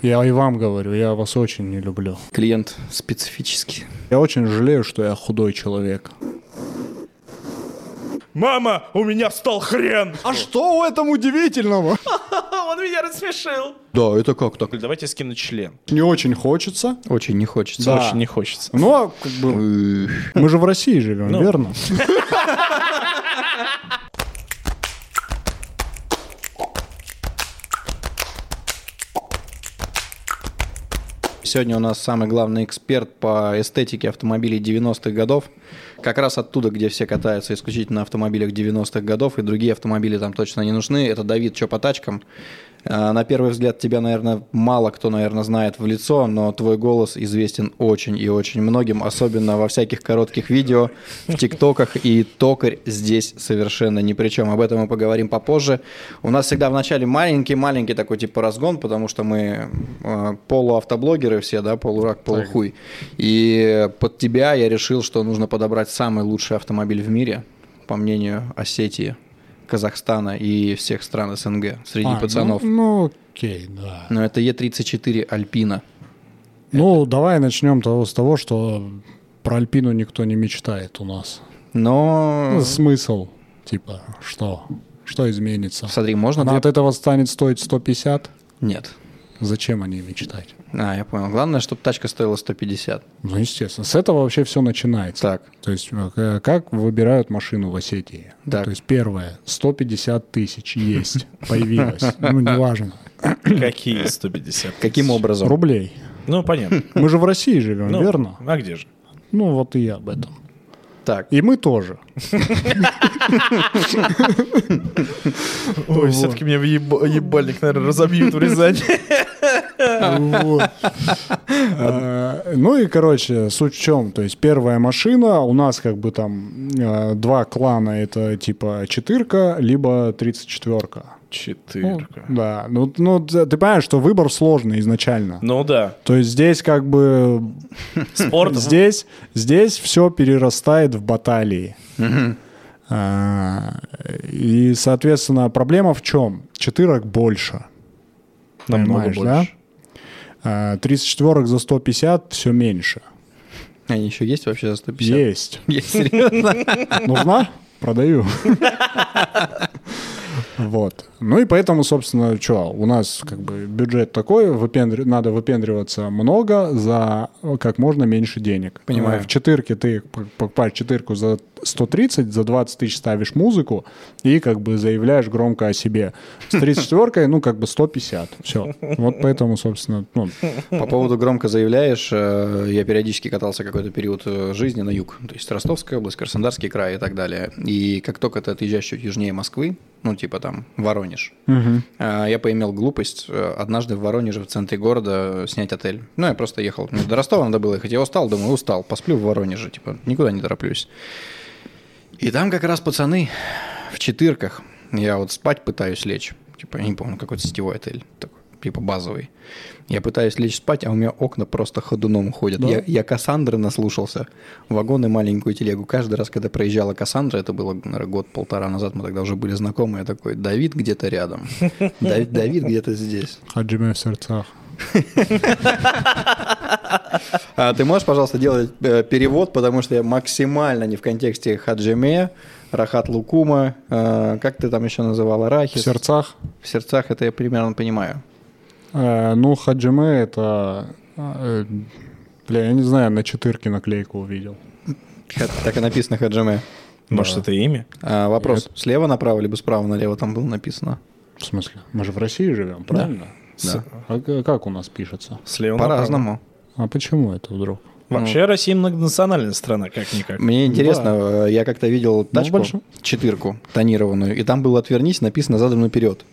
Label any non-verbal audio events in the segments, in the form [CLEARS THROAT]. Я и вам говорю, я вас очень не люблю. Клиент специфический. Я очень жалею, что я худой человек. Мама, у меня стал хрен! А что в этом удивительного? Он меня рассмешил. Да, это как так? Давайте скину член. Не очень хочется. Очень не хочется. Да. Очень не хочется. Но как бы, Эх. мы же в России живем, Ну. верно? Сегодня у нас самый главный эксперт по эстетике автомобилей 90-х годов. Как раз оттуда, где все катаются исключительно на автомобилях 90-х годов, и другие автомобили там точно не нужны. Это Давид, что по тачкам. А, На первый взгляд тебя, наверное, мало кто, наверное, знает в лицо, но твой голос известен очень и очень многим, особенно во всяких коротких видео, в тиктоках, и токарь здесь совершенно ни при чем. Об этом мы поговорим попозже. У нас всегда вначале маленький-маленький такой типа разгон, потому что мы э, полуавтоблогеры все, да, полурак, полухуй. И под тебя я решил, что нужно подобрать самый лучший автомобиль в мире, по мнению Осетии, Казахстана и всех стран СНГ среди А, ну- пацанов. Ну, окей, да. Но это Е34 Альпина. Ну, давай начнем того, с того, что про Альпину никто не мечтает у нас. Ну, Но... смысл, типа, что? Что изменится? Смотри, можно... Она две- от этого станет стоить 150? Нет. Зачем о ней мечтать? А, я понял. Главное, чтобы тачка стоила 150. Ну, естественно. С этого вообще все начинается. Так. То есть э, как выбирают машину в Осетии? Так. То есть первое, 150 тысяч [LAUGHS] есть, появилось. Ну, неважно. [CLEARS THROAT] Какие 150? Каким образом? Рублей. Ну, понятно. Мы же в России живем, Ну, верно? А где же? Ну, вот и я об этом. Так. И мы [LAUGHS] тоже. Ой, все-таки меня в еба- ебальник, наверное, разобьют в Рязани. Вот. А, Ну и, короче, суть в чем. То есть первая машина, у нас как бы там э, два клана, это типа четырка, либо тридцать четверка. Четырка. Да, ну, ну т- ты понимаешь, что выбор сложный изначально. Ну да. То есть здесь как бы Спорт. здесь здесь все перерастает в баталии. А, И соответственно проблема в чем? Четырок больше. Намного Понимаешь, больше. да? А, 34 за 150 все меньше. [LAUGHS] Они еще есть вообще за 150? [LAUGHS] Есть. Есть, серьезно? Нужна? Продаю. Вот. Ну и поэтому, собственно, что, у нас как бы бюджет такой, выпендри- надо выпендриваться много за как можно меньше денег. Понимаю. В четырке ты п- покупаешь четырку за 130, за 20 тысяч ставишь музыку и как бы заявляешь громко о себе. С 34 ну как бы 150. Все. Вот поэтому, собственно, ну, По поводу громко заявляешь, э, я периодически катался какой-то период э, жизни на юг, то есть Ростовская область, Краснодарский край и так далее. И как только ты отъезжаешь чуть южнее Москвы, ну типа там Воронеж, э, я поимел глупость э, однажды в Воронеже в центре города э, снять отель. Ну я просто ехал, мне до Ростова надо было ехать, я устал, думаю, устал, посплю в Воронеже, типа никуда не тороплюсь. И там как раз пацаны в четырках. Я вот спать пытаюсь лечь. Типа, я не помню, какой-то сетевой отель. Такой, типа базовый. Я пытаюсь лечь спать, а у меня окна просто ходуном ходят. Да? Я, я Кассандры наслушался. Вагон и маленькую телегу. Каждый раз, когда проезжала Кассандра, это было, наверное, год-полтора назад, мы тогда уже были знакомы, я такой, Давид где-то рядом. Давид, Давид где-то здесь. Хаджиме в сердцах. А ты можешь, пожалуйста, делать э, перевод, потому что я максимально не в контексте Хаджиме, Рахат Лукума, э, как ты там еще называл, В Арахис? сердцах? В сердцах это я примерно понимаю. Э, Ну, Хаджиме это... э, Бля, я не знаю, на четырке наклейку увидел. Ха- Так и написано хаджиме. Может, это имя? А, вопрос, слева направо, либо справа налево там было написано? В смысле? Мы же в России живем, правильно? Да. А к- как у нас пишется? Слева направо. По-разному. А почему это вдруг? Вообще Россия многонациональная страна, как-никак. Мне интересно, э, я как-то Ну, видел тачку, больше. четырку тонированную, и там было «отвернись», написано «задом наперед».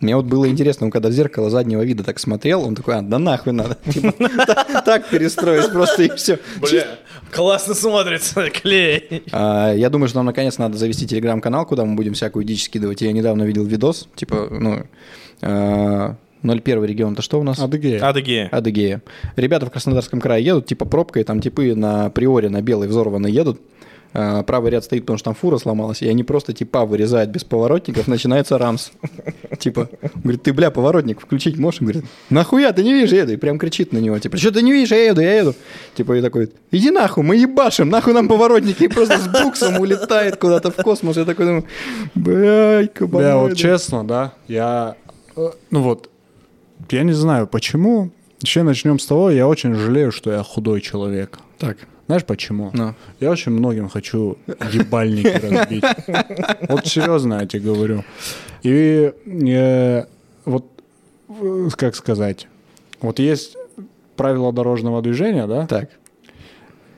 Мне вот было интересно, он когда в зеркало заднего вида так смотрел, он такой, а, да нахуй надо. [LAUGHS] Типа, та- Так перестроишь просто и все. Бля, классно смотрится [LAUGHS] клей. А, Я думаю, что нам наконец надо завести телеграм-канал, куда мы будем всякую дичь скидывать. Я недавно видел видос, типа, ну, э, 01 регион, то что у нас? Адыгея. Адыгея. Адыгея. Ребята в Краснодарском крае едут, типа пробка, и там типы на приоре на белый взорванный едут. а, правый ряд стоит, потому что там фура сломалась, и они просто типа вырезают без поворотников, начинается рамс. [LAUGHS] Типа, говорит, ты, бля, поворотник включить можешь? Он говорит, нахуя, ты не видишь, я еду? И прям кричит на него, типа, что ты не видишь, я еду, я еду. Типа, и такой, иди нахуй, мы ебашим, нахуй нам поворотники. И просто с буксом улетает куда-то в космос. Я такой думаю, блядь, кабаноиды. Бля, вот честно, да, я... э, Ну вот, я не знаю, почему. Еще начнем с того, я очень жалею, что я худой человек. Так, Знаешь почему? Ну. Я очень многим хочу ебальники разбить. Вот серьезно я тебе говорю. И э, вот, э, как сказать, вот есть правила дорожного движения, да? так.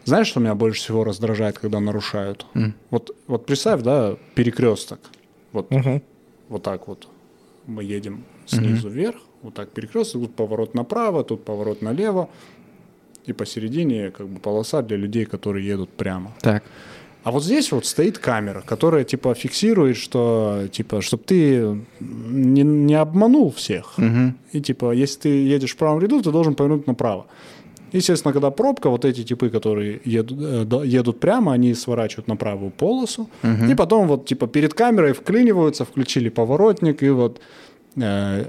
Знаешь, что меня больше всего раздражает, когда нарушают? М. Вот, вот представь, да, перекресток. Вот, Мгм. вот так вот мы едем снизу вверх, вот так перекресток, тут поворот направо, тут поворот налево, и посередине как бы полоса для людей, которые едут прямо. Так. А вот здесь вот стоит камера, которая типа фиксирует, что типа, чтобы ты не, не обманул всех. Мгм. И типа, если ты едешь в правом ряду, ты должен повернуть направо. Естественно, когда пробка, вот эти типы, которые едут, э, да- едут прямо, они сворачивают на правую полосу. И потом вот типа перед камерой вклиниваются, включили поворотник и вот э,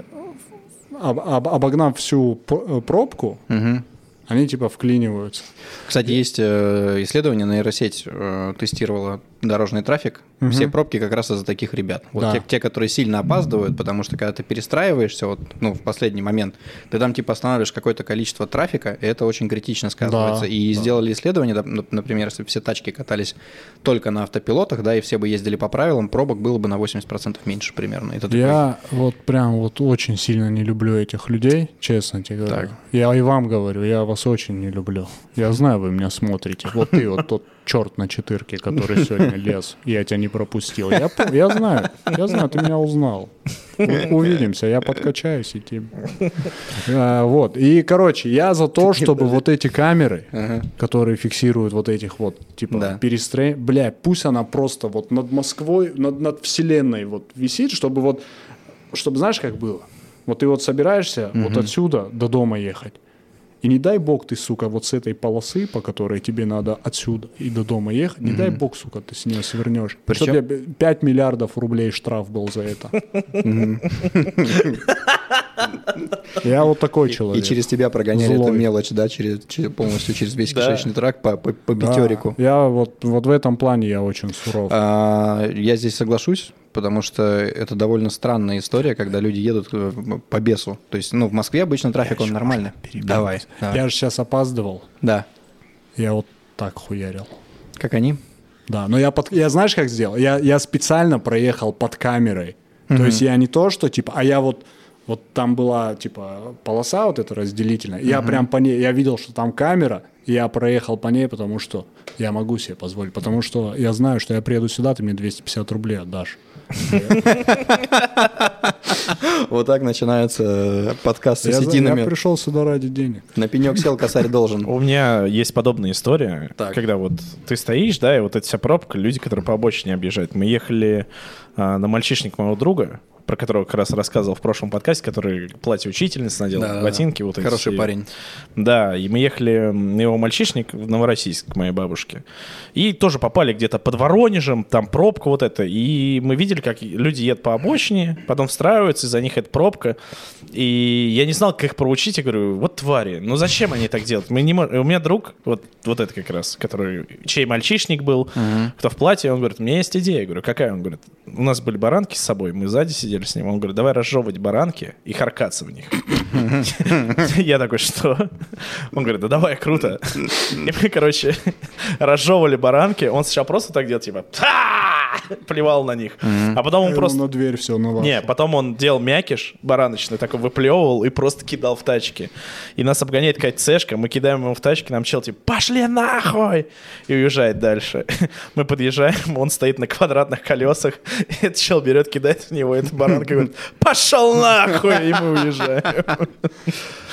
об- об- обогнав всю пр- э, пробку, Мгм. они типа вклиниваются. Кстати, есть э, исследование, нейросеть э, тестировала дорожный трафик. Все пробки как раз из-за таких ребят. Вот Да. те, те, которые сильно опаздывают, потому что когда ты перестраиваешься, вот, ну, в последний момент, ты там типа останавливаешь какое-то количество трафика, и это очень критично сказывается. Да, и да. сделали исследование, доп- нап- например, если бы все тачки катались только на автопилотах, да, и все бы ездили по правилам, пробок было бы на 80% меньше примерно. Это такой- Я вот прям вот очень сильно не люблю этих людей, честно тебе говорю. Так. Я и вам говорю, я вас очень не люблю. Я знаю, вы меня смотрите. Вот ты вот тот черт на четырке, который сегодня лез. Я тебя не пропустил. Я, пом- я знаю, я знаю, ты меня узнал. У- Увидимся, я подкачаюсь и тебе. А, Вот. И, короче, я за то, чтобы вот эти камеры, Ага. которые фиксируют вот этих вот, типа, Да. перестро- Бля, пусть она просто вот над Москвой, над, над вселенной вот висит, чтобы вот, чтобы знаешь, как было? Вот ты вот собираешься вот отсюда до дома ехать. И не дай бог ты, сука, вот с этой полосы, по которой тебе надо отсюда и до дома ехать, не дай бог, сука, ты с нее свернешь. Причём- Чтоб тебе 5 миллиардов рублей штраф был за это. Я вот такой И человек. через тебя прогоняли эту Злой. мелочь, да, через, через- полностью [LAUGHS] через весь Да. кишечный тракт по, по, по Да. пятерику. А, Я вот, вот в этом плане я очень суров. А, Я здесь соглашусь, потому что это довольно странная история, когда люди едут э, по бесу. То есть, ну, в Москве обычно трафик, он нормальный. Давай. давай. Я же сейчас опаздывал. Да. Я вот так хуярил. Как они? Да, но я, под... я знаешь, как сделал? Я, я специально проехал под камерой. То есть я не то, что типа, а я вот, вот там была типа полоса вот эта разделительная. Я прям по ней, я видел, что там камера, и я проехал по ней, потому что я могу себе позволить, потому что я знаю, что я приеду сюда, ты мне 250 рублей отдашь. Вот так начинается э, подкаст с Я, за- я осетинами. пришел сюда ради денег. На пенек сел, косарь [LAUGHS] должен. У меня есть подобная история, Так. когда вот ты стоишь, да, и вот эта вся пробка, люди, которые по обочине объезжают. Мы ехали а, на мальчишник моего друга, про которого как раз рассказывал в прошлом подкасте, который платье учительницы надел, Да-да-да. ботинки вот эти. Хороший все. парень. Да, и мы ехали м, на его мальчишник в Новороссийск к моей бабушке. И тоже попали где-то под Воронежем, там пробка вот эта. И мы видели, как люди едут по обочине, потом встраиваются, и за них эта пробка. И я не знал, как их проучить. Я говорю, вот твари, ну зачем они так делают? Мы не мо- У меня друг, вот, вот это как раз, который, чей мальчишник был, кто в платье, он говорит, у меня есть идея. Я говорю, какая? Он говорит, у нас были баранки с собой, мы сзади сидели с ним. Он говорит, давай разжевывать баранки и харкаться в них. [LAUGHS] Я такой, что? Он говорит, да давай, круто. И мы, короче, разжевывали баранки. Он сначала просто так делал, типа, «Та!» плевал на них. А потом он Я просто... на дверь все на вас. Не, потом он делал мякиш бараночный, такой выплевывал и просто кидал в тачки. И нас обгоняет какая-то цешка, мы кидаем ему в тачки, нам чел типа «Пошли нахуй!» и уезжает дальше. [LAUGHS] Мы подъезжаем, он стоит на квадратных колесах, [LAUGHS] и этот чел берет, кидает в него эту баранку и говорит «Пошел нахуй!» и мы уезжаем.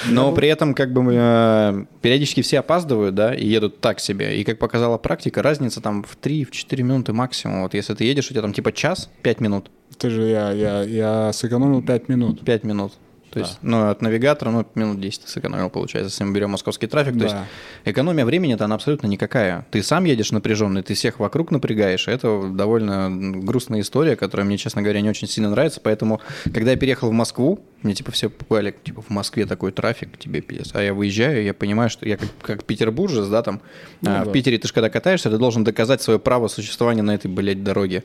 Но при этом, как бы, э, периодически все опаздывают, да, и едут так себе. И, как показала практика, разница там в 3-4 минуты максимум. Вот если ты едешь, у тебя там типа час, 5 минут, Ты же я, я, я сэкономил 5 минут. 5 минут. То есть, ну, от навигатора, ну, минут 10 ты сэкономил, получается, если мы берем московский трафик. То есть, Да. экономия времени там абсолютно никакая. Ты сам едешь напряженный, ты всех вокруг напрягаешь. Это довольно грустная история, которая мне, честно говоря, не очень сильно нравится. Поэтому, когда я переехал в Москву, мне типа все пугали, типа, в Москве такой трафик, тебе пиздец. А я выезжаю, я понимаю, что я как, как петербуржец, да, там, а, в Питере ты же когда катаешься, ты должен доказать свое право существования на этой, блядь, дороге.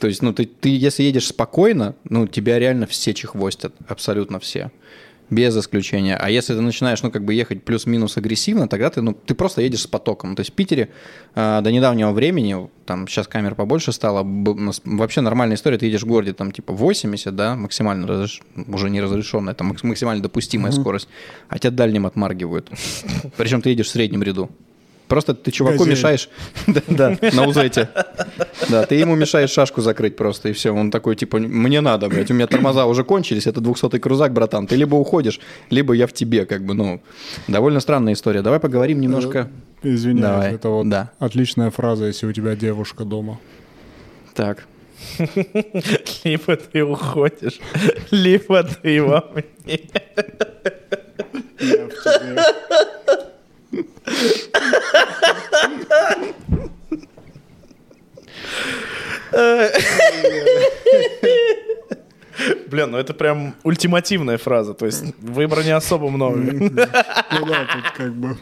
То есть, ну, ты, ты если едешь спокойно, ну, тебя реально все чехвостят, абсолютно все. Без исключения. А если ты начинаешь, ну, как бы ехать плюс-минус агрессивно, тогда ты, ну, ты просто едешь с потоком. То есть в Питере а, до недавнего времени, там сейчас камер побольше стало, б- м, с- вообще нормальная история, ты едешь в городе там типа 80, да, максимально разреш- уже не разрешенная, там макс- максимально допустимая скорость, а тебя дальним отмаргивают. Причем ты едешь в среднем ряду. Просто ты чуваку Газель. мешаешь Да, да, на узете. Да, ты ему мешаешь шашку закрыть просто, и все. Он такой, типа, мне надо, блядь, у меня тормоза уже кончились, это 200-й крузак, братан. Ты либо уходишь, либо я в тебе, как бы, ну. Довольно странная история. Давай поговорим немножко. Извиняюсь, Давай, это вот да. отличная фраза, если у тебя девушка дома. Так. [LAUGHS] Либо ты уходишь, либо ты во мне. Блин, ну это прям ультимативная фраза, то есть выбора не особо много. Ну да, тут как [LAUGHS] бы...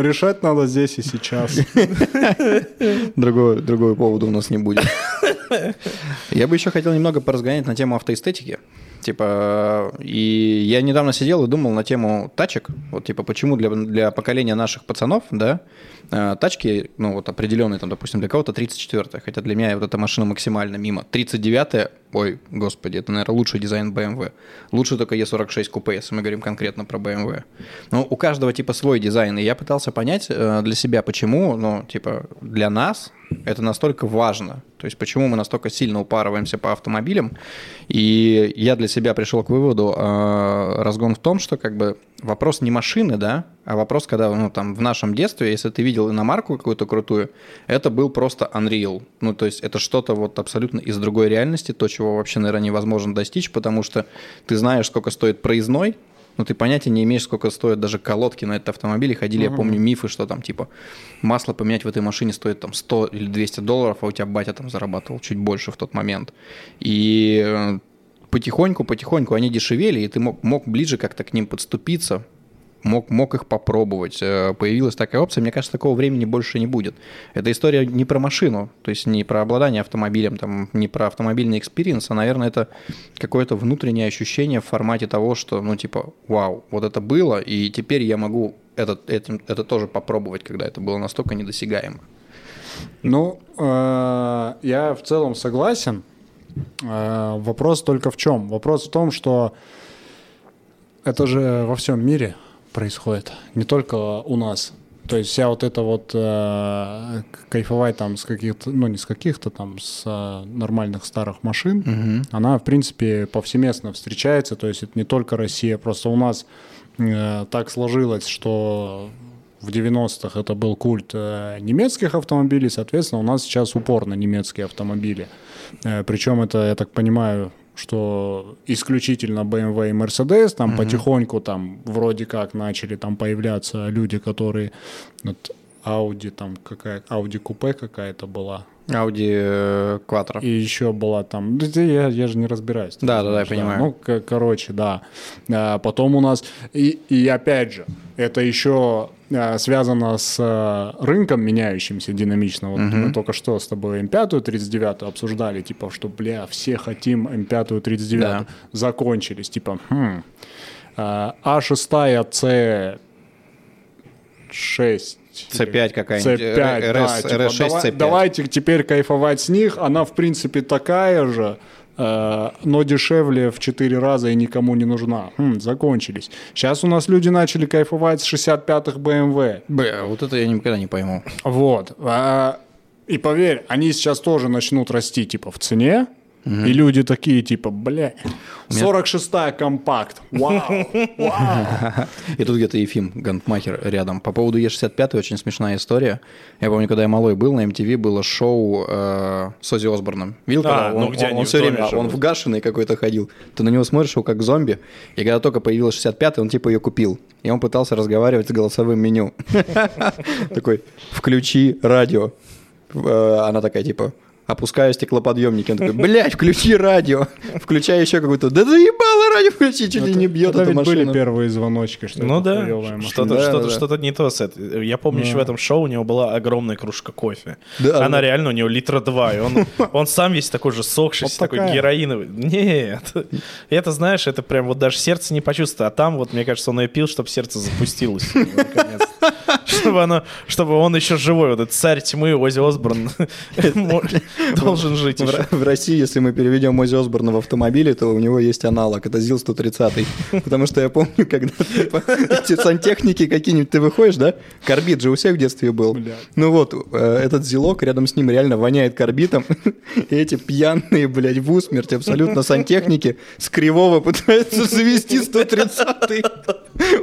Решать надо здесь и сейчас. Другого, другого повода у нас не будет. Я бы еще хотел немного поразгонять на тему автоэстетики. Типа, э, и я недавно сидел и думал на тему тачек. Вот, типа, почему для, для поколения наших пацанов, да, э, тачки, ну, вот определенные, там, допустим, для кого-то 34-я, хотя для меня вот эта машина максимально мимо. 39-я, ой, господи, это, наверное, лучший дизайн BMW. Лучше только E46 купе, если мы говорим конкретно про BMW. Но у каждого, типа, свой дизайн, и я пытался понять э, для себя, почему, ну, типа, для нас это настолько важно. То есть почему мы настолько сильно упарываемся по автомобилям. И я для себя пришел к выводу, э, разгон в том, что как бы вопрос не машины, да, а вопрос, когда ну, там, в нашем детстве, если ты видел иномарку какую-то крутую, это был просто Unreal. Ну, то есть это что-то вот абсолютно из другой реальности, то, чего вообще, наверное, невозможно достичь, потому что ты знаешь, сколько стоит проездной, но Ну, ты понятия не имеешь, сколько стоят даже колодки на этот автомобиль. И Ходили, я помню, мифы, что там типа масло поменять в этой машине стоит там 100 или 200 долларов, а у тебя батя там зарабатывал чуть больше в тот момент. И э, потихоньку-потихоньку они дешевели, и ты мог, мог ближе как-то к ним подступиться, мог, мог их попробовать. Э, Появилась такая опция, мне кажется, такого времени больше не будет. Эта история не про машину, то есть не про обладание автомобилем, там, не про автомобильный экспириенс, а, наверное, это какое-то внутреннее ощущение в формате того, что, ну, типа, вау, вот это было, и теперь я могу это, этим, это тоже попробовать, когда это было настолько недосягаемо. Ну, э, я в целом согласен. Э, Вопрос только в чем? Вопрос в том, что это же во всем мире происходит, не только у нас. То есть вся вот эта вот э, к- кайфовать там с каких-то, ну не с каких-то там, с э, нормальных старых машин, она, в принципе, повсеместно встречается. То есть это не только Россия, просто у нас э, так сложилось, что в 90-х это был культ э, немецких автомобилей, соответственно, у нас сейчас упор на немецкие автомобили. Э, причем это, я так понимаю, что исключительно BMW и Mercedes, там потихоньку там вроде как начали там появляться люди, которые вот Audi там какая Audi купе какая-то была, Audi э, Quattro. и еще была там... да Я, я же не разбираюсь. ты Да, да, да, я знаешь, понимаю. Ну, к- короче, да. А, потом у нас... И, и опять же, это еще а, связано с а, рынком меняющимся динамично. Вот мы только что с тобой М5 39 обсуждали, типа, что, бля, все хотим М5 39 Да. Закончились, типа, хм. А, А6, С6... C5 какая-нибудь, C5, э, да, RS, типа, RS6 давай- C5. Давайте теперь кайфовать с них. Она, в принципе, такая же, э, но дешевле в 4 раза и никому не нужна. Хм, закончились. Сейчас у нас люди начали кайфовать с 65-х BMW. Бля, вот это я никогда не пойму. Вот. А, и поверь, они сейчас тоже начнут расти типа в цене, И люди такие, типа, бля, 46-я компакт, вау, вау. И тут где-то Ефим Гантмахер рядом. По поводу Е65 очень смешная история. Я помню, когда я малой был, на MTV было шоу э, с Ози Осборном. Видел, А, когда ну он, где он- они он в все доме время, живут. он в гашеный какой-то ходил. Ты на него смотришь, его как зомби, и когда только появилась 65 он типа ее купил. И он пытался разговаривать с голосовым меню. [LAUGHS] Такой, включи радио. Э, Она такая, типа, опускаю стеклоподъемники. Он такой, блядь, включи радио. Включай еще какую-то, да заебало радио включи, чуть ли не бьет Ну, Это эта ведь были машина. первые звоночки, что Ну это да, хуёвая машина. что-то Да, что да, да. что не то. С эт- Я помню, еще в этом шоу у него была огромная кружка кофе. Да, Она да. реально у него литра два, и [LAUGHS] он, он сам весь такой же сохшийся, Вот такой такая. героиновый. Нет, это, знаешь, это прям вот даже сердце не почувствует, а там вот, мне кажется, он ее пил, чтобы сердце запустилось. наконец. [LAUGHS] Чтобы оно, чтобы он еще живой, вот этот царь тьмы Ози Осборн [LAUGHS] [LAUGHS] должен жить В, еще. Ро- в России, если мы переведем Ози Осборна в автомобиле, то у него есть аналог. Это ЗИЛ-130. Потому что я помню, когда типа, эти сантехники какие-нибудь, ты выходишь, да? Корбит же у всех в детстве был. Бля. Ну вот, э, этот ЗИЛок, рядом с ним реально воняет корбитом. И эти пьяные, блядь, в усмерть абсолютно сантехники с кривого пытаются завести 130-й.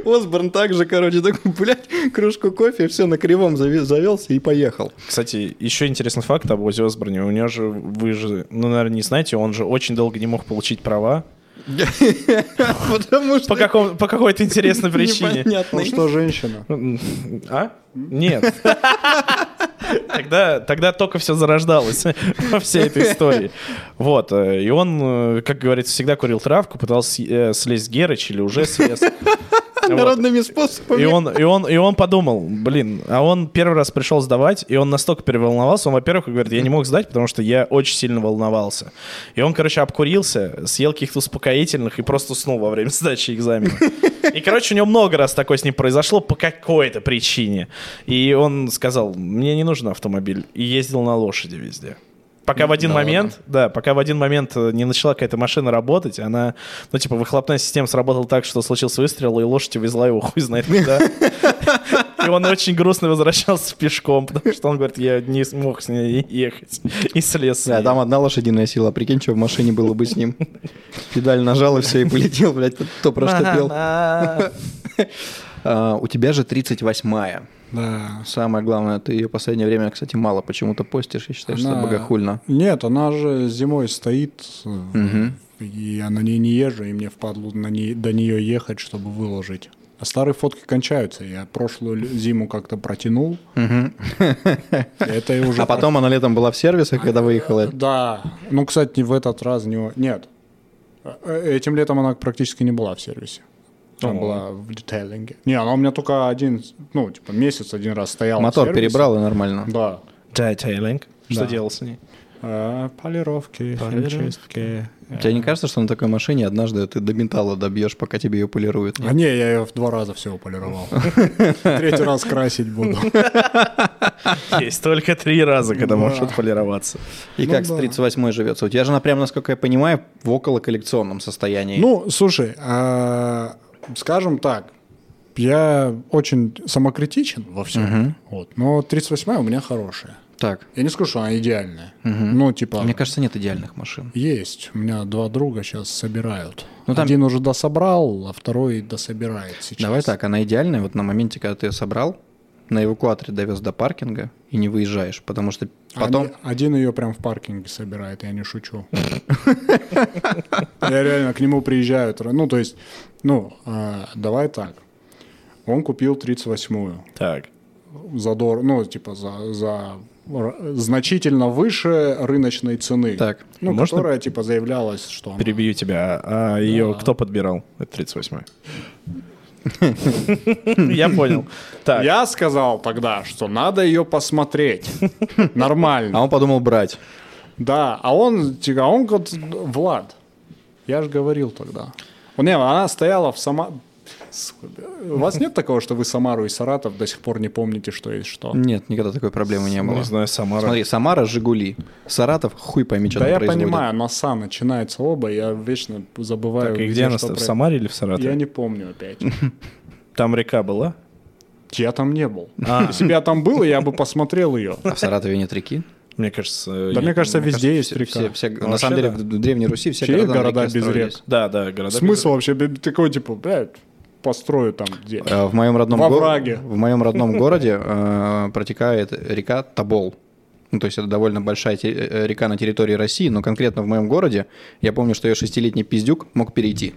Осборн также, короче, такой, блядь, кружку кофе, все на кривом заве- завелся и поехал. [LAUGHS] Кстати, еще интересный факт об Ози Осборне. У него же, вы же, ну, наверное, не знаете, он же очень долго не мог получить права. Потому По, что какому- по [LAUGHS] какой-то интересной [LAUGHS] причине. Ну непонятный. что, женщина? А? Нет. [LAUGHS] Тогда, тогда только все зарождалось [LAUGHS] во всей этой истории. Вот. э, И он, э, как говорится, всегда курил травку, пытался с- э, слезть с Герыч или уже слез. Вот. Народными способами. И он, и, он, и он подумал, блин, а он первый раз пришел сдавать, и он настолько переволновался, он, во-первых, говорит, я не мог сдать, потому что я очень сильно волновался. И он, короче, обкурился, съел каких-то успокоительных и просто уснул во время [LAUGHS] сдачи экзамена. И, короче, у него много раз такое с ним произошло по какой-то причине. И он сказал, мне не нужен автомобиль, и ездил на лошади везде. Пока в один Да момент, да, пока в один момент э, не начала какая-то машина работать, она, ну, типа, выхлопная система сработала так, что случился выстрел, и лошадь увезла его хуй знает куда. И он очень грустно возвращался пешком, потому что он говорит, я не смог с ней ехать. И слез с Да, ней. там одна лошадиная сила, прикинь, что в машине было бы с [LAUGHS] ним. Педаль нажал и все, и полетел, блядь, то про что пел. Мама. А, У тебя же 38-я. Да. Самое главное, ты ее в последнее время, кстати, мало почему-то постишь и считаешь, что Она- богохульно. Нет, она же зимой стоит, э, Мгм. и я на ней не езжу, и мне впадло на ней, до нее ехать, чтобы выложить. А старые фотки кончаются. Я прошлую лю- зиму как-то протянул. Это и уже... А потом она летом была в сервисах, когда выехала. Да. Ну, кстати, в этот раз не... Нет. Э, Этим летом она практически не была в сервисе. Она О. была в детейлинге. Не, она у меня только один, ну, типа месяц один раз стояла в Мотор сервисе. перебрал и нормально. Да. Да, Тайлинг. Что Да. делал с ней? Э, Полировки, Полировки. химчистки. Тебе э. не кажется, что на такой машине однажды ты до металла добьешь, пока тебе ее полируют? А не, я ее в два раза всего [LAUGHS] полировал. Третий раз красить буду. Есть только три раза, Да. когда может полироваться. И Ну как с да. 38-й живется? У тебя же она прям, насколько я понимаю, в около коллекционном состоянии. Ну, слушай, а, скажем так, я очень самокритичен во всем. Вот, но 38 у меня хорошая. Так. Я не скажу, что она идеальная. Ну, типа, Мне кажется, нет идеальных машин. есть. У меня два друга сейчас собирают. Ну, там- Один уже дособрал, а второй дособирает сейчас. Давай так, она идеальная вот на моменте, когда ты ее собрал, на эвакуаторе довез до паркинга и не выезжаешь, потому что потом... Они- один ее прям в паркинге собирает, я не шучу. [LAUGHS] Я реально к нему приезжаю. тра- Ну, то есть, ну, а, давай так. Он купил 38-ю. Так. Задор, ну, типа, за, за р- значительно выше рыночной цены. Так. Ну, Можно- которая, типа, заявлялась, что... она- Перебью тебя. А а ее кто подбирал? [LAUGHS] Это 38-й. Я понял. Так. А Я сказал тогда, что надо ее посмотреть. Нормально. А он подумал брать. Да, а он, типа, а он вот Влад. Я же говорил тогда. Он, не, она стояла в Сама... Сука, бля. У вас нет такого, что вы Самару и Саратов до сих пор не помните, что есть что? Нет, никогда такой проблемы не было. Не знаю, Самара. Смотри, Самара, Жигули. Саратов, хуй пойми, что да там я производит. понимаю, но СА начинается оба, я вечно забываю. Так, и где она? что В про- Самаре или в Я Саратове? не помню опять. Там река была? Я там не был. Если бы я там был, я бы посмотрел ее. А в Саратове нет реки? Мне кажется... Да, я- мне кажется, везде есть Все- река. Ну, все- все- на Вообще, самом деле, да. в Древней Руси все Вообще есть города, на города реке без строились. рек? Да, А да, города... Смысл вообще б- такой, типа, блядь, построю там где. Э, В моем родном Во го- враге. В моем родном городе э, протекает река Тобол. Ну, то есть это довольно большая те- э, река на территории России, но конкретно в моем городе я помню, что ее шестилетний пиздюк мог перейти.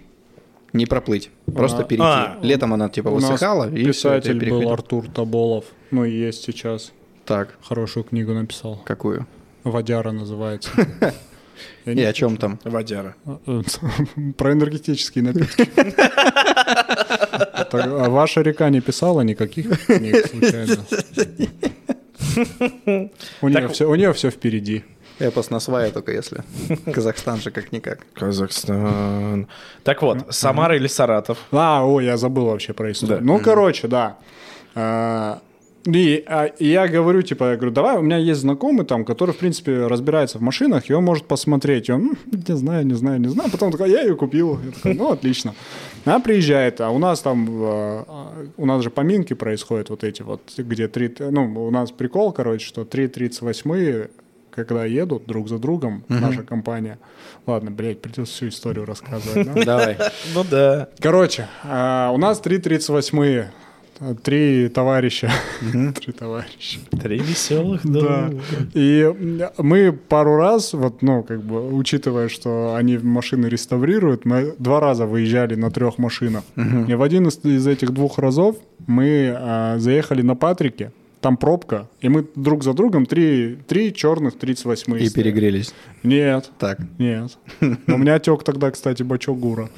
Не проплыть, просто А. перейти. А. Летом она типа У нас высыхала, и все, это писатель был переходил. Артур Тоболов. Ну, и есть сейчас. Так, Хорошую книгу написал. какую? Водяра называется. Я И не- э, о чем там? Водяра. [LAUGHS] Про энергетические напитки. Так, А ваша река не писала никаких книг случайно? У нее, все, у нее все впереди. Эпос на свае только если. [LAUGHS] Казахстан же как-никак. Казахстан. Так вот, Самара или Саратов? А, о, я забыл вообще про историю. Да. Ну, короче, да. А, И, а, и я говорю, типа, я говорю, давай, у меня есть знакомый там, который, в принципе, разбирается в машинах, и он может посмотреть. И он, «М, не знаю, не знаю, не знаю. Потом такой, я ее купил. Я такой, ну, отлично. Она приезжает, а у нас там, э, а, у нас же поминки происходят вот эти вот, где три, ну, у нас прикол, короче, что 3.38 когда едут друг за другом, наша компания. Ладно, блядь, придется всю историю рассказывать. да? Давай. [LAUGHS] Ну да. Короче, а, у нас 3.38. а, Три товарища. [LAUGHS] Три товарища. Три веселых, Да. И м, мы пару раз, вот, ну, как бы, учитывая, что они машины реставрируют, мы два раза выезжали на трех машинах. И в один из, из этих двух разов мы а, заехали на Патрике, там пробка, и мы друг за другом три, три черных 38 И перегрелись. Нет. Так. Нет. У меня отек тогда, кстати, бачок гура.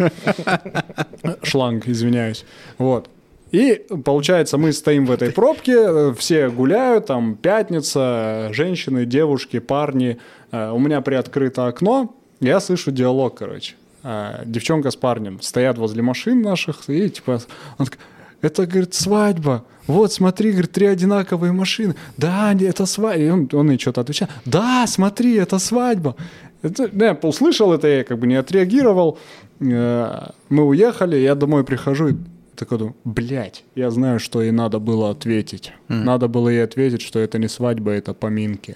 Шланг, извиняюсь. Вот. И получается, мы стоим в этой пробке, э, все гуляют, там пятница, э, женщины, девушки, парни. Э, У меня приоткрыто окно, я слышу диалог, короче. Э, Девчонка с парнем стоят возле машин наших, и типа, он такой, это, говорит, свадьба. Вот, смотри, говорит, три одинаковые машины. Да, не- это свадьба. И он, он ей что-то отвечает. Да, смотри, это свадьба. Это, ну, я услышал это, я как бы не отреагировал. Э, Мы уехали, я домой прихожу и такой думаю, блядь, я знаю, что ей надо было ответить. Надо было ей ответить, что это не свадьба, это поминки.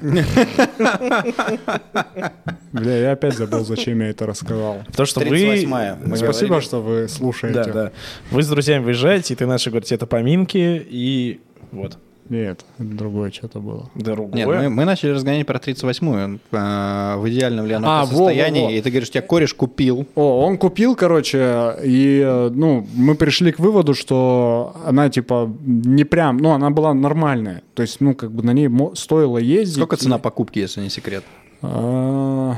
Бля, я опять забыл, зачем я это рассказал. Потому что вы... 38-я. Мы Спасибо, говорили. что вы Да, слушаете. да. Вы с друзьями выезжаете, и ты начал говорить, это поминки, и вот. Нет, это другое что-то было. Другое. Нет, ну, мы, мы начали разгонять про 38-ю. а, в идеальном ли она А, во, состоянии. во, во. И ты говоришь, у тебя кореш купил. О, он купил, короче, и, э, ну, мы пришли к выводу, что она, типа, не прям, ну, она была нормальная. То есть, ну, как бы на ней мо- стоило ездить. Сколько цена покупки, если не секрет? А,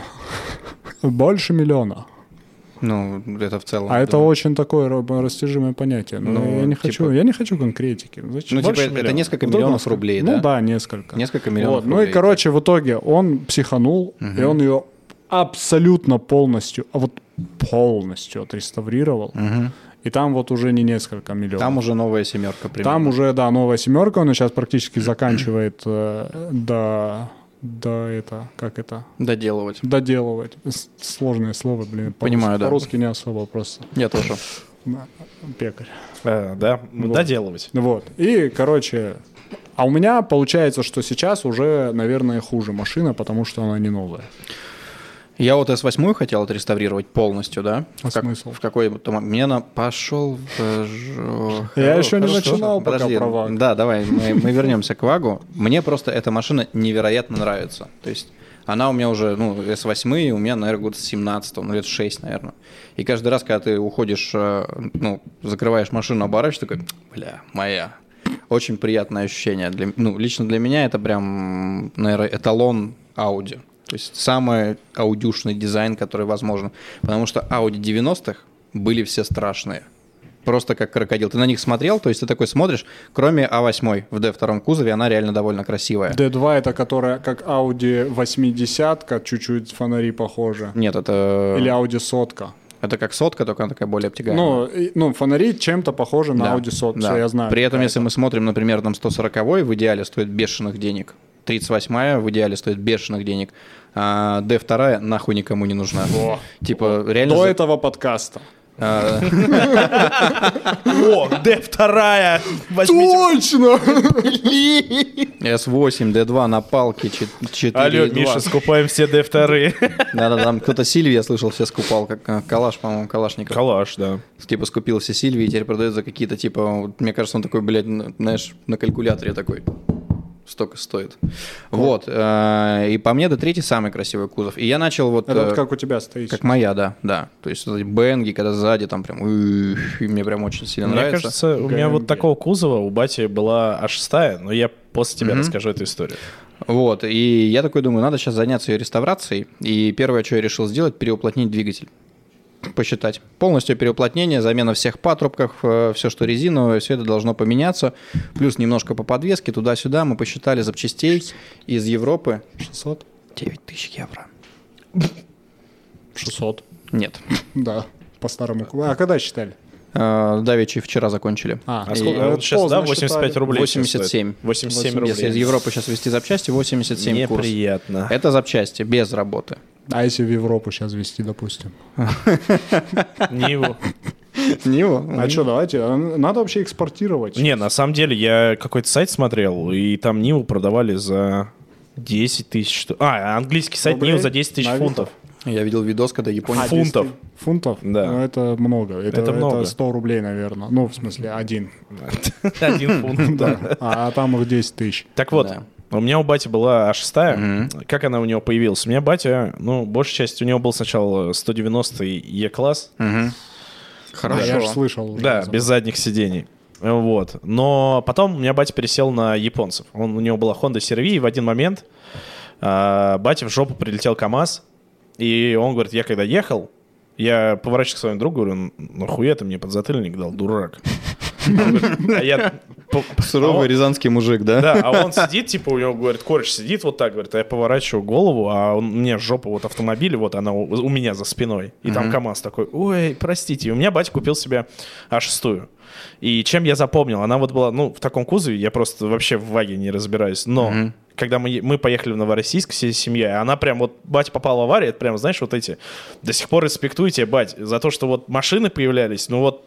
Больше миллиона. Ну, это в целом. А это думаю. очень такое рабо- растяжимое понятие. Но Ну, я не типа- хочу, я не хочу конкретики. Зачем? Ну, типа, больше это миллиона. несколько Вдруг миллионов он- рублей, ну, да? да, несколько. Несколько миллионов Вот, Ну и, рублей. короче, в итоге он психанул, и он ее абсолютно полностью, а вот полностью отреставрировал. И там вот уже не несколько миллионов. Там уже новая семерка примерно. Там уже, да, новая семерка, он сейчас практически заканчивает э, до, до это, как это, Доделывать. доделывать. С- Сложное слово, блин. по- Понимаю, да. По-русски не особо просто. Я тоже. На, Пекарь. А, да, доделывать. Вот. И, короче, а у меня получается, что сейчас уже, наверное, хуже машина, потому что она не новая. Я вот С8 хотел отреставрировать полностью, да? А В как- смысл? В какой-то момент. Мне на... Пошел в жо- Я Хоро- еще не хорошо. начинал пока Подожди. про ВАГ. Да, давай, мы, мы вернемся к ВАГу. Мне просто эта машина невероятно нравится. То есть она у меня уже, ну, С8, у меня, наверное, год с 17 ну, лет 6, наверное. И каждый раз, когда ты уходишь, э, ну, закрываешь машину, оборачиваешь, такой, бля, моя. Очень приятное ощущение. Для, ну, лично для меня это прям, наверное, эталон Audi. То есть самый аудюшный дизайн, который возможен. Потому что Audi 90-х были все страшные. Просто как крокодил. Ты на них смотрел, то есть ты такой смотришь, кроме А8 в D2 кузове, она реально довольно красивая. D2 это которая как Audi 80 чуть-чуть фонари похожи. Нет, это... Или Audi сотка. Это как сотка, только она такая более обтягаемая. Ну, и- ну, фонари чем-то похожи на Да, Audi сотку, да. всё, я знаю. При этом, какая если мы смотрим, например, там 140 в идеале стоит бешеных денег. 38-я в идеале стоит бешеных денег. А D2 нахуй никому не нужна. Во. Типа, реально... До за- этого подкаста. О, Д вторая. Возьмите. Точно! [LAUGHS] С8, Д2 на палке чет- 4. Алло, Миша, скупаем все Д вторые. Да-да, там кто-то Сильви, я слышал, все скупал, как э, Калаш, по-моему, Калашников. [LAUGHS] Калаш, да. Типа скупил все Сильви и теперь продает за какие-то, типа, вот, мне кажется, он такой, блядь, на- знаешь, на калькуляторе такой. Столько стоит. Вот. э, И по мне, до третий самый красивый кузов. И я начал вот... Это э, вот как у тебя стоит. Как моя, да, да. То есть вот эти бенги, когда сзади там прям, «Ух», и мне прям очень сильно Мне нравится. кажется, у меня вот такого кузова у бати была аж стая, но я после тебя расскажу эту историю. Вот, и я такой думаю, надо сейчас заняться ее реставрацией. И первое, что я решил сделать, переуплотнить двигатель. Посчитать. Полностью переуплотнение, замена всех патрубков, все, что резиновое, все это должно поменяться. Плюс немножко по подвеске, туда-сюда. Мы посчитали запчастей из Европы. 600? 9 тысяч евро. 600. Нет. Да, по старому. ку- А когда считали? Э, Давичи вчера закончили. А сколько? э, вот сейчас, да, поздно 85 считали. рублей. сейчас 87. стоит. 87 Если из рублей. Европы сейчас вести запчасти, 87 курс. Неприятно. Это запчасти, без работы. А если в Европу сейчас вести, допустим? Ниву. Ниву? А что, давайте, а, надо вообще экспортировать. Не, на самом деле, я какой-то сайт смотрел, и там Ниву продавали за 10 тысяч. что- А, английский сайт Рублей? Ниву за 10 тысяч На Авито? фунтов. Я видел видос, когда Япония... А, фунтов. Фунтов? Да. Ну, это много. Это, Это много. 100 рублей, наверное. Ну, в смысле, один. [LAUGHS] Один фунт, да. А, а там их 10 тысяч. Так вот, Да. у меня у бати была А6. Как она у него появилась? У меня батя, ну, большая часть, у него был сначала 190 Е-класс. Мгм. Да, Ну, Я же Хорошо. А слышал. уже Да, за- без задних сидений. Вот. Но потом у меня батя пересел на японцев. Он, у него была Honda CR-V, и в один момент а, батя в жопу прилетел КАМАЗ. И он говорит, я когда ехал, я поворачиваюсь к своему другу, говорю, ну хуя ты мне подзатыльник дал, [LAUGHS] дурак. Он говорит, «А я по- Суровый рязанский мужик, да? Да, а он сидит, типа, у него, говорит, кореш сидит вот так, говорит, а я поворачиваю голову, а он, мне жопа вот автомобиля, вот она у, у меня за спиной. И там КамАЗ такой, ой, простите. И у меня батя купил себе А6. И чем я запомнил? Она вот была, ну, в таком кузове, я просто вообще в ваге не разбираюсь, но... Когда мы, е- мы поехали в Новороссийск всей семьей, она прям вот, батя попал в аварию, это прям, знаешь, вот эти, до сих пор респектуйте, бать, за то, что вот машины появлялись, ну вот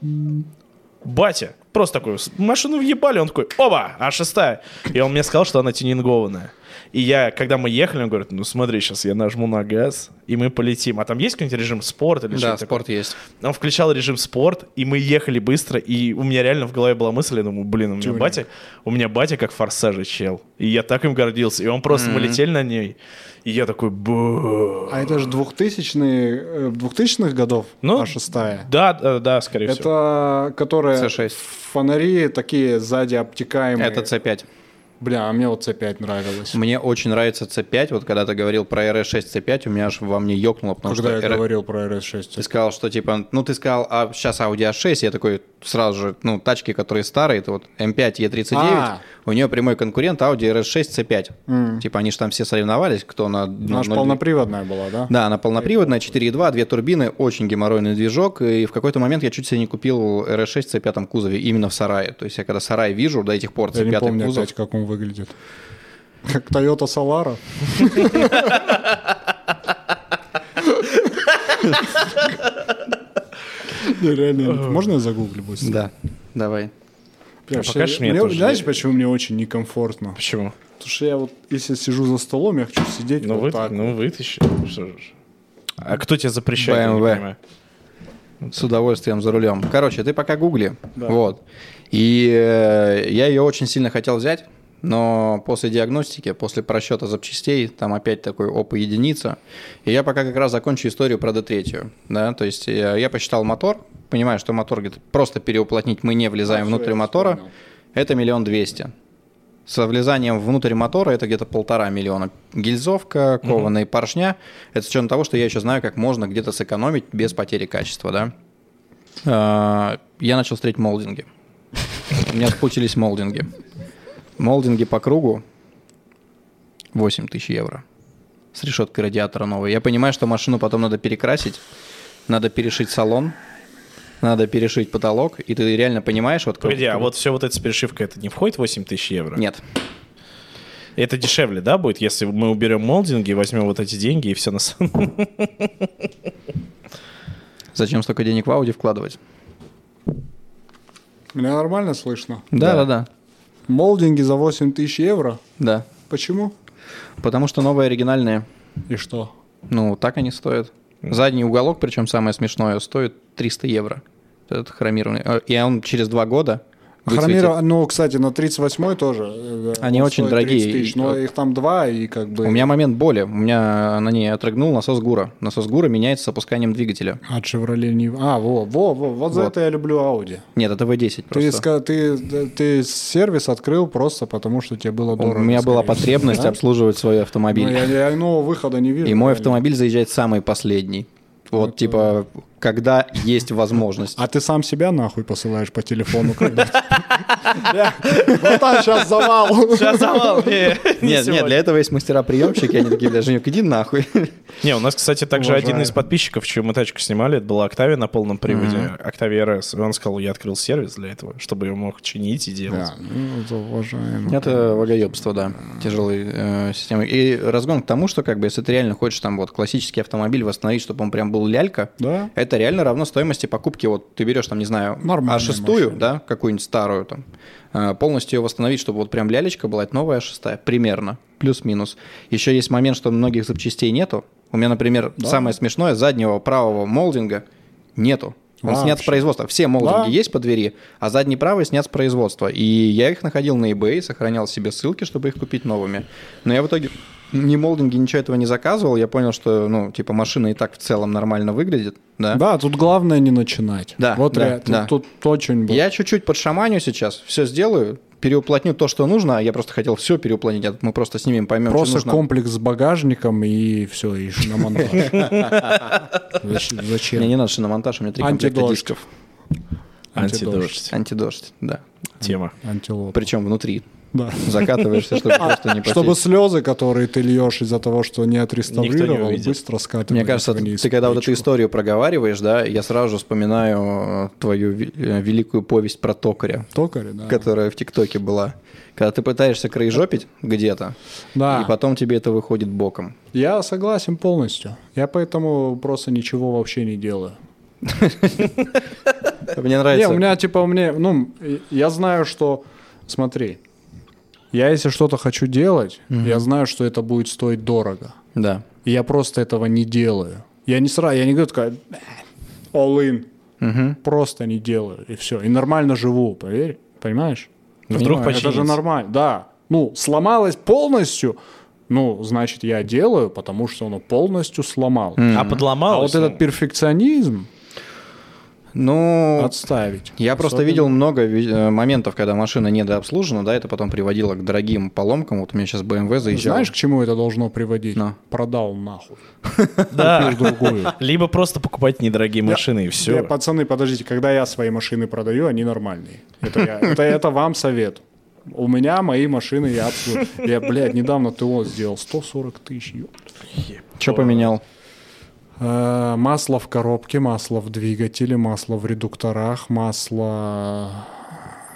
Батя. Просто такой, с- машину въебали, он такой, оба, а шестая. И он мне сказал, что она тюнингованная. И я, когда мы ехали, он говорит, ну смотри, сейчас я нажму на газ, и мы полетим. А там есть какой-нибудь режим спорт или Да, что-то спорт есть. Он включал режим спорт, и мы ехали быстро, и у меня реально в голове была мысль, я думаю, блин, у меня Тюнинг. батя, у меня батя как форсажи чел. И я так им гордился. И он просто, мы летели на ней, и я такой, бу. А это же 2000-е, э, 2000-х годов, Ну, а шестая. Да, да, да, скорее всего. Это которая С6. фонари такие сзади обтекаемые. Это C5. Бля, а мне вот C5 нравилось. Мне очень нравится C5. Вот когда ты говорил про RS6 C5, у меня аж во мне ёкнуло, потому Когда я что... R- говорил про Ты RS6. сказал, что типа, ну ты сказал, а сейчас Audi A6, я такой сразу же, ну тачки, которые старые, это вот M5, E39, А. у нее прямой конкурент Audi RS6 C5. Типа они же там все соревновались, кто на... на Наша 0,2. полноприводная была, да? Ну, Да, она полноприводная, 4.2, две турбины, очень геморройный движок. И в какой-то момент я чуть себе не купил RS6 в C5 кузове, именно в сарае. То есть я когда сарай вижу, до этих пор Я не C5 помню кузов. опять, как он выглядит. Как Toyota Solara. [LAUGHS] Не, реально, можно я загуглю быстро? Да, давай. Бля, А вообще, покажешь мне мне- тоже? Знаешь, почему мне очень некомфортно? Почему? Потому что я вот, если сижу за столом, я хочу сидеть Ну, вот вы, так. ну вытащи. Что же. А кто тебе запрещает? я не BMW. понимаю? С удовольствием за рулем. Короче, ты пока гугли. Да. Вот. И э, я ее очень сильно хотел взять, но после диагностики, после просчета запчастей, там опять такой опа единица. И я пока как раз закончу историю про D3. Да? То есть э, я посчитал мотор, понимаю, что мотор где-то просто переуплотнить мы не Да, влезаем всё, внутрь я мотора. вспомнил. Это миллион двести. Со влезанием внутрь мотора это где-то полтора миллиона. Гильзовка, кованые поршня. Это с учетом того, что я еще знаю, как можно где-то сэкономить без потери качества, да? А, Я начал встретить молдинги. У меня спутились молдинги. Молдинги по кругу 8 тысяч евро. С решеткой радиатора новой. Я понимаю, что машину потом надо перекрасить, надо перешить салон, надо перешить потолок, и ты реально понимаешь, вот... Погоди, а вот все вот это с перешивкой, это не входит 8 тысяч евро? Нет, Это дешевле, да, будет, если мы уберем молдинги, возьмем вот эти деньги и все на самом... Зачем столько денег в Ауди вкладывать? Меня нормально слышно. Да, да, Да. да. Молдинги за 8 тысяч евро. Да. Почему? Потому что новые оригинальные. И что? Ну, так они стоят. Задний уголок, причем самое смешное, стоит 300 евро. Этот хромированный. Э, И он через два года выцветет. Хромира, ну, кстати, на 38-й тоже. э, Они он очень стоит дорогие. 30 тысяч, но И- их там два, и как бы... У меня момент боли. У меня на ней отрыгнул насос ГУРа. Насос ГУРа меняется с опусканием двигателя. А, Chevrolet не... А, во, во, во, вот за Вот. это я люблю Audi. Нет, это V10 Ты, просто. ска- ты, ты сервис открыл просто потому, что тебе было У дорого. меня была скорее всего, потребность да? обслуживать свой Ну, автомобиль. я, я иного выхода не вижу. И мой реально. автомобиль заезжает самый последний. Вот, Это- типа, когда есть возможность. А ты сам себя нахуй посылаешь по телефону когда Братан, сейчас завал. Сейчас завал. Не, [LAUGHS] не Нет, нет, сегодня. для этого есть мастера-приемщики, они такие, бля, Женек, [LAUGHS] иди нахуй. Не, у нас, кстати, также Уважаю. один из подписчиков, чью мы тачку снимали, это была Октавия на полном приводе, Мгм. Октавия РС. И он сказал, я открыл сервис для этого, чтобы я мог чинить и делать. Да, ну, это уважаемо. Это вагоебство, да, тяжелой э, системы. И разгон к тому, что, как бы, если ты реально хочешь там вот классический автомобиль восстановить, чтобы он прям был лялька, Да? это реально равно стоимости покупки. Вот ты берешь там, не знаю, Нормальную А6, машину. да, какую-нибудь старую там, э, полностью ее восстановить, чтобы вот прям лялечка была, это новая А6, примерно, плюс-минус. Еще есть момент, что многих запчастей нету. У меня, например, самое смешное, заднего правого молдинга нету. Он снят с Вообще. производства. Все молдинги Да. есть по двери, а задний правый снят с производства. И я их находил на eBay, сохранял себе ссылки, чтобы их купить новыми. Но я в итоге ни молдинги, ничего этого не заказывал. Я понял, что, ну, типа, машина и так в целом нормально выглядит. Да. Да, тут главное не начинать. Да, вот да, реально, тут- да. тут, очень... Я чуть-чуть подшаманю сейчас, все сделаю, переуплотню то, что нужно. а Я просто хотел все переуплотнить, а мы просто снимем, поймем, Просто что нужно. комплекс с багажником и все, и на [LAUGHS] монтаж. Зач- Мне Зачем? не надо шиномонтаж, у меня три комплекта Антидождь. дисков. Антидождь. Антидождь, да. Тема. Антилопа. Причем [LAUGHS] внутри. Да. Закатываешься, чтобы просто не потеть. Чтобы слезы, которые ты льешь из-за того, что не отреставрировал, увидит. быстро скатывать. Мне кажется, ты, ты когда вот эту историю проговариваешь, да, я сразу же вспоминаю э, твою ви- э, великую повесть про токаря, Токаря, да. которая в ТикТоке была. Когда ты пытаешься краежопить где-то, Да. и потом тебе это выходит боком. Я согласен полностью. Я поэтому просто ничего вообще не делаю. Мне Э, Не, нравится. у меня типа мне, ну, и- я знаю, что, смотри, я если что-то хочу делать, я знаю, что это будет стоить дорого. Да. И я просто этого не делаю. Я не сразу, я не говорю такая, «Э, all in, Мгм. просто не делаю и все, и нормально живу, поверь, понимаешь? Ну, Вдруг Понимаю, Это же починится. нормально, да. Ну, сломалось полностью, ну, значит, я делаю, потому что оно полностью сломалось. М. А А подломалось? вот этот перфекционизм Ну, отставить. я просто Особенно- видел много ви- э, моментов, когда машина недообслужена, да, это потом приводило к дорогим поломкам. Вот у меня сейчас BMW заезжал. Знаешь, к чему это должно приводить? Ну. Продал нахуй. [LAUGHS] Да. Купишь другую. Либо просто покупать недорогие машины, и Я- все. пацаны, подождите, когда я свои машины продаю, они нормальные. Это, я- это, это вам совет. У меня мои машины, я обслуживаю. Я, блядь, недавно ТО сделал 140 тысяч. ё- Что поменял? Э, Масло в коробке, масло в двигателе, масло в редукторах, масло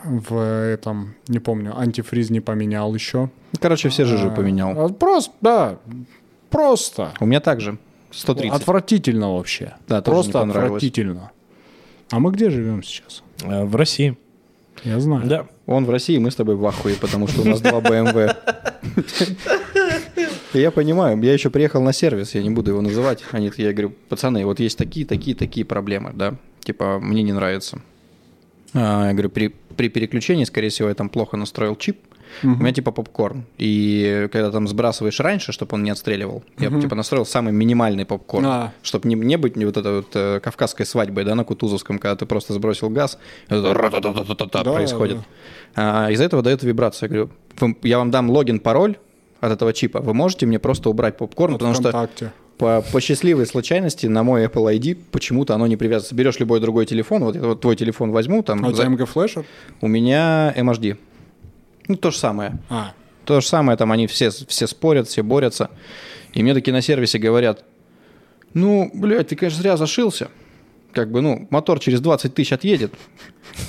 в этом, не помню, антифриз не поменял еще. Короче, все А. жижи поменял. Просто, да, просто. У меня также 130. Отвратительно вообще. Да, тоже не Просто понравилось. отвратительно. А мы где живем сейчас? А, В России. Я знаю. Да. Он в России, мы с тобой в ахуе, потому что у нас два BMW. И я понимаю, я еще приехал на сервис, я не буду его называть. Они, такие, я говорю, пацаны, вот есть такие, такие, такие проблемы, да, типа мне не нравится. А, Я говорю, при, при переключении, скорее всего, я там плохо настроил чип. У меня типа попкорн. И когда там сбрасываешь раньше, чтобы он не отстреливал, я типа настроил самый минимальный попкорн. А. Чтобы не, не быть не вот этой вот э, кавказской свадьбой, да, на Кутузовском, когда ты просто сбросил газ, и вот это ра-та-та-та-та-та Да, происходит. да. А, из-за этого дает вибрацию. Я говорю, «Вы- я вам дам логин, пароль от этого чипа. Вы можете мне просто убрать попкорн, Ну, потому что ВКонтакте. по, по счастливой случайности на мой Apple ID почему-то оно не привязывается. Берешь любой другой телефон, вот я вот твой телефон возьму, там А у за- тебя МГ флешер? у меня MHD. Ну, то же самое. А, То же самое, там они все, все спорят, все борются. И мне такие на сервисе говорят, ну, блядь, ты, конечно, зря зашился. Как бы, ну, мотор через 20 тысяч отъедет.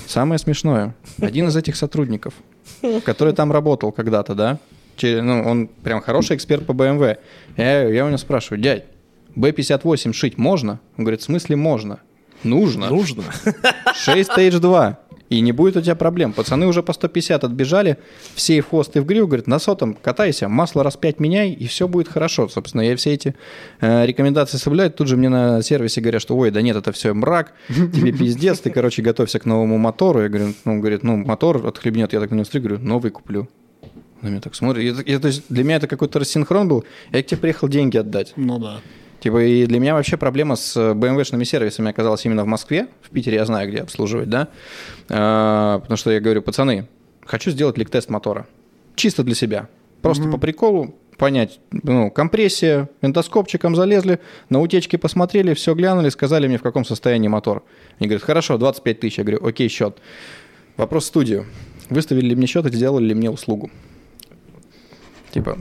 Самое смешное, один из этих сотрудников, который там работал когда-то, да, че- ну, он прям хороший эксперт по BMW. Я, я у него спрашиваю, дядь, B58 шить можно? Он говорит, в смысле можно? Нужно. Нужно. 6 Stage 2. И не будет у тебя проблем. Пацаны уже по 150 отбежали, все и в хвост, и в гриву, говорят, на сотом катайся, масло раз 5 меняй, и все будет хорошо. Собственно, я все эти э, рекомендации соблюдаю. Тут же мне на сервисе говорят, что ой, да нет, это все мрак, тебе пиздец, ты, короче, готовься к новому мотору. Я говорю, ну, он говорит, ну, мотор отхлебнет, я так на него смотрю, говорю, новый куплю. На меня так смотрит. Я так- я, то есть для меня это какой-то рассинхрон был. Я к тебе приехал деньги отдать. Ну да. Типа, и для меня вообще проблема с э, BMW-шными сервисами оказалась именно в Москве. В Питере я знаю, где обслуживать, да. А, потому что я говорю, пацаны, хочу сделать лик-тест мотора. Чисто для себя. Просто по приколу понять, ну, компрессия, эндоскопчиком залезли, на утечке посмотрели, все глянули, сказали мне, в каком состоянии мотор. Они говорят, хорошо, 25 тысяч. Я говорю, окей, счет. Вопрос в студию. Выставили ли мне счет и сделали ли мне услугу? Типа...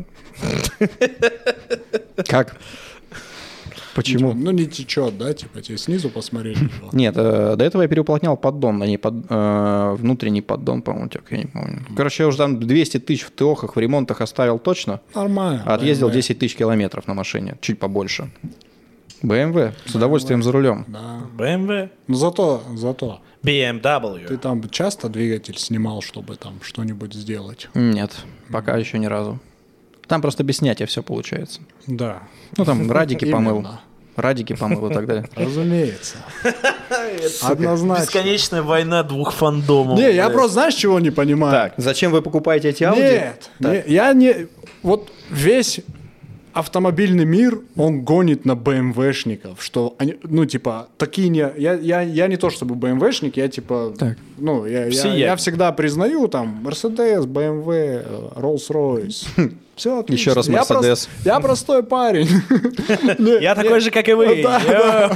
[LAUGHS] Как? Почему? Ну не течет, да, типа тебе снизу посмотрели. типа. Нет, э, до этого я переуплотнял поддон, а не под, э, внутренний поддон, по-моему, тек, я не помню. Короче, я уже там 200 тысяч в ТОХах, в ремонтах оставил точно, Нормально. а отъездил BMW. 10 тысяч километров на машине, чуть побольше. BMW, с удовольствием за рулем. Да. BMW, Ну зато, зато. Ты BMW. там часто двигатель снимал, чтобы там что-нибудь сделать? Нет, пока еще ни разу. Там просто без снятия все получается. Да. Ну, там радики помыл, Именно. радики помыл и так далее. Разумеется. Однозначно. Бесконечная война двух фандомов. Не, я блядь. просто знаешь, чего не понимаю? Так, зачем вы покупаете эти Audi? Нет, не- я не... Вот весь автомобильный мир, он гонит на БМВшников, что они, ну, типа, такие не... Я, я, я не то чтобы БМВшник, я, типа, Так. ну, я, я- Все я, я. всегда признаю, там, Mercedes, BMW, э, Хм. Rolls-Royce, все отлично. Еще раз Я прос- Mercedes. Я простой парень. [LAUGHS] Я такой же, как и вы. Да, Йоу.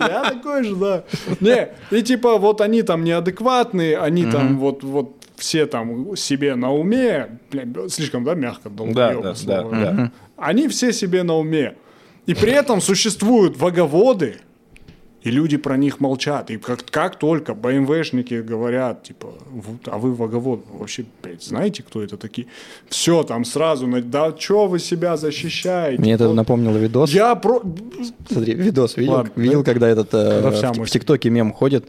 Я такой же, да. Не, и типа вот они там неадекватные, они там вот вот все там себе на уме, Бля, слишком, да, мягко долбоёбы да, слово, да, да. Они все себе на уме. И при этом существуют ваговоды, и люди про них молчат. И как, как только БМВшники говорят, типа, «Вот, а вы ваговод, вы вообще, блядь, знаете, кто это такие? Все, там сразу, на- да что вы себя защищаете? Мне это Вот напомнило видос. Я про... Смотри, видос видел, Ладно, видел да? когда этот э, Когда вся в, мысль. в ТикТоке мем ходит,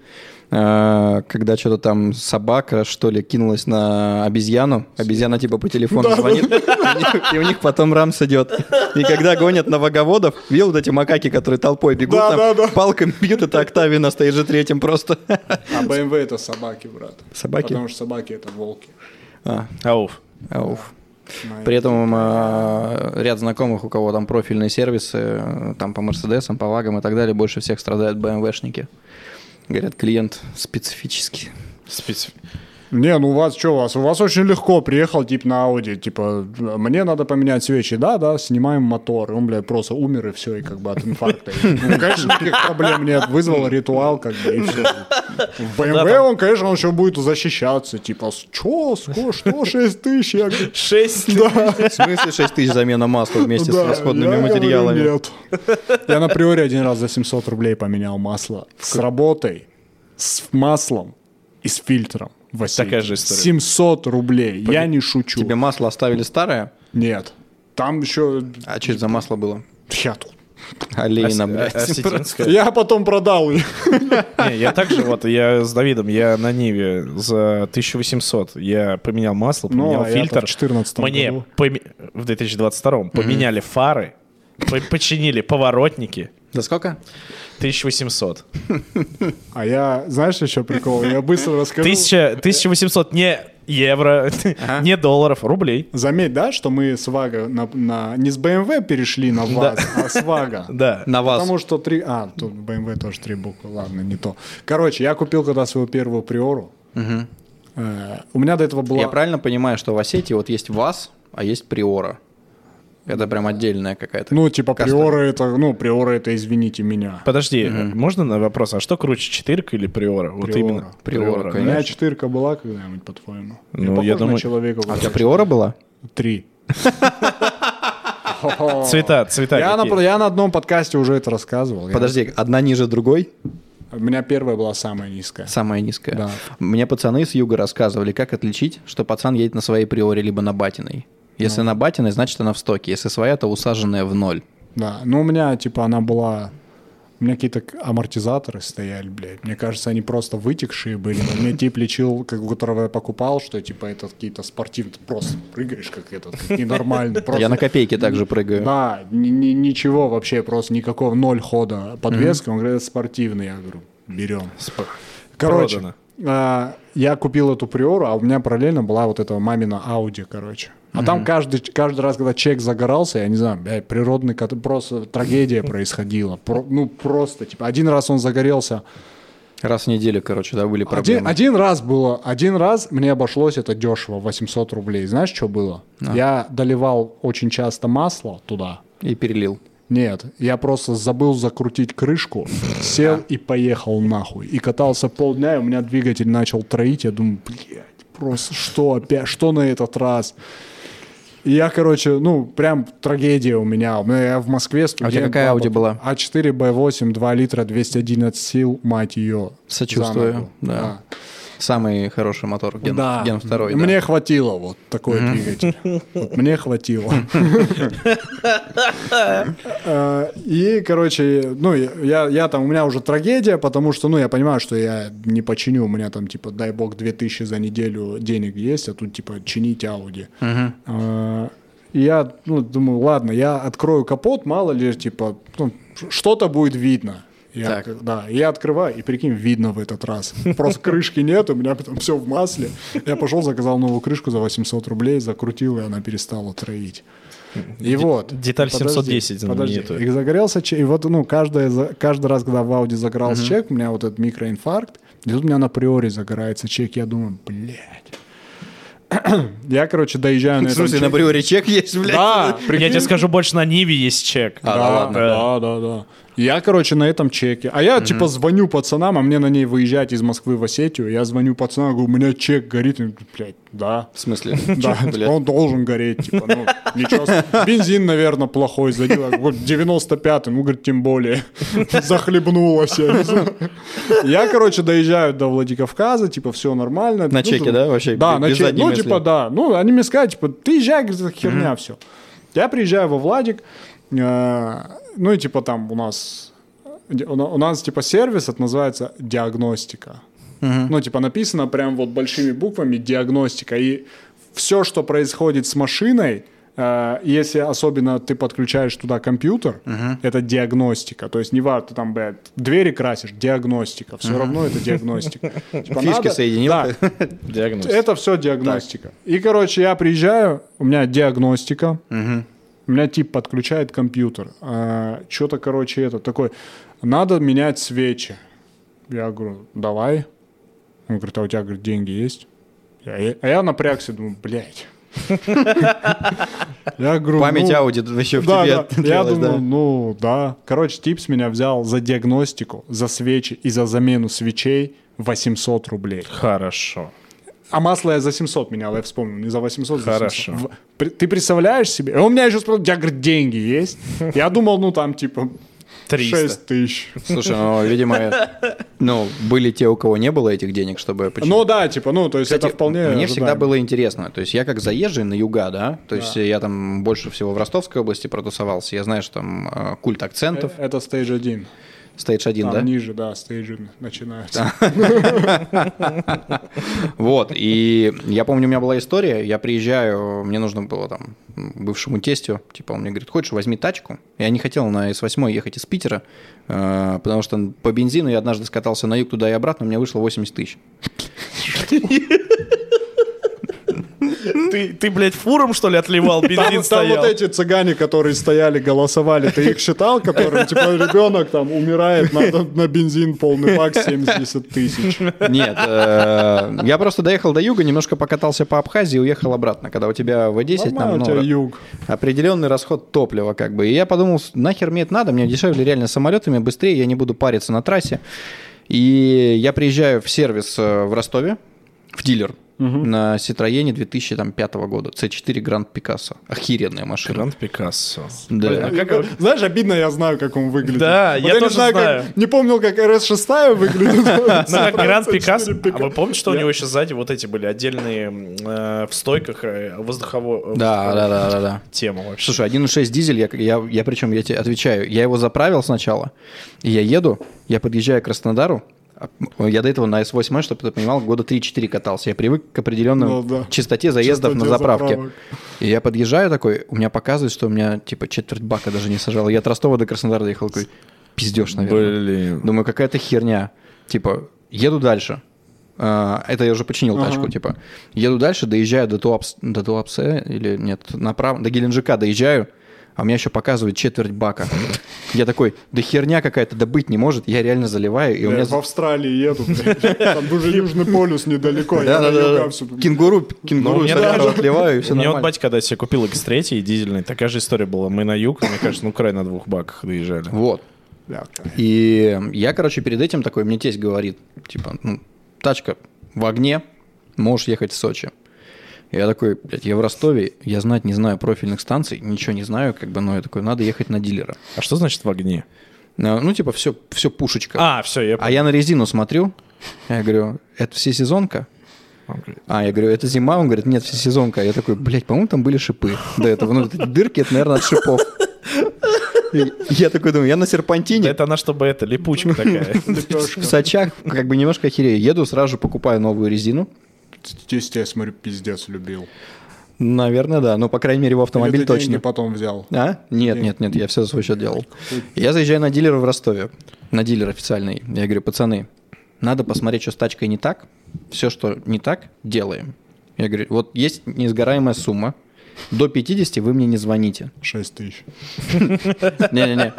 э, когда что-то там собака что ли кинулась на обезьяну, обезьяна типа по телефону звонит, [LAUGHS] и у них- и у них потом рамс идет. И когда гонят на ваговодов, видел вот эти макаки, которые толпой бегут, Да, да, там да. палками бьют, это Октавия на стейже третьем просто. А BMW это собаки, брат. Собаки? Потому что собаки это волки. А, Ауф. ауф. На При этом э, ряд знакомых, у кого там профильные сервисы, э, там по Мерседесам, по Вагам и так далее, больше всех страдают БМВшники. Говорят, клиент специфический. Специ- Не, ну у вас что, у вас, у вас очень легко приехал тип на Audi, типа, мне надо поменять свечи, да, да, снимаем мотор, И он, блядь, просто умер и все, и как бы от инфаркта. И, Ну, конечно, никаких проблем нет, вызвал ритуал, как бы, и все. В BMW он, конечно, он еще будет защищаться, типа, что, что, 6 тысяч? Я говорю, Шесть. В смысле 6 тысяч замена масла вместе с Ну да, расходными я говорю, материалами? нет. [LAUGHS] Я на приоре один раз за 700 рублей поменял масло. С работой, с маслом и с фильтром. в осейке. Такая же история. 700 рублей, я не шучу. Тебе масло оставили старое? Нет. Там еще... А что это за масло было? Я тут. Олейна, Ос- блядь. о- осетинская. Я потом продал ее. Не, я также вот, я с Давидом, я на Ниве за 1800, я поменял масло, Ну, поменял а я там фильтр. в 14 Мне году. поме- в 2022 поменяли фары, по- починили поворотники. [LAUGHS] Да сколько? 1800. А я, знаешь, еще прикол? Я [LAUGHS] быстро расскажу. Тысяча- 1800 не евро, не долларов, рублей. Заметь, да, что мы с Вага на, на- не с BMW перешли на ВАЗ, а с Вага. [LAUGHS] Да. На вас. Потому что три... А, тут BMW тоже три буквы, ладно, не то. Короче, я купил когда свою первую приору. Э, У меня до этого была... Я правильно понимаю, что в Осетии вот есть ВАЗ, а есть Приора? Это прям отдельная какая-то. Ну, типа, каста. приора это... Ну, приора это, извините меня. Подожди, можно на вопрос, а что круче, четырка или приора? Вот Приора. именно. Приора, У меня конечно. четырка была когда-нибудь, по-твоему? Ну, я похож на думаю- человека, А у тебя который- Приора была? Три. Цвета, цвета. Я на, какие? про- я на одном подкасте уже это рассказывал. Я- Подожди, одна ниже другой? У меня первая была самая низкая. Самая низкая. Да. Мне пацаны с юга рассказывали, как отличить, что пацан едет на своей приоре либо на батиной. Если на батиной, значит она в стоке. Если своя, то усаженная в ноль. Да. Ну, у меня, типа, она была У меня какие-то к- амортизаторы стояли, блядь. Мне кажется, они просто вытекшие были. Но Мне тип лечил, как у которого я покупал, что типа это какие-то спортивные, ты просто прыгаешь как этот, как ненормальный. просто. Я на копейке также прыгаю. Да, ни- ни- ничего вообще, просто никакого ноль хода подвеска. Он говорит, это спортивный. Я говорю, берем. Короче, Продано. а, я купил эту приору, а у меня параллельно была вот эта мамина Ауди, короче. А там каждый, каждый раз, когда чек загорался, я не знаю, блядь, природный кат- просто трагедия происходила. Про- ну, просто, типа, один раз он загорелся. Раз в неделю, короче, да, были Один, проблемы. один раз было, один раз мне обошлось это дешево, 800 рублей. Знаешь, что было? Я доливал очень часто масло туда, И перелил. нет, я просто забыл закрутить крышку, сел и поехал нахуй. И катался полдня, и у меня двигатель начал троить. Я думаю, блядь, просто что опять, что на этот раз? И я, короче, ну, прям трагедия у меня. У меня- Я в Москве А у тебя студент, А какая баба, Audi была? А4, B8, 2 литра, 211 сил, мать ее. Сочувствую, да. Самый хороший мотор. Ген, Да. ген второй. да. Мне хватило вот такой двигатель. Вот Мне хватило. Э, И, короче, ну, я- я я там, у меня уже трагедия, потому что, ну, я понимаю, что я не починю, у меня там, типа, дай бог, 2000 за неделю денег есть, а тут, типа, чинить Ауди. Э, И я, ну, думаю, ладно, я открою капот, мало ли, типа, ну, ш- что-то будет видно. Я, Так. как- да, я открываю, и прикинь, видно в этот раз. Просто крышки нет, у меня потом все в масле. Я пошел, заказал новую крышку за 800 рублей, закрутил, и она перестала троить. И вот. деталь 710 подожди. знаменитую. И загорелся чек. И вот, ну, каждый, каждый раз, когда в Ауди загорался чек, у меня вот этот микроинфаркт, и тут у меня на приоре загорается чек, я думаю, блядь. [CLEARS THROAT] Я, короче, доезжаю на В этом смысле, на чеке. приоре чек есть, блядь? Да, Я прикинь. тебе скажу больше, на Ниве есть чек. А, да, ладно. да, да, да. Я, короче, на этом чеке. А я, типа, звоню пацанам, а мне на ней выезжать из Москвы в Осетию. Я звоню пацанам, говорю, у меня чек горит. Они говорят, блядь, да. В смысле? [LAUGHS] Да, [LAUGHS] Чё, блядь? он должен гореть, типа, ну, ничего. с- Бензин, наверное, плохой задел. Я говорю, 95-й, ну, говорит, тем более. [LAUGHS] Захлебнулась. я не знаю. Я, короче, доезжаю до Владикавказа, типа, все нормально. На Ну, чеке, да, вообще? Да, Без на чеке. задней Ну, мысли? типа, да. Ну, они мне сказали, типа, ты езжай, говорит, это херня все. Я приезжаю во Владик, э, ну, и, типа, там у нас... У на- у нас, типа, сервис, это называется диагностика. Ну, типа написано прям вот большими буквами диагностика. И все, что происходит с машиной, э, если особенно ты подключаешь туда компьютер, это диагностика. То есть не важно, ты там, блядь, двери красишь, диагностика. Все равно это диагностика. Типа Фишки надо- соединил? Да, Диагноз. это все диагностика. И, короче, я приезжаю, у меня диагностика. У меня тип подключает компьютер. Что-то, короче, это такой, надо менять свечи. Я говорю, давай. Он говорит, а у тебя, говорит, деньги есть? Я- а я напрягся, думаю, блядь. [LAUGHS] Я говорю, [LAUGHS] Память «Ну, Ауди еще в да, тебе да. Я отъелась, думаю, да? ну да. Короче, типс меня взял за диагностику, за свечи и за замену свечей 800 рублей. Хорошо. А масло я за 700 менял, я вспомнил. Не за 800, за Хорошо. 700. В- при- Ты представляешь себе? И Он меня еще спросил, я говорю, деньги [LAUGHS] есть? Я думал, ну там типа 300. 6 тысяч. Слушай, [LAUGHS] ну, видимо, ну, были те, у кого не было этих денег, чтобы починить. Ну да, типа, ну то есть это Кстати, вполне Мне всегда ожидаемо. было интересно. То есть я как заезжий на юга, да, то есть я там больше всего в Ростовской области протусовался. Я знаю, что там э, культ акцентов, Э, Это стейдж 1. стейдж один, Там да? ниже, да, стейдж начинается. Вот, и я помню, у меня была история, я приезжаю, мне нужно было там м, бывшему тестю, типа он мне говорит, хочешь, возьми тачку? Я не хотел на С8 ехать из Питера, э, потому что по бензину я однажды скатался на юг туда и обратно, у меня вышло 80 тысяч. Ты, ты, блядь, фуром, что ли, [LAUGHS] отливал? Там, Бензин там стоял. вот эти цыгане, которые стояли, голосовали, ты их считал, которые, типа, ребенок там умирает, надо на бензин полный бак 70 тысяч. Нет, э, я просто доехал до юга, немножко покатался по Абхазии и уехал обратно, когда у тебя В10 там Нормально у тебя ну, юг. определенный расход топлива, как бы. И я подумал, с- нахер мне это надо, мне дешевле реально самолетами, быстрее, я не буду париться на трассе. И я приезжаю в сервис э, в Ростове, в дилер, на Citroёn 2005 года. C4 Grand Picasso. Охеренная машина. Гранд Пикассо. а Да. как его- Знаешь, обидно, я знаю, как он выглядит. Да, Вот я не тоже как- знаю. не помнил, как RS-6 [LAUGHS] выглядит. Ну, как Гранд Пикассо. А вы помните, что у Я- него еще сзади вот эти были отдельные м, э, в стойках э, воздухово... э, Да, да, да, да, да. Тема вообще. Слушай, 1.6 дизель, я, я, я причем, я тебе отвечаю, я его заправил сначала, и я еду, я подъезжаю к Краснодару, а, м, я до этого на S8, чтобы ты понимал, года 3-4 катался. Я привык к определенной Ну да. частоте заездов Частоте на заправке. заправок. И я подъезжаю такой, у меня показывает, что у меня типа четверть бака даже не сажал. Я от Ростова до Краснодара доехал, такой, пиздешь, наверное. Блин. Думаю, какая-то херня. Типа, еду дальше. А, Это я уже починил Ага. тачку, типа. Еду дальше, доезжаю до Туапс... До Туапсе или нет, направо, до Геленджика доезжаю, а у меня еще показывает четверть бака. Я такой, да херня какая-то, да быть не может. Я реально заливаю, и у Я меня... в Австралии еду. блядь. Там уже Южный полюс недалеко. Я на Да-да-да. юга всё- Кенгуру, кенгуру Ну, мне сначала даже- отливаю, и все Мне вот нормально. батя, когда я себе купил X3 дизельный, такая же история была. Мы на юг, мне кажется, ну край на двух баках доезжали. Вот. Бля, И я, короче, перед этим такой, мне тесть говорит, типа, ну, тачка в огне, можешь ехать в Сочи. Я такой, блядь, я в Ростове, я знать не знаю профильных станций, ничего не знаю, как бы, но я такой, надо ехать на дилера. А что значит в огне? Ну, ну, типа, все, все пушечка. А, все, я А я на резину смотрю, я говорю, это все сезонка? понял. А, я говорю, это зима? Он говорит, нет, все сезонка. Я такой, блядь, по-моему, там были шипы до этого. Ну, это дырки, это, наверное, от шипов. И Я такой думаю, я на серпантине. Это она, чтобы это, липучка [LAUGHS] такая. лепёшка. в сачах как бы немножко охерею. Еду, сразу же покупаю новую резину. Тесть, я смотрю, пиздец любил. Наверное, да. Но, по крайней мере, в Или автомобиль ты деньги точно. потом взял. А? Нет, Деньги. нет, нет, я все за свой счет делал. Я заезжаю на дилера в Ростове, на дилер официальный. Я говорю, пацаны, надо посмотреть, что с тачкой не так. Все, что не так, делаем. Я говорю, вот есть несгораемая сумма. До 50 вы мне не звоните. 6 тысяч. Не-не-не.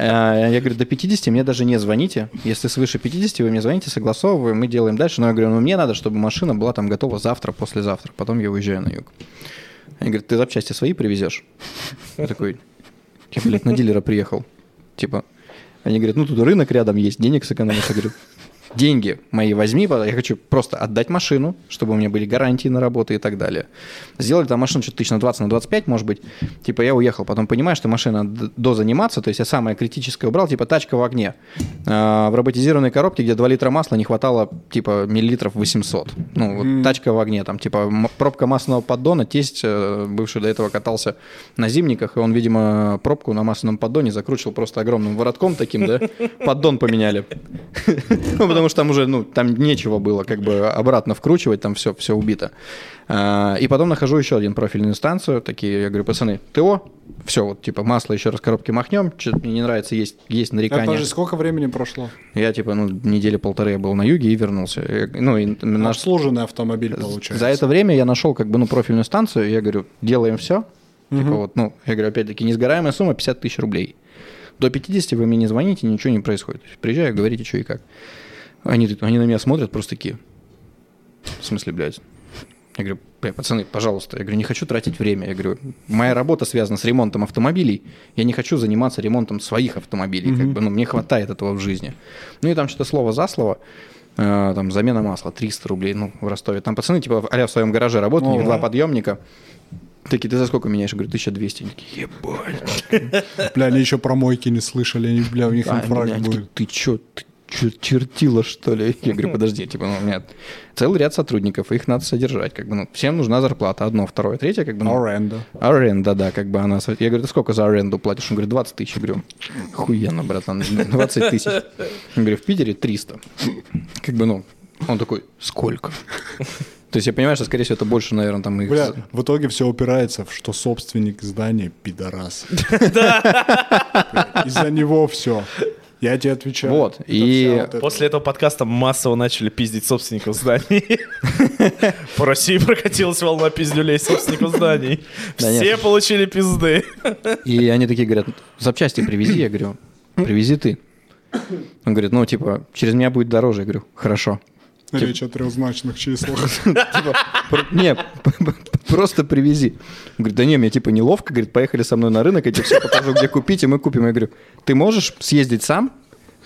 Э, Я говорю, до 50 мне даже не звоните. Если свыше 50, вы мне звоните, согласовываем, мы делаем дальше. Но я говорю, ну мне надо, чтобы машина была там готова завтра, послезавтра. Потом я уезжаю на юг. Они говорят, ты запчасти свои привезешь? Я такой, я, блядь, на дилера приехал. Типа, они говорят, ну тут рынок рядом есть, денег сэкономишь. Я говорю, деньги мои возьми, пожалуйста. я хочу просто отдать машину, чтобы у меня были гарантии на работу и так далее. Сделали там машину что-то тысяч на 20, на 25, может быть. Типа я уехал, потом понимаю, что машина надо дозаниматься, то есть я самое критическое убрал, типа тачка в огне. А, в роботизированной коробке, где 2 литра масла, не хватало типа миллилитров 800. Ну, вот тачка в огне, там типа м- пробка масляного поддона, тесть, э, бывший до этого катался на зимниках, и он, видимо, пробку на масляном поддоне закручивал просто огромным воротком таким, да, поддон поменяли. [LAUGHS] Ну, потому что там уже, ну, там нечего было как бы обратно вкручивать, там все, все убито. А, И потом нахожу еще один профильную станцию, такие, я говорю, пацаны, ТО, все, вот, типа, масло еще раз в коробке махнем, что-то мне не нравится, есть, есть Это нарекания. даже А сколько времени прошло? Я, типа, ну, недели полторы я был на юге и вернулся. Я, Ну, и наш Обслуженный автомобиль получается. за это время я нашел как бы ну профильную станцию, и я говорю, делаем все. Типа вот, ну, я говорю, опять-таки, несгораемая сумма 50 тысяч рублей. До 50 вы мне не звоните, ничего не происходит. То есть Приезжаю, говорите, что и как. Они, тут- они на меня смотрят просто такие. В смысле, блядь? Я говорю, «Бля, пацаны, пожалуйста. Я говорю, не хочу тратить время. Я говорю, моя работа связана с ремонтом автомобилей. Я не хочу заниматься ремонтом своих автомобилей. Как бы, ну, мне хватает этого в жизни. Ну и там что-то слово за слово. Э, там замена масла 300 рублей, ну, в Ростове. Там пацаны, типа, а в своем гараже работают, у них Ну, два да. подъемника. Такие, ты за сколько меняешь? Я говорю, 1200. Они такие, ебать. Бля, они еще про мойки не слышали, они, бля, у них А, инфракт блядь, будет. Ты чё, ты чё, чертила, что ли? [LAUGHS] Я говорю, подожди, типа, ну, у меня целый ряд сотрудников, их надо содержать, как бы, ну, всем нужна зарплата, одно, второе, третье, как бы, ну, Оренда. аренда, да, как бы она... со- Я говорю, ты сколько за аренду платишь? Он говорит, 20 тысяч. Я говорю, охуенно, братан, 20 тысяч. Я говорю, в Питере 300. Как бы, ну, он такой, сколько? То есть я понимаю, что, скорее всего, это больше, наверное, там их... Бля, в итоге все упирается в что собственник здания [LAUGHS] пидорас. Из-за него все. Я тебе отвечаю. Вот, Это и- вся вот эта- После этого подкаста массово начали пиздить [LAUGHS] собственников зданий. По России прокатилась волна пиздюлей собственников зданий. Да нет. Все получили пизды. И они такие говорят, запчасти привези. Я говорю, привези ты. Он говорит, ну, типа, через меня будет дороже. Я говорю, хорошо. Речь о трехзначных [LAUGHS] числах. Типа, Пр- Не, просто привези. Он говорит, да не, мне типа неловко. Говорит, поехали со мной на рынок, я тебе все покажу, где купить, и мы купим. Я говорю, ты можешь съездить сам?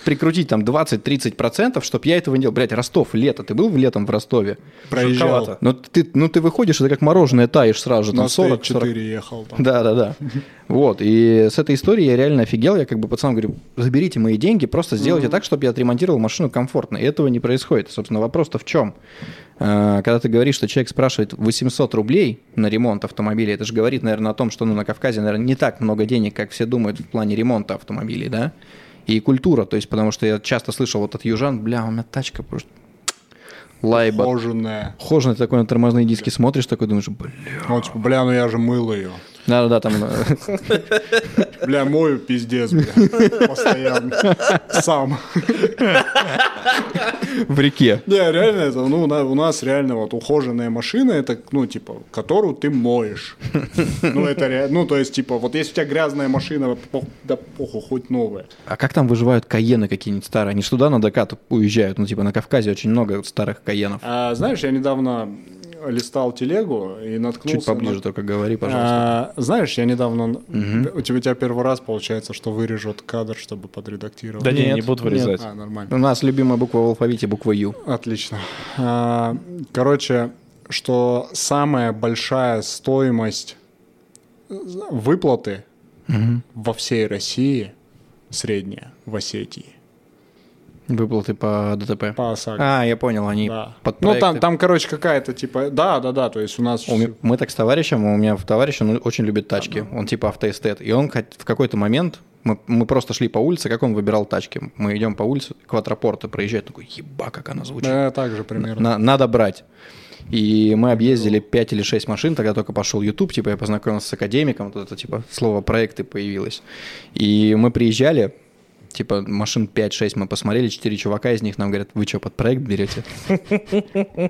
прикрутить там 20-30%, чтобы я этого не делал. Блять, Ростов, лето. Ты был в летом в Ростове? Проезжал. Шоковато. Ну ты, ну, ты выходишь, это как мороженое таешь сразу же, На там 40 40 4 ехал. там. Да, да, да. Вот. И с этой историей я реально офигел. Я как бы пацанам говорю, заберите мои деньги, просто сделайте так, чтобы я отремонтировал машину комфортно. И этого не происходит. Собственно, вопрос-то в чем? А, Когда ты говоришь, что человек спрашивает 800 рублей на ремонт автомобиля, это же говорит, наверное, о том, что ну, на Кавказе, наверное, не так много денег, как все думают в плане ремонта автомобилей, да? И культура, то есть, потому что я часто слышал вот от южан, бля, у меня тачка просто лайба. Кожаная. Хоженый такой на тормозные диски смотришь, такой думаешь, бля. Вот, типа, бля, ну я же мыл ее. Да-да-да, там э, Бля, мою пиздец, бля. Постоянно. Сам. в реке. Не, реально, это, ну, на- у нас реально вот ухоженная машина, это, ну, типа, которую ты моешь. Ну, это реально, ну, то есть, типа, вот если у тебя грязная машина, пох- да похуй, хоть новая. А как там выживают каены какие-нибудь старые? Они же туда на докат уезжают. Ну, типа, на Кавказе очень много старых каенов. А, знаешь, я недавно листал телегу и наткнулся... Чуть поближе на- только говори, пожалуйста. ну, А, знаешь, я недавно... У тебя у тебя первый раз получается, что вырежут кадр, чтобы подредактировать. Да не, Нет, не будут нет. вырезать. А, нормально. У нас любимая буква в алфавите, буква Ю. Отлично. А, Короче, что самая большая стоимость э, выплаты во всей России средняя в Осетии Выплаты по ДТП. по ОСАГО. А, я понял, они Да. под Ну там, проекты. там, короче, какая-то типа, да, да, да, то есть у нас У ме- Мы так с товарищем, у меня товарищ, он очень любит тачки, он типа автоэстет, и он хот- в какой-то момент, мы, мы просто шли по улице, как он выбирал тачки, мы идем по улице, к квадропорту проезжает, такой, еба, как она звучит. э, так же примерно. На- надо брать. И мы объездили 5 или 6 машин, тогда только пошел YouTube, типа я познакомился с академиком, вот это типа слово проекты появилось. И мы приезжали, типа машин 5-6 мы посмотрели, 4 чувака из них нам говорят, вы что, под проект берете?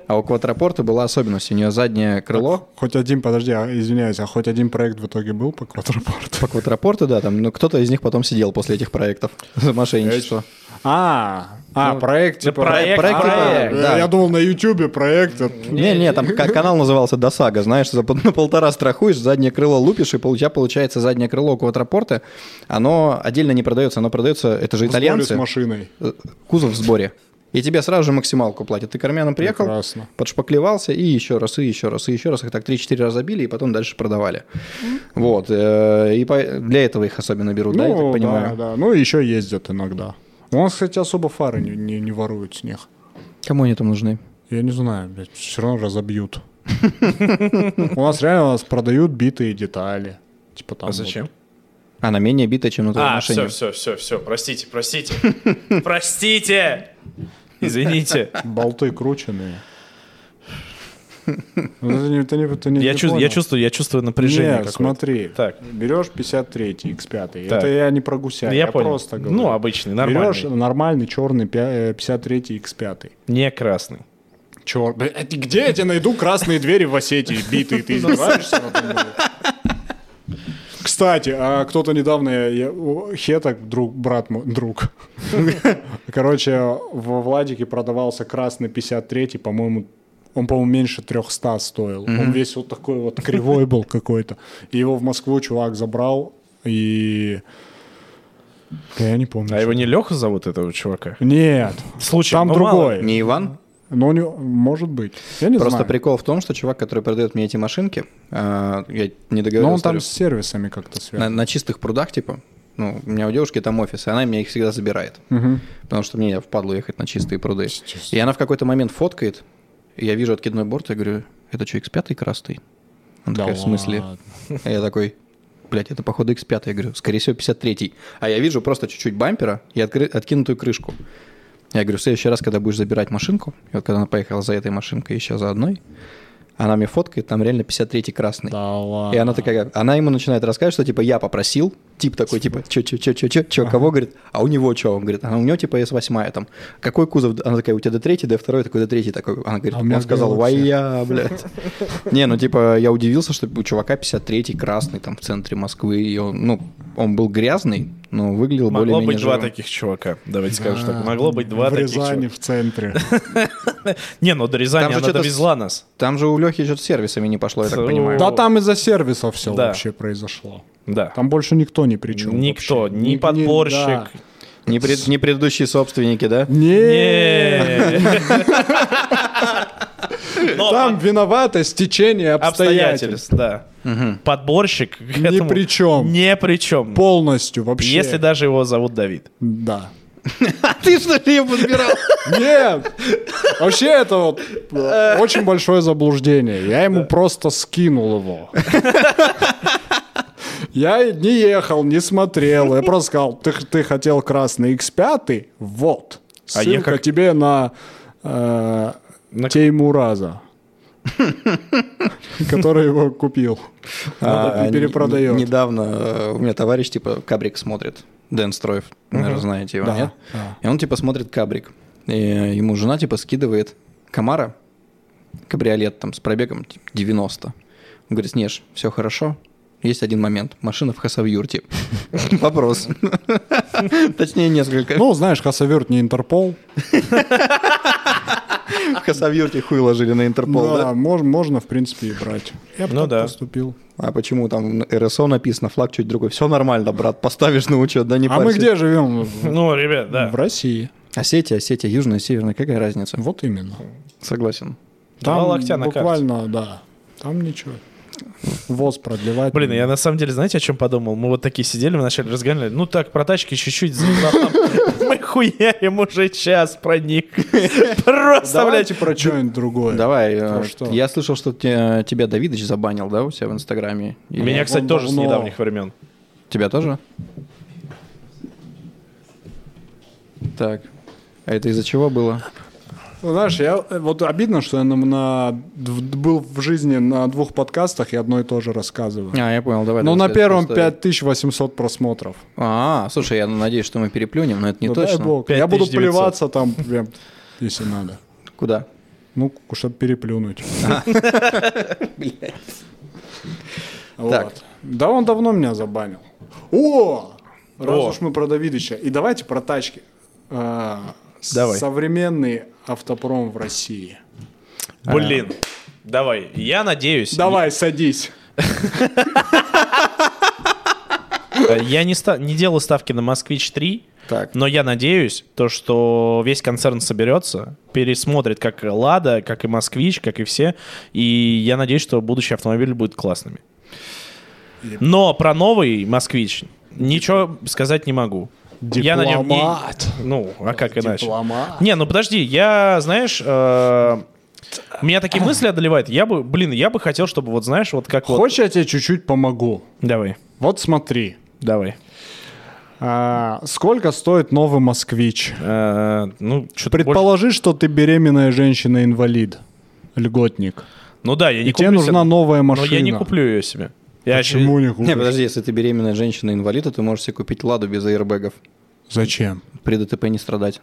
А у Квадрапорта была особенность, у нее заднее крыло Хоть один, подожди, а, извиняюсь, а хоть один проект в итоге был по [LAUGHS] квадрапорту? по Квадрапорту, да, там, но кто-то из них потом сидел после этих проектов [LAUGHS] за мошенничество. А, а, проект, да типа... проект, а, Ну, проект, э, да. Я думал, на Ютубе проект. э, Не-не, там ка- канал назывался Досага, знаешь, за пол- на полтора страхуешь, заднее крыло лупишь, и у тебя получается заднее крыло у квадрапорта, оно отдельно не продается, оно продается, это же в сборе с итальянцы, машиной. э, кузов в сборе. И тебе сразу же максималку платят. Ты к армянам приехал, Прекрасно. подшпаклевался, и еще раз, и еще раз, и еще раз. Их так 3-4 раза били, и потом дальше продавали. Вот. э, И по- для этого их особенно берут, да, я так Ну да, понимаю? да. Ну, еще ездят иногда. У нас, кстати, особо фары не, не, не воруют с них. Кому они там нужны? Я не знаю, блядь, все равно разобьют. У нас реально у нас продают битые детали. Типа там. А зачем? Она менее битая, чем на твоей А, машине. все, все, все, все, простите, [LAUGHS] простите. Простите! Извините. вот Болты [LAUGHS] крученные. Ну, Ты не, ты не- ты не- Я, не чувствую, я понял. чувствую, я чувствую напряжение. Нет, какое-то. смотри. Так. Берешь 53 X5. Так. Это я не про гуся, я, я, понял. просто говорю. ну, обычный, нормальный. Берешь нормальный э, черный 53 X5. Не красный. Черт, где я тебе найду красные двери в Осетии, битые, ты издеваешься? надо мной? Кстати, а кто-то недавно, я- я- у- Хеток, друг, брат мой, друг, [LAUGHS] короче, в Владике продавался красный 53 по-моему, он, по-моему, меньше 300 стоил. Он весь вот такой вот кривой был какой-то. И его в Москву чувак забрал, и... Да я не помню. А его ну, не Леха зовут, этого чувака? Нет, Случай, там другой. Не Иван? Но у него- может быть. Я не Просто знаю. прикол в том, что чувак, который продает мне эти машинки, а, я не договорился. Но Ну, он там Лёш. с сервисами как-то на, связан. на чистых прудах, типа, ну, у меня у девушки там офис, и она меня их всегда забирает. Потому что мне впадло ехать на чистые пруды. И она в какой-то момент фоткает, и я вижу откидной борт, я говорю, это что, X5 красный? Она такая, в смысле? А я такой, блядь, это походу X5, я говорю, скорее всего 53-й. А я вижу просто чуть-чуть бампера и откры- откинутую крышку. Я говорю, в следующий раз, когда будешь забирать машинку, и вот когда она поехала за этой машинкой, еще за одной, она мне фоткает, там реально 53-й красный. Да ладно. И она такая, она ему начинает рассказывать, что типа я попросил, тип такой, типа, чё, чё, чё, чё, чё, чё, кого, говорит, а у него чё, он говорит, а у него типа С8, там, какой кузов, она такая, у тебя Д3, Д2, такой Д3, такой, она говорит, А у меня он сказал, Galaxy. вая, блядь. Не, ну типа я удивился, что у чувака 53-й красный там в центре Москвы, и он, ну, он был грязный, но выглядел Могло более-менее быть два живым. таких чувака. Давайте скажем Да. так. Могло быть два в таких Рязани чувака. в [LAUGHS] центре. Не, ну до Там Рязани же она что-то с- довезла нас. Там же у Лехи что-то с сервисами не пошло, я так Су- понимаю. Да там из-за сервиса все Да. вообще произошло. Да. Там больше никто ни при чем. Никто, вообще. ни подборщик, да. Не, пред- не предыдущие собственники, да? Не, Не. [LAUGHS] Но там под- виновато стечение обстоятельств. обстоятельств, да. Подборщик к Ни этому при чем. Не при чем. Полностью вообще. Если даже его зовут Давид. Да. А [LAUGHS] ты что ли ее подбирал? Нет! Вообще это вот э, очень большое заблуждение. Я ему просто скинул его. Я не ехал, не смотрел. Я просто сказал, ты, ты хотел красный X5? Вот. А Ссылка я как- тебе на, э, На- Теймураза, который его купил. А, А, перепродает. не- Недавно э, у меня товарищ, типа, Кабрик смотрит. Дэн Строев, наверное, знаете его, Да, нет? да. И он, типа, смотрит Кабрик. И э, ему жена, типа, скидывает Камара, кабриолет там с пробегом типа, 90. Он говорит, Снеж, все хорошо, есть один момент. Машина в Хасавюрте. [LAUGHS] Вопрос. [LAUGHS] Точнее, несколько. Ну, знаешь, Хасаверт не Интерпол. В Хасавюрте хуй ложили на Интерпол, Ну Да, да? мож- можно, в принципе, и брать. Я бы Ну так да. поступил. А почему там на РСО написано, флаг чуть другой? Все нормально, брат, поставишь на учет, да не А мы парься. где [LAUGHS] живем? В- Ну, ребят, да. В России. Осетия, Осетия, а Южная, Северная, какая разница? Вот именно. Согласен. Два локтя на карте. буквально, да. Там ничего. ВОЗ продлевать. Блин, я на самом деле, знаете, о чем подумал? Мы вот такие сидели, мы начали разговаривать. Ну так, про тачки чуть-чуть заебал. Мы хуярим уже час про [LAUGHS] них. Просто, блядь. Давайте про что-нибудь другое. Давай. э, что? Я слышал, что те- тебя Давидыч забанил, да, у себя в Инстаграме? Или Меня, он кстати, тоже с давно. недавних времен. Тебя тоже? Так. А это из-за чего было? Ну, Знаешь, я э, вот обидно, что я на, на- в- был в жизни на двух подкастах и одно и то же рассказываю. А, я понял, давай. Но Ну, на рассказывай первом историю. 5800 просмотров. А, слушай, я надеюсь, что мы переплюнем, но это не Ну, дай точно. бог. Я буду 5900. плеваться там, прям, если надо. Куда? Ну, чтобы переплюнуть. Вот. Так. Да он давно меня забанил. О! Раз О. уж мы про Давидыча. И давайте про тачки. А, с- Давай. Современный автопром в России. Блин. Давай, я надеюсь. А. Давай, садись. Э, Я не, ста- не делал ставки на «Москвич-3», Так. но я надеюсь, то, что весь концерн соберется, пересмотрит как «Лада», как и «Москвич», как и все, и я надеюсь, что будущие автомобили будут классными. Но про новый «Москвич» ничего сказать не могу. Я на нем не- Дипломат. Ну, а как иначе? Дипломат. Не, ну подожди, я, знаешь, э, меня такие мысли одолевают. Я бы, блин, я бы хотел, чтобы вот, знаешь, вот как вот... Хочешь, я тебе чуть-чуть помогу? Давай, Вот смотри. давай. А, сколько стоит новый москвич? Э, ну, что-то Предположи, что ты беременная женщина-инвалид, льготник. Ну да, я не И тебе куплю нужна себе. новая Но машина. Ну, я не куплю ее себе. Я Почему еще- не купишь? Не, подожди, если ты беременная женщина-инвалид, то ты можешь себе купить «Ладу» без аэрбэгов. Зачем? При ДТП не страдать.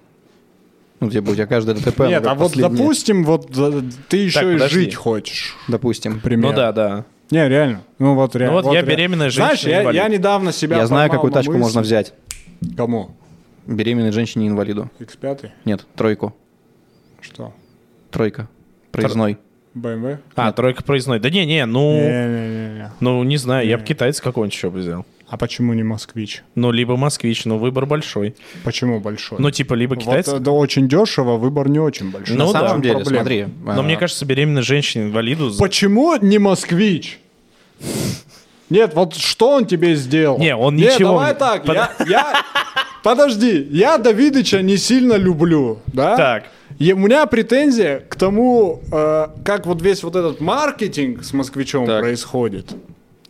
Ну, тебе будет, а каждый ДТП... оно Нет, как а вот последнее. допустим, вот э, ты еще и подожди. жить хочешь, Допустим. например. Ну да, да. Не, реально. Ну вот реально. вот я беременная Знаешь, я, женщина-инвалид. я недавно себя Я знаю, поймал какую на тачку мысли- можно взять. Кому? Беременной женщине-инвалиду. X5? Нет, тройку. Что? Тройка. Проездной. BMW? А, тройка проездной. Да не, не, ну, Не-не-не. ну не знаю, я бы китайца какого-нибудь еще бы взял. А почему не москвич? Ну, либо москвич, но выбор большой. Почему большой? Ну, типа, либо вот китайца. это очень дешево, выбор не очень большой. Ну На В чем самом деле, проблема? смотри. Но а, мне кажется, беременной женщине инвалиду. Почему не москвич? Нет, вот что он тебе сделал? Не, он Не, ничего- давай так, Под- я, я- Подожди, я Давидыча не сильно люблю, да? Так. И у меня претензия к тому, э, как вот весь вот этот маркетинг с москвичом Так. происходит.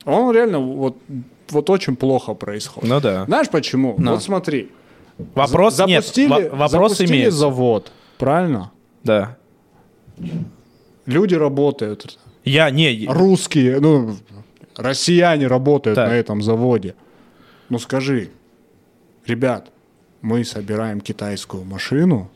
Он реально вот, вот очень плохо происходит. Ну да. Знаешь почему? Ну. Вот смотри. Вопрос За- нет. запустили, Во- Вопрос запустили имеется. завод, правильно? Да. Люди работают. Я не... е- русские, ну, россияне работают Так. на этом заводе. Ну скажи, ребят, мы собираем китайскую машину,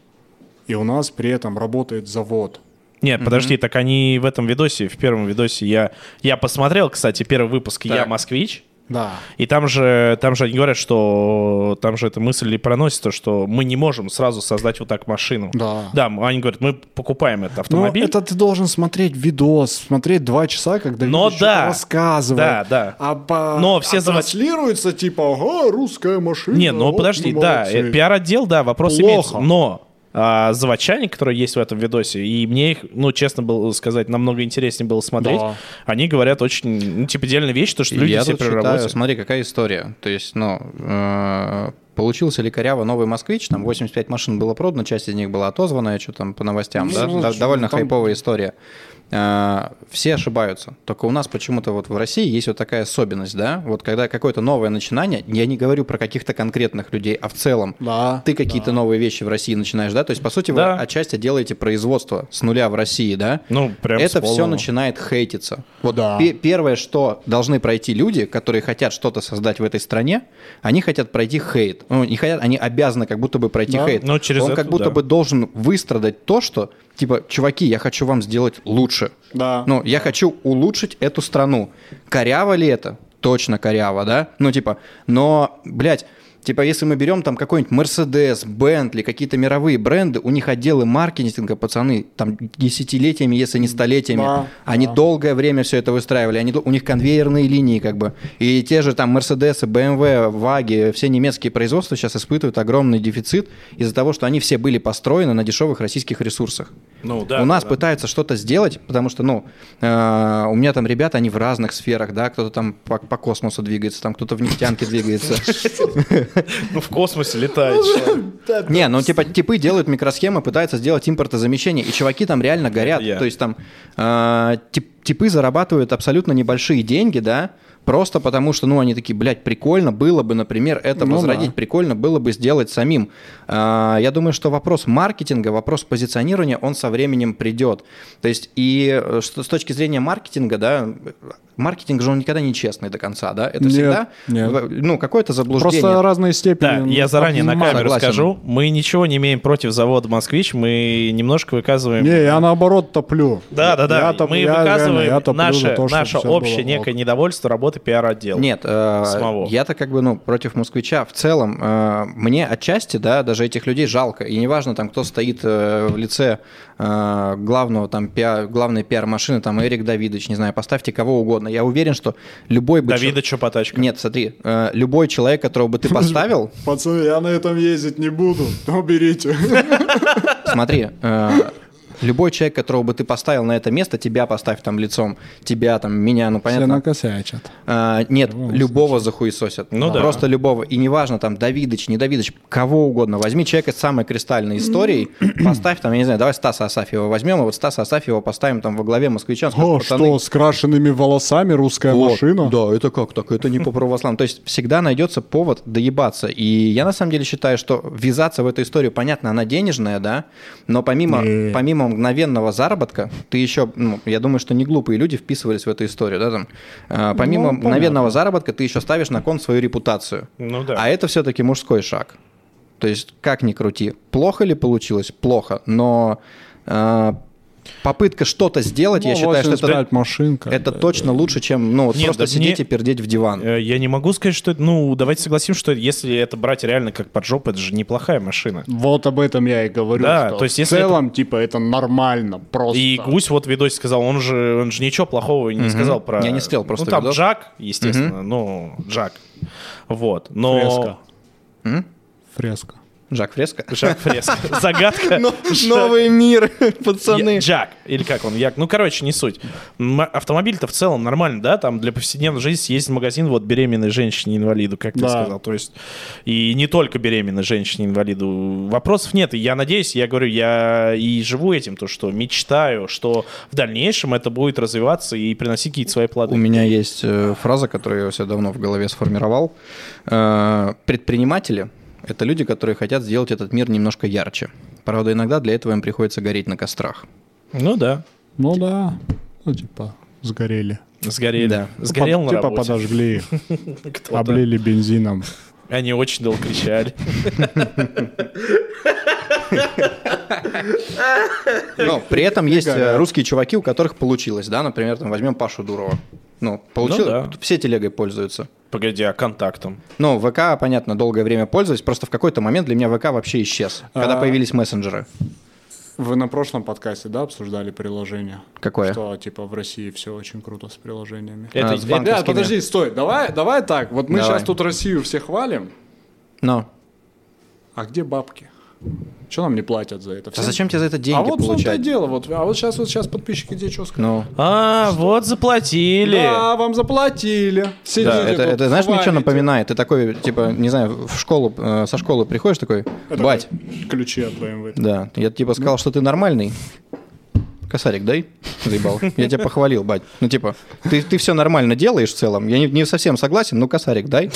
и у нас при этом работает завод. Нет, подожди, так они в этом видосе, в первом видосе я... Я посмотрел, кстати, первый выпуск «Я Так. москвич». Да. И там же, там же они говорят, что там же эта мысль и проносится, что мы не можем сразу создать вот так машину. Да. Да, м- они говорят, мы покупаем этот Но автомобиль. это ты должен смотреть видос, смотреть два часа, когда Но да. рассказывает. Да, да. А по... Но все а заво- транслируется, типа, ага, русская машина. Не, ну вот подожди, мы да, молодцы». э, пиар-отдел, да, вопрос Плохо. имеется, но а, заводчане, которые есть в этом видосе, и мне их, ну, честно было сказать, намного интереснее было смотреть, Да. они говорят очень, ну, типа, дельные вещи, то, что люди Я все тут считаю, переработали. смотри, какая история. То есть, ну, э, получился ли коряво новый «Москвич», там 85 машин было продано, часть из них была отозвана, что там по новостям, Ну, да? ну, Да, что, Довольно там- хайповая история. Э, Все ошибаются. Только у нас почему-то вот в России есть вот такая особенность, да? Вот когда какое-то новое начинание, я не говорю про каких-то конкретных людей, а в целом. Да. Ты какие-то новые вещи в России начинаешь, да? То есть, по сути, Да. вы отчасти делаете производство с нуля в России, да? Ну, прям Это все с полного. начинает хейтиться. Вот Да. пе- первое, что должны пройти люди, которые хотят что-то создать в этой стране, они хотят пройти хейт. Ну, не хотят, они обязаны как будто бы пройти Да. хейт. Ну, через Он это как будто да. бы должен выстрадать то, что, типа, чуваки, я хочу вам сделать лучше. Да. [LAUGHS] Ну, я хочу улучшить эту страну. Коряво ли это? Точно коряво, да? Ну, типа, но, блядь, типа, если мы берем там какой-нибудь Mercedes, Bentley, какие-то мировые бренды, у них отделы маркетинга, пацаны, там десятилетиями, если не столетиями, Да, они да. долгое время все это выстраивали, они, дол- у них конвейерные линии, как бы, и те же там Mercedes, BMW, Ваги, все немецкие производства сейчас испытывают огромный дефицит из-за того, что они все были построены на дешевых российских ресурсах Ну, да, у нас да, да. пытаются что-то сделать, потому что, ну, э, у меня там ребята, они в разных сферах, да, кто-то там по, по космосу двигается, там кто-то в нефтянке двигается. [LAUGHS] Ну, в [LAUGHS] космосе летает. человек. Не, ну, типа, типы делают микросхемы, пытаются сделать импортозамещение, и чуваки там реально горят. я. То есть там э, тип- типы зарабатывают абсолютно небольшие деньги, да, просто потому что, ну, они такие, блядь, прикольно было бы, например, это Ну возродить, да. прикольно было бы сделать самим. Э, я думаю, что вопрос маркетинга, вопрос позиционирования, он со временем придет. То есть и э, что- с точки зрения маркетинга, да, маркетинг же он никогда не честный до конца, да, это Нет, всегда, нет. в- ну, какое-то заблуждение. Просто разные степени. Да, я заранее на Обнимаю, камеру согласен. скажу, мы ничего не имеем против завода «Москвич», мы немножко выказываем... Не, я наоборот топлю. Да, да, да. Я топ- мы я выказываем реально, я топлю наше, за то, чтобы наше всё было общее ок. некое недовольство работы пиар-отдела. Нет, э, самого. я-то как бы ну, против москвича в целом. э, мне отчасти, да, даже этих людей жалко. И неважно, там, кто стоит э, в лице э, главного, там, пиар, главной пиар-машины, там, Эрик Давидович, не знаю, поставьте кого угодно. Я уверен, что любой бы... чел- Давида Чупатачка. Нет, смотри, э, любой человек, которого бы ты поставил, Пацаны, я на этом ездить не буду. [LAUGHS] Уберите. Смотри, э, любой человек, которого бы ты поставил на это место, тебя поставь там лицом, тебя там, меня, ну Все понятно. накосячат. А, нет, Ну, любого захуесосят. Ну да. Просто любого. И неважно, там, Давидыч, не Давидыч, кого угодно. Возьми человека с самой кристальной историей, поставь там, я не знаю, давай Стаса Асафьева возьмем, и вот Стаса Асафьева поставим там во главе москвича. он скажет, О, «Пацаны, что, с крашенными волосами русская вот, машина? Да, это как так? Это не по православному. То есть всегда найдется повод доебаться. И я на самом деле считаю, что ввязаться в эту историю, понятно, она денежная, да, но помимо, Не. помимо мгновенного заработка, ты еще, ну, я думаю, что не глупые люди вписывались в эту историю, да, там. А, Помимо Ну, понятно. мгновенного заработка ты еще ставишь на кон свою репутацию. Ну да. А это все-таки мужской шаг. То есть, как ни крути, плохо ли получилось? Плохо. Но э, попытка что-то сделать, я Ну, считаю, что это 85 машинка. это точно э, лучше, чем ну, вот Нет, просто да сидеть мне- и пердеть в диван. Э, Я не могу сказать, что это... Ну, давайте согласимся, что если это брать реально как под жопу, это же неплохая машина. Вот об этом я и говорю. Да, что то есть если в целом, типа, это нормально, просто. И Гусь вот в видосе сказал, он же, он же ничего плохого не сказал про... Я не смотрел просто Ну, там видос. Джак, естественно, ну, Джак. Вот, но... Фреско. Фреска. Ну, Жак Фреско. Джак Фреско. [LAUGHS] Загадка. [LAUGHS] Новый мир, [LAUGHS] Я- пацаны. Джак, или как он, Як, ну, короче, не суть. М- Автомобиль-то в целом нормально, да, там для повседневной жизни съездить в магазин вот беременной женщине-инвалиду, как ты Да. сказал, то есть, и не только беременной женщине-инвалиду, вопросов нет, и я надеюсь, я говорю, я и живу этим, то, что мечтаю, что в дальнейшем это будет развиваться и приносить какие-то свои У плоды. меня есть э, фраза, которую я все давно в голове сформировал. Э, Предприниматели – это люди, которые хотят сделать этот мир немножко ярче. Правда, иногда для этого им приходится гореть на кострах. Ну да, Ну да, ну типа, сгорели. сгорели. Да. Сгорел Ну, на под- Типа работе. [LAUGHS] подожгли их, Кто-то. облили бензином. Они очень долго кричали. [LAUGHS] Но при этом есть э, русские чуваки, у которых получилось, да, например, там возьмем Пашу Дурова. Ну, получилось, да. все телегой пользуются. Погоди, а контактом? Ну, ВК, понятно, долгое время пользуюсь, просто в какой-то момент для меня ВК вообще исчез, когда А. появились мессенджеры. Вы на прошлом подкасте, да, обсуждали приложение? Какое? Что, типа, в России все очень круто с приложениями. Это А, из с банка. Ребят, банковскими. Э, подожди, стой, давай, давай так. Вот мы Давай. сейчас тут Россию все хвалим, Но. а где бабки? Что нам не платят за это? А Все- зачем тебе за это деньги а вот в том-то и получать? дело, вот, а вот сейчас вот сейчас подписчики где что сказали? Ну, А, вот заплатили. Да, вам заплатили. Сидите да, это, тут, это, знаешь, мне что хвалите. напоминает? Ты такой, типа, не знаю, в школу, э, со школы приходишь такой, Это бать, Ключи от BMW. да, я типа сказал, что ты нормальный. Косарик дай, заебал. Я тебя похвалил, бать. Ну, типа, ты, ты все нормально делаешь в целом. Я не, не совсем согласен, ну, косарик [LAUGHS] дай.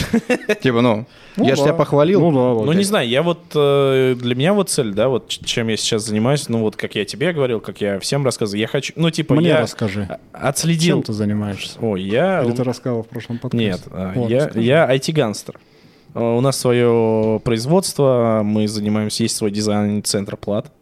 Типа, ну, Ну я же да. тебя похвалил. Ну да, вот. Ну, не знаю, я вот, э, для меня вот цель, да, вот ч- чем я сейчас занимаюсь, ну, вот как я тебе говорил, как я всем рассказывал, я хочу, ну, типа, Мне я расскажи, отследил... чем ты занимаешься? Ой, я... Или ты рассказывал в прошлом подкасте? Нет, а, Вот, я, расскажи. я IT-гангстер. Э, У нас свое производство, мы занимаемся, есть свой дизайн-центр плат.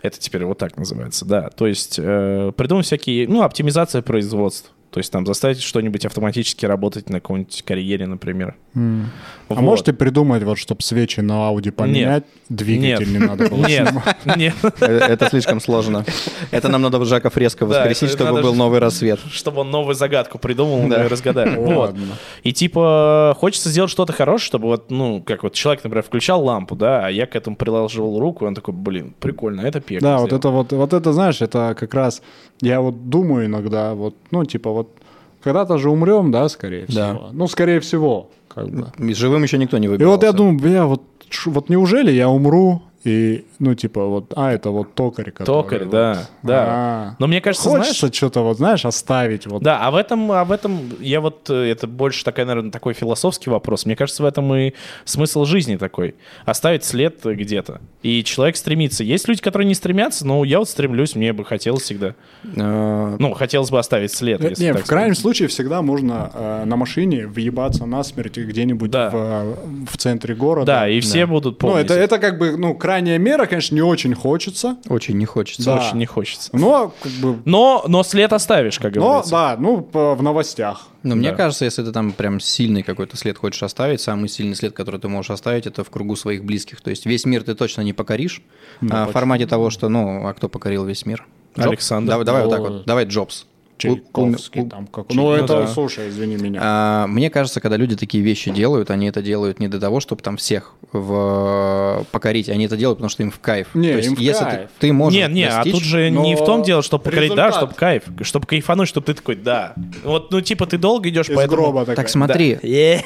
Это теперь вот так называется, да. То есть э, придумываем всякие, ну, оптимизация производства. То есть там заставить что-нибудь автоматически работать на какой-нибудь карьере, например. М. А Вот. можете придумать, вот, чтобы свечи на Ауди поменять, двигатель Нет. не надо было Нет, снимать? нет, [LAUGHS] Э, Это слишком сложно. Это нам надо Жаков резко Да, воскресить, это чтобы надо был ж- новый рассвет. [LAUGHS] чтобы он новую загадку придумал, мы Да. ее [LAUGHS] разгадали. Вот. Ладно. И типа хочется сделать что-то хорошее, чтобы вот, ну, как вот человек, например, включал лампу, да, а я к этому приложил руку, и он такой, блин, прикольно, это пек. Да, вот это вот, вот это, знаешь, это как раз, я вот думаю иногда, вот, ну, типа вот, когда-то же умрем, да, скорее Да. всего. Ну, скорее всего, как бы. И Живым еще никто не И выбирался. вот я думаю, бля, вот, ш- вот неужели я умру, и, ну, типа, вот, а, это вот токарь, который Токарь, вот. да, да. А. Но мне кажется, знаешь, Хочется что-то, вот, знаешь, оставить, вот. да, а в этом, а в этом, я вот, э, это больше такая, наверное, такой философский вопрос. Мне кажется, в этом и смысл жизни такой. Оставить след э, где-то. И человек стремится. Есть люди, которые не стремятся, но я вот стремлюсь, мне бы хотелось всегда. Э, Ну, хотелось бы оставить след, Э, если Не, так в крайнем случае всегда можно э, на машине въебаться насмерть где-нибудь Да. в, э, в центре города. Да, и все будут Ну, помнить. это, это как бы, ну, крайняя мера, конечно, не очень хочется, Очень не хочется. Да. Очень не хочется. но, Ну, как бы, Но, но след оставишь, как но, говорится. да, ну, по- в новостях. Но мне Да. кажется, если ты там прям сильный какой-то след хочешь оставить, самый сильный след, который ты можешь оставить, это в кругу своих близких. То есть весь мир ты точно не покоришь. а в формате того, что, ну, а кто покорил весь мир? Джоб- Александр. Давай, давай вот так Ну, вот. Давай Джобс. У- Чайковский у- там какой Ну, это, да. слушай, извини меня. А, Мне кажется, когда люди такие вещи делают, они это делают не для того, чтобы там всех в... покорить, они это делают, потому что им в кайф. Не, То есть, им в если кайф. Ты, ты можешь не, не, а достичь- тут же не но в том дело, чтобы покорить, да, результат. чтобы кайф, чтобы кайфануть, чтобы ты такой, да. Вот, ну, типа, ты долго идешь, Из поэтому... гроба такая. Так смотри, Да. Э.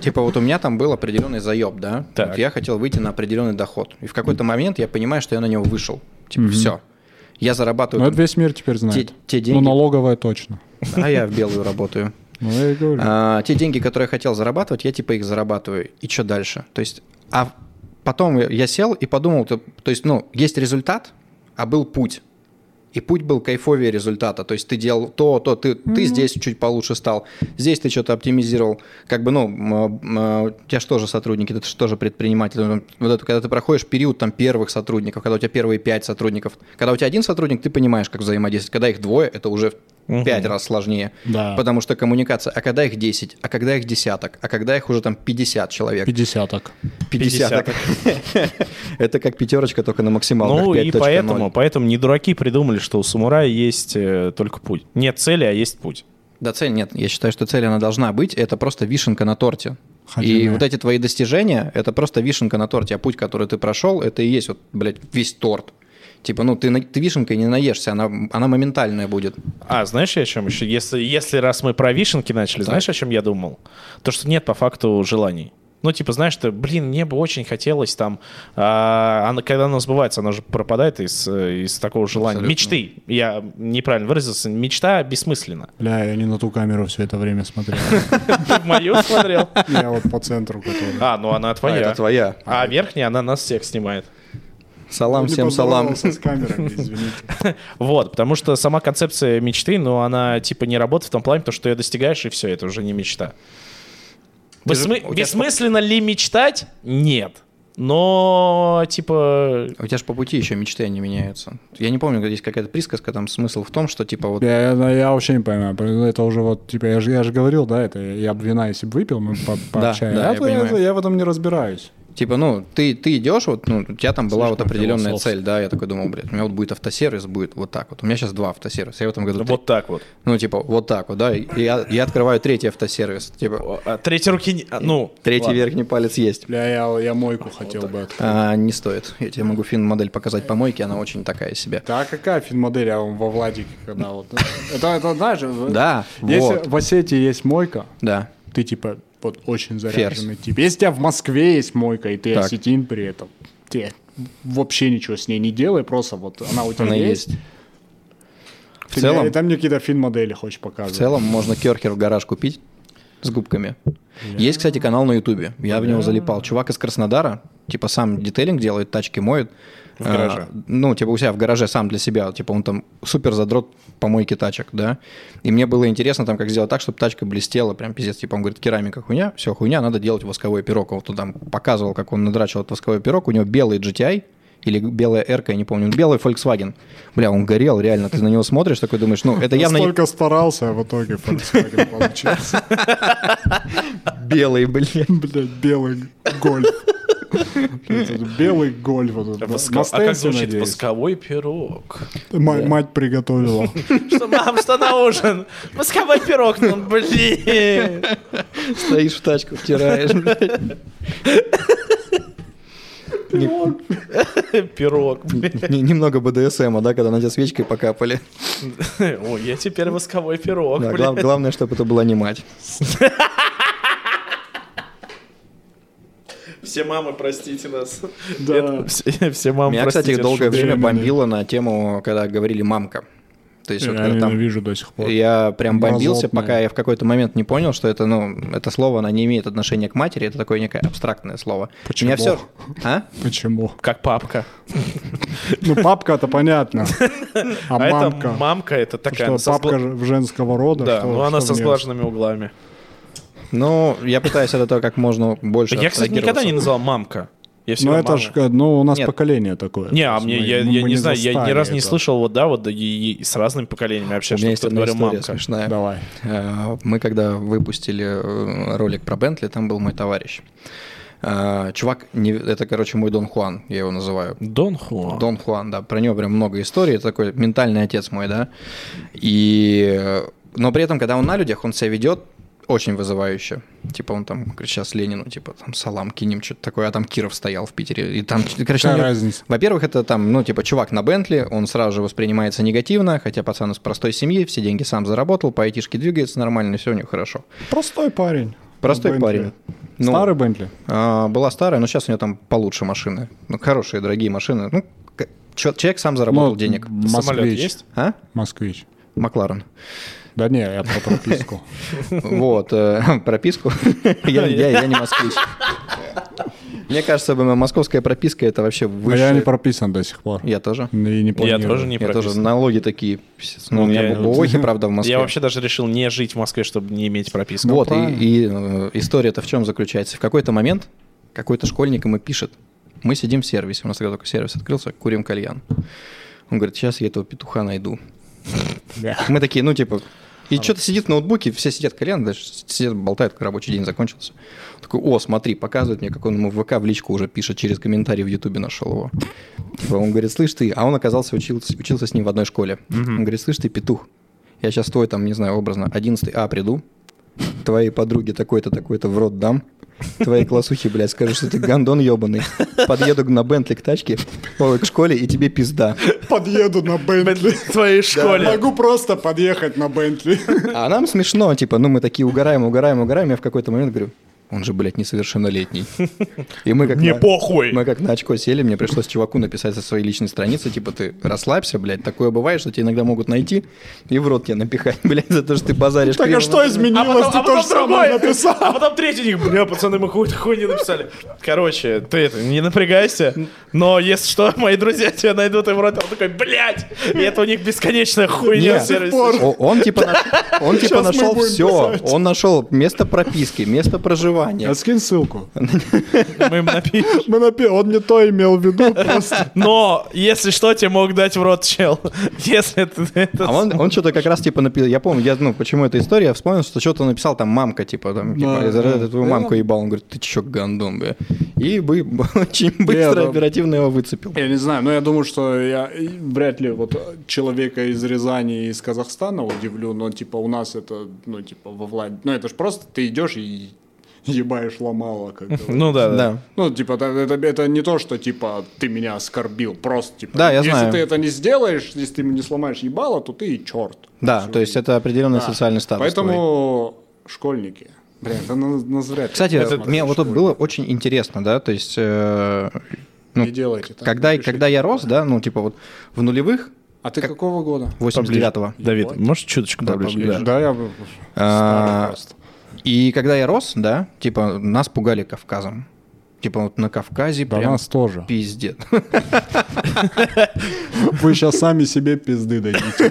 типа вот у меня там был определенный заеб, да? Так. Вот я хотел выйти на определенный доход. И в какой-то момент я понимаю, что я на него вышел. Типа, все. Я Ну, зарабатываю... это весь мир теперь Те- знает. те Ну, деньги. налоговая точно. А я в белую работаю. Ну, я и говорю. А, те деньги, которые я хотел зарабатывать, я типа их зарабатываю. И что дальше? То есть, а потом я- я сел и подумал, то, то есть, ну, есть результат, а был путь. И путь был кайфовее результата. То есть ты делал то, то, ты, ты здесь чуть получше стал, здесь ты что-то оптимизировал. Как бы, ну, м, м, у тебя же тоже сотрудники, ты же тоже предприниматель. Ну, Вот это, когда ты проходишь период там первых сотрудников, когда у тебя первые пять сотрудников. Когда у тебя один сотрудник, ты понимаешь, как взаимодействовать. Когда их двое, это уже в Мгм. пять раз сложнее. А. Да. Потому что коммуникация, а когда их 10, а когда их десяток, а когда их уже там 50 человек. Пятидесяток. Пятидесяток. [LAUGHS] Это как пятерочка, только на максималках Ну, и 5.0. поэтому, поэтому не дураки придумали, что у самурая есть э, только путь. Нет цели, а есть путь. Да, цель нет. Я считаю, что цель она должна быть. Это просто вишенка на торте. И Ходяная. вот эти твои достижения, это просто вишенка на торте. А путь, который ты прошел, это и есть вот, блядь, весь торт. Типа, ну, ты, на- ты вишенкой не наешься, она, она моментальная будет. А, знаешь, я о чем еще? Если, если раз мы про вишенки начали, знаешь, о чем я думал? То, что нет по факту желаний. Ну, типа, знаешь, ты, блин, мне бы очень хотелось там... а, оно- когда оно сбывается, оно же пропадает из, э, из такого желания. Абсолютно. Мечты. Я неправильно выразился. Мечта бессмысленна. [LAUGHS] Бля, я не на ту камеру все это время [LAUGHS] смотрел. Ты в мою смотрел? Я вот по центру, который... А, ну она А, твоя. это твоя. А верхняя, она нас всех снимает. Салам Не всем салам. поздоровался с камерами, извините. Вот, потому что сама концепция мечты, ну, она, типа, не работает в том плане, потому что ее достигаешь, и все, это уже не мечта. Ты же- Бессмы- у тебя ж- Бессмысленно ли мечтать? Нет. Но, типа, У тебя же по пути еще мечты они меняются. Я не помню, есть какая-то присказка, там смысл в том, что типа [LAUGHS] вот... Я, я- я вообще не понимаю. Это уже вот, типа, я же, я же говорил, да, это я бы вина, если бы выпил, мы по- пообщаемся. да, я А то я, понимаю. я в этом не разбираюсь. Типа, ну, ты, ты идешь, вот, ну, у тебя там была вот Слишком определенная философски. цель, да, я такой думал, блядь, у меня вот будет автосервис, будет вот так вот. У меня сейчас два автосервиса, я в этом году три. вот так вот. Ну, типа, вот так вот, да, и я, я открываю третий автосервис, типа, А Третьей руки, не- а, ну, третий ладно. верхний палец есть. Бля, я, я мойку хотел бы открыть. А, не стоит. Я тебе могу фин-модель показать по мойке, она очень такая себе. Да, какая финмодель, а он во Владике, когда вот... Это, это знаешь, в- Да, если вот, в Осетии есть мойка, да. ты, типа, вот очень заряженный тип. Если у тебя в Москве есть мойка, и ты Так. осетин при этом, ты вообще ничего с ней не делай, просто вот она у тебя Она Ну, есть. есть. В Ты целом- мне- там мне какие-то финмодели хочешь В показывать. целом можно керхер в гараж купить с губками. Есть, кстати, канал на Ютубе. Я в него залипал. Чувак из Краснодара, типа сам детейлинг делает, тачки моет. В гараже. ну, типа у себя в гараже сам для себя. Типа он там супер задрот помойки тачек, да. И мне было интересно там, как сделать так, чтобы тачка блестела. Прям пиздец. Типа он говорит, керамика хуйня, все хуйня, надо делать восковой пирог. А Вот он там показывал, как он надрачивал этот восковой пирог. У него белый GTI, или белая r я не помню, ну, белый Volkswagen. Бля, он горел, реально, ты на него смотришь, такой думаешь, ну, это явно... не- Столько старался, а в итоге Volkswagen [LAUGHS] получился. Белый, блин. [LAUGHS] Блядь, белый гольф. Этот Белый гольф. вот этот. Воско- А Мастенси, как звучит надеюсь. восковой пирог? Ма- Мать [LAUGHS] приготовила. Что, мам, что на ужин? Восковой пирог, ну, блин. Стоишь в тачку, втираешь. Пирог. Пирог, блин. Н- Немного БДСМа, да, когда на тебя свечкой [LAUGHS] покапали. Ой, я теперь восковой пирог, Да, блин. глав- главное, чтобы это была не мать. Все мамы, простите нас. Да. Это- Все все мамы, Меня, простите, кстати, это долгое шутка. время беременные. бомбило на тему, когда говорили «мамка». То есть, вот Я когда там ненавижу до сих пор. Я прям бомбился, Мазотная. пока я в какой-то момент не понял, что это, ну, это слово, оно не имеет отношения к матери, это такое некое абстрактное слово. Почему? Меня все... А? [LAUGHS] Почему? Как папка. Ну, папка-то понятно. А А это мамка? мамка, это такая... Что, со сгла- папка же женского рода? Да, что- ну она что со мне? сглаженными углами. Ну, я пытаюсь от этого как можно больше Я, кстати, никогда не абстрагироваться. называл мамка. Я Ну, всегда это мама. ж, э, ну, у нас Нет. поколение такое. Не, а То есть мне, мы- я, мы я не знаю, я ни застали разу не это. слышал, вот да, вот да, и, и с разными поколениями У вообще, меня что есть кто-то одна говорил история мамка. смешная. Давай. Э, Мы когда выпустили э, ролик про Бентли, там был мой товарищ. Э, Чувак, не- это, короче, мой Дон Хуан, я его называю. Дон Хуан. Дон Хуан, да, про него прям много историй, это такой ментальный отец мой, да. И, э, но при этом, когда он на людях, он себя ведет очень вызывающе. Типа он там, говорит, сейчас Ленину, типа там салам кинем, что-то такое, а там Киров стоял в Питере. И там, короче, на Какая него- разница? во-первых, это там, ну, типа, чувак на Бентли, он сразу же воспринимается негативно, хотя пацан из простой семьи, все деньги сам заработал, по айтишке двигается нормально, все у него хорошо. Простой парень. Простой Бентли. парень. Ну, Старый Бентли? а, была старая, но сейчас у нее там получше машины. Ну, хорошие, дорогие машины. Ну, к- чё- человек сам заработал Ну, денег. Самолет Москвич. есть? А? Москвич. Макларен. Да не, я про [LAUGHS] прописку. Вот, э, [LAUGHS] прописку. Я- Я я не москвич. Мне кажется, м- московская прописка это вообще Но А я не выше. прописан до сих пор. Я тоже. И не Я планирую. тоже не Я тоже прописан. налоги такие. пиздец. Ну, у меня [LAUGHS] Я- бухохи, правда, в Москве. Я вообще даже решил не жить в Москве, чтобы не иметь прописку. Вот, и, правильно. и, э, история-то в чем заключается? В какой-то момент какой-то школьник ему пишет, мы сидим в сервисе, у нас тогда только сервис открылся, курим кальян. Он говорит, сейчас я этого петуха найду. Да. [LAUGHS] Мы такие, ну, типа, и что-то сидит в ноутбуке, все сидят кальян, даже сидят, болтают, как рабочий день закончился. Такой, о, смотри, показывает мне, как он ему в ВК в личку уже пишет, через комментарий в Ютубе нашел его. Типа, он говорит, слышь ты, а он оказался, учился, учился с ним в одной школе. Он говорит, слышь ты, петух, я сейчас твой там, не знаю, образно, 11 А приду, твоей подруге такой-то, такой-то в рот дам, твоей классухе, блядь, скажу, что ты гандон ебаный, подъеду на Бентли к тачке, ой, к школе, и тебе пизда. Подъеду на Бентли. В твоей школе. Могу просто подъехать на [LAUGHS] Бентли. А нам смешно, типа, ну мы такие угораем, угораем, угораем. Я в какой-то момент говорю, он же, блядь, несовершеннолетний. И мы как Мне на- похуй. Мы как на очко сели, мне пришлось чуваку написать со своей личной страницы, типа, ты расслабься, блядь, такое бывает, что тебя иногда могут найти и в рот тебе напихать, [LAUGHS] блядь, за то, что ты базаришь. Так криво. а что А изменилось? потом, Ты а тоже потом другой, самое написал. а потом третий у них, бля, пацаны, мы какую-то хуйню написали. Короче, ты это, не напрягайся, но если что, мои друзья тебя найдут, и в рот он такой, блядь, и это у них бесконечная хуйня Нет. в сервисе. До сих пор. [LAUGHS] О- Он типа наш- он типа Сейчас мы нашел будем все. писать. Он нашел место прописки, место [LAUGHS] название. А скинь ссылку. Мы им напишем. Мы напи- Он не то имел в [LAUGHS] виду, просто. Но, если что, тебе мог дать в рот чел. Если ты это... А он, он что-то как раз типа написал. Я помню, я, ну, почему эта история, я вспомнил, что что-то написал там мамка, типа, там, типа, Да, я за да. это твою мамку ебал. Он говорит, ты чё, гандон, бля. И бы [LAUGHS] очень быстро, да. оперативно его выцепил. Я не знаю, но я думаю, что я и вряд ли вот э, человека из Рязани и из Казахстана удивлю, но типа у нас это, ну типа во Влад... Ну это же просто ты идешь и ебаешь ломало. Как [LAUGHS] говорится. Ну да, да. Да. Ну, типа, та- это, это не то, что, типа, ты меня оскорбил, просто, типа, Да, я если знаю. ты это не сделаешь, если ты не сломаешь ебало, то ты и черт. Да, то есть это определенный социальный статус. твой. Поэтому школьники, блин, это на, на зря. Кстати, Посмотрите, мне вот тут школьники. было очень интересно, да, то есть... э, ну, Не делайте так, когда, пишите. когда я рос, да, ну, типа вот в нулевых, А ты какого года? 89-го, Давид, можешь чуточку поближе? поближе. Да, я... А, старый просто. и когда я рос, да, типа нас пугали Кавказом. Типа вот на Кавказе Да прям нас тоже. пиздец. Вы сейчас сами себе пизды [LAUGHS] дадите.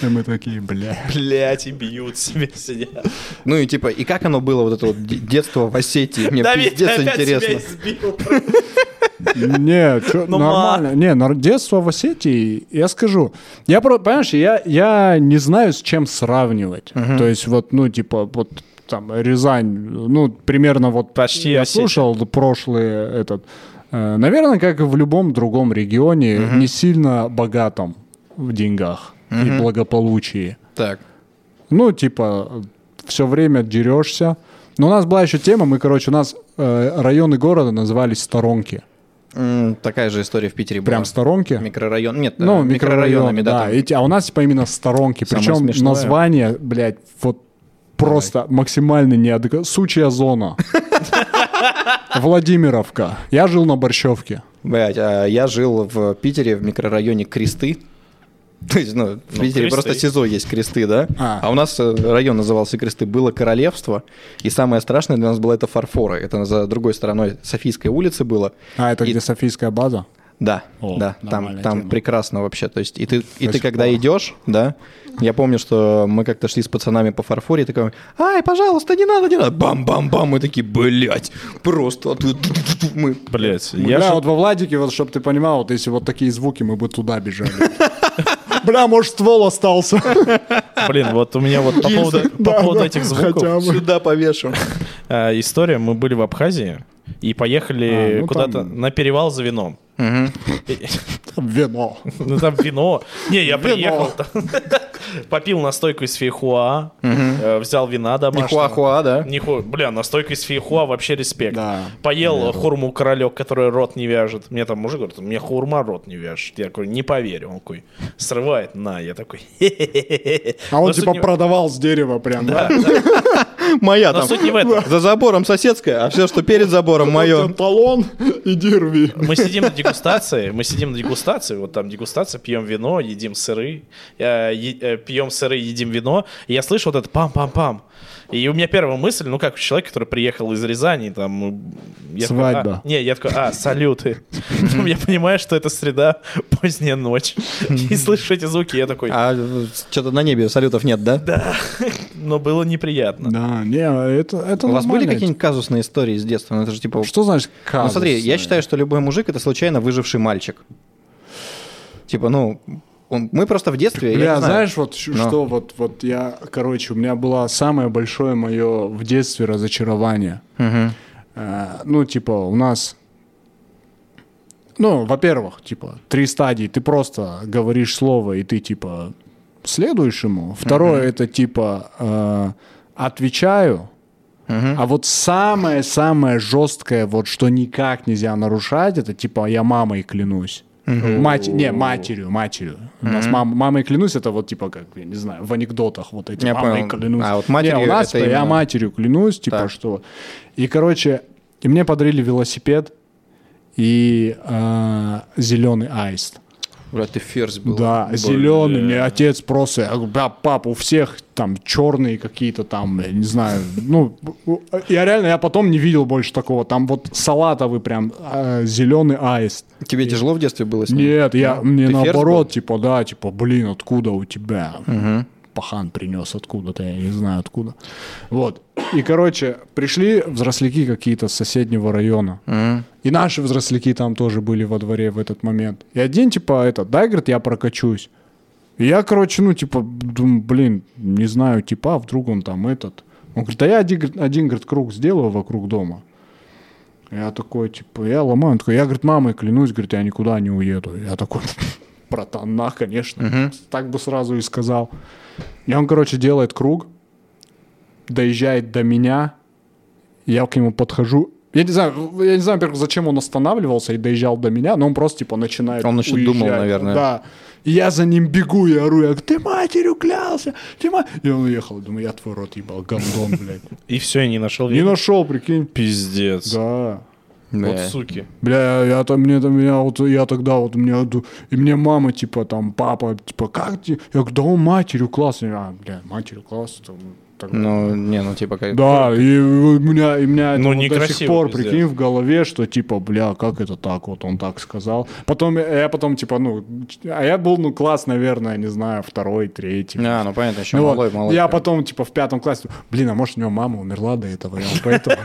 И мы такие, бля. Блять, и бьют себе сидят. Ну и типа, и как оно было вот это вот де- детство в Осетии? Мне Давид, пиздец опять тебя интересно. избил. [LAUGHS] Не, чё, Ну, нормально. Не, нар- детство в Осетии, я скажу. Я, про- понимаешь, я, я не знаю, с чем сравнивать. То есть вот, ну, типа, вот там Рязань, ну, примерно вот... Почти Я Осетия. слушал прошлый этот... э, Наверное, как и в любом другом регионе, не сильно богатом в деньгах и благополучии. Так. Ну, типа, все время дерешься. Но у нас была еще тема, мы, короче, у нас э, районы города назывались сторонки. М, Такая же история в Питере была. Прям сторонки. Микрорайон. Нет, Ну, э, микрорайонами, микрорайоны, да. да. там. И те- а у нас, типа, именно сторонки. Самое Причем смешное. название, блядь, вот просто максимально неадекватно. Сучья [LAUGHS] зона. Владимировка. Я жил на Борщевке. Блядь, а я жил в Питере в микрорайоне Кресты. [LAUGHS] То есть, ну, в Питере Кресты. просто СИЗО есть Кресты, да? А. А. у нас э, район назывался Кресты. Было королевство, и самое страшное для нас было это фарфоры. Это за другой стороной Софийской улицы было. А, это И- где Софийская база? Да, О, да, там, нормальная там тема. прекрасно вообще. То есть, и ты, и До ты сих когда пор. идешь, да, я помню, что мы как-то шли с пацанами по фарфоре, и такой, ай, пожалуйста, не надо, не надо. Бам-бам-бам, мы такие, блядь, просто оттуда ту-ту-ту-ту». мы Блять, Бля, я же- вот во Владике, вот, чтобы ты понимал, вот если вот такие звуки, мы бы туда [LAUGHS] бежали. Бля, может, ствол [LAUGHS] остался. Блин, вот у меня вот по поводу, по Да, поводу да, этих звуков хотя бы. сюда повешен. э, история. Мы были в Абхазии и поехали А, ну куда-то там- на перевал за вином. Вино. Ну там вино. Не, Вино. я приехал там. [LAUGHS] Попил настойку из фейхуа, э, взял вина домашнего. Нихуахуа, да? Нихуя, бля, настойка из фейхуа, вообще респект. Да. Поел хурму королек, который рот не вяжет. Мне там мужик говорит, мне хурма рот не вяжет. Я такой, не поверю. Он такой, срывает, на. Я такой, [LAUGHS] «Хе-хе-хе-хе-хе». А Но он суть типа не- продавал с дерева прям, да? Моя Но там. суть не в этом. За забором соседская, а все, что перед забором, мое. Вот талон, иди рви. Мы сидим на дегустации, мы сидим на дегустации, вот там дегустация, пьем вино, едим сыры, э, е- э, пьем сыры, едим вино, и я слышу вот это пам-пам-пам. И у меня первая мысль, ну как человек, который приехал из Рязани, там... м, я такой, а, Свадьба. не, я такой, а, салюты. [LAUGHS] Потом я понимаю, что это среда, поздняя ночь. И слышу эти звуки, я такой, А что-то на небе салютов нет, да? да, но было неприятно. Да, не, это, это У вас были нормально. какие-нибудь казусные истории с детства? Ну, это же типа... Что значит казус? Ну смотри, я считаю, что любой мужик это случайно выживший мальчик. Типа, ну, он- мы просто в детстве. я Бля, не знаю. знаешь, вот щ- Но. что вот, вот я, короче, у меня было самое большое мое в детстве разочарование. Мгм. Э, ну, типа, у нас... Ну, во-первых, типа, три стадии. Ты просто говоришь слово, и ты, типа, следуешь ему. Второе, это, типа, э, отвечаю. А вот самое-самое жесткое, вот что никак нельзя нарушать, это, типа, я мамой клянусь. Мать, не, матерью, матерью. У нас мам- мамой клянусь, это вот типа как, я не знаю, в анекдотах вот эти Я мамой понял. клянусь. А вот Не, матерью у нас, типа, это я именно- матерью клянусь, типа Так. что. И, короче, и мне подарили велосипед и зеленый аист. Бля, ты ферзь был. Да, зеленый. Мне отец просто, я говорю, бля, пап, у всех там черные какие-то там, я не знаю. Ну, у- я реально, я потом не видел больше такого. Там вот салатовый прям зеленый аист. Тебе тяжело в детстве было с ним? Нет, я мне Ну, Ты ферзь наоборот, типа, да, типа, блин, откуда у тебя? пахан принес откуда-то, я не знаю откуда. Вот. И, короче, пришли взросляки какие-то с соседнего района. Мгм. И наши взросляки там тоже были во дворе в этот момент. И один, типа, этот, дай, говорит, я прокачусь. И я, короче, ну, типа, думаю, блин, не знаю, типа, вдруг он там этот. Он говорит, да я один, говорит, один, говорит, круг сделаю вокруг дома. Я такой, типа, я ломаю. Он такой, я, говорит, мамой клянусь, говорит, я никуда не уеду. Я такой, [LAUGHS] братан, на, конечно. Мгм. Так бы сразу и сказал. И он, короче, делает круг, доезжает до меня, я к нему подхожу. Я не знаю, я не знаю, во-первых, зачем он останавливался и доезжал до меня, но он просто, типа, начинает Он начнет уезжать. думал, наверное. Да. И я за ним бегу и ору, я говорю, ты матерью клялся, ты ма-» И он уехал, думаю, я твой рот ебал, гандон, [LAUGHS] блядь. И все, я не нашел. Не нашел, прикинь. Пиздец. Да. Вот Да. суки. Бля, я там, мне там, меня вот, я тогда вот, у меня, ду- и мне мама, типа, там, папа, типа, как ты? Я говорю, да он матерью классно. А, бля, матерью классно. там, так- Ну, не, ну типа как... да, и у меня, и у меня это Ну, вот до сих некрасиво, пор, пиздец. прикинь, в голове, что, типа, бля, как это так, вот он так сказал. Потом, я я потом, типа, ну, а я был, ну, класс, наверное, не знаю, второй, третий. А, ну понятно, еще Ну вот, малой, малой. я потом, типа, в пятом классе, блин, а может, у него мама умерла до этого, и он поэтому...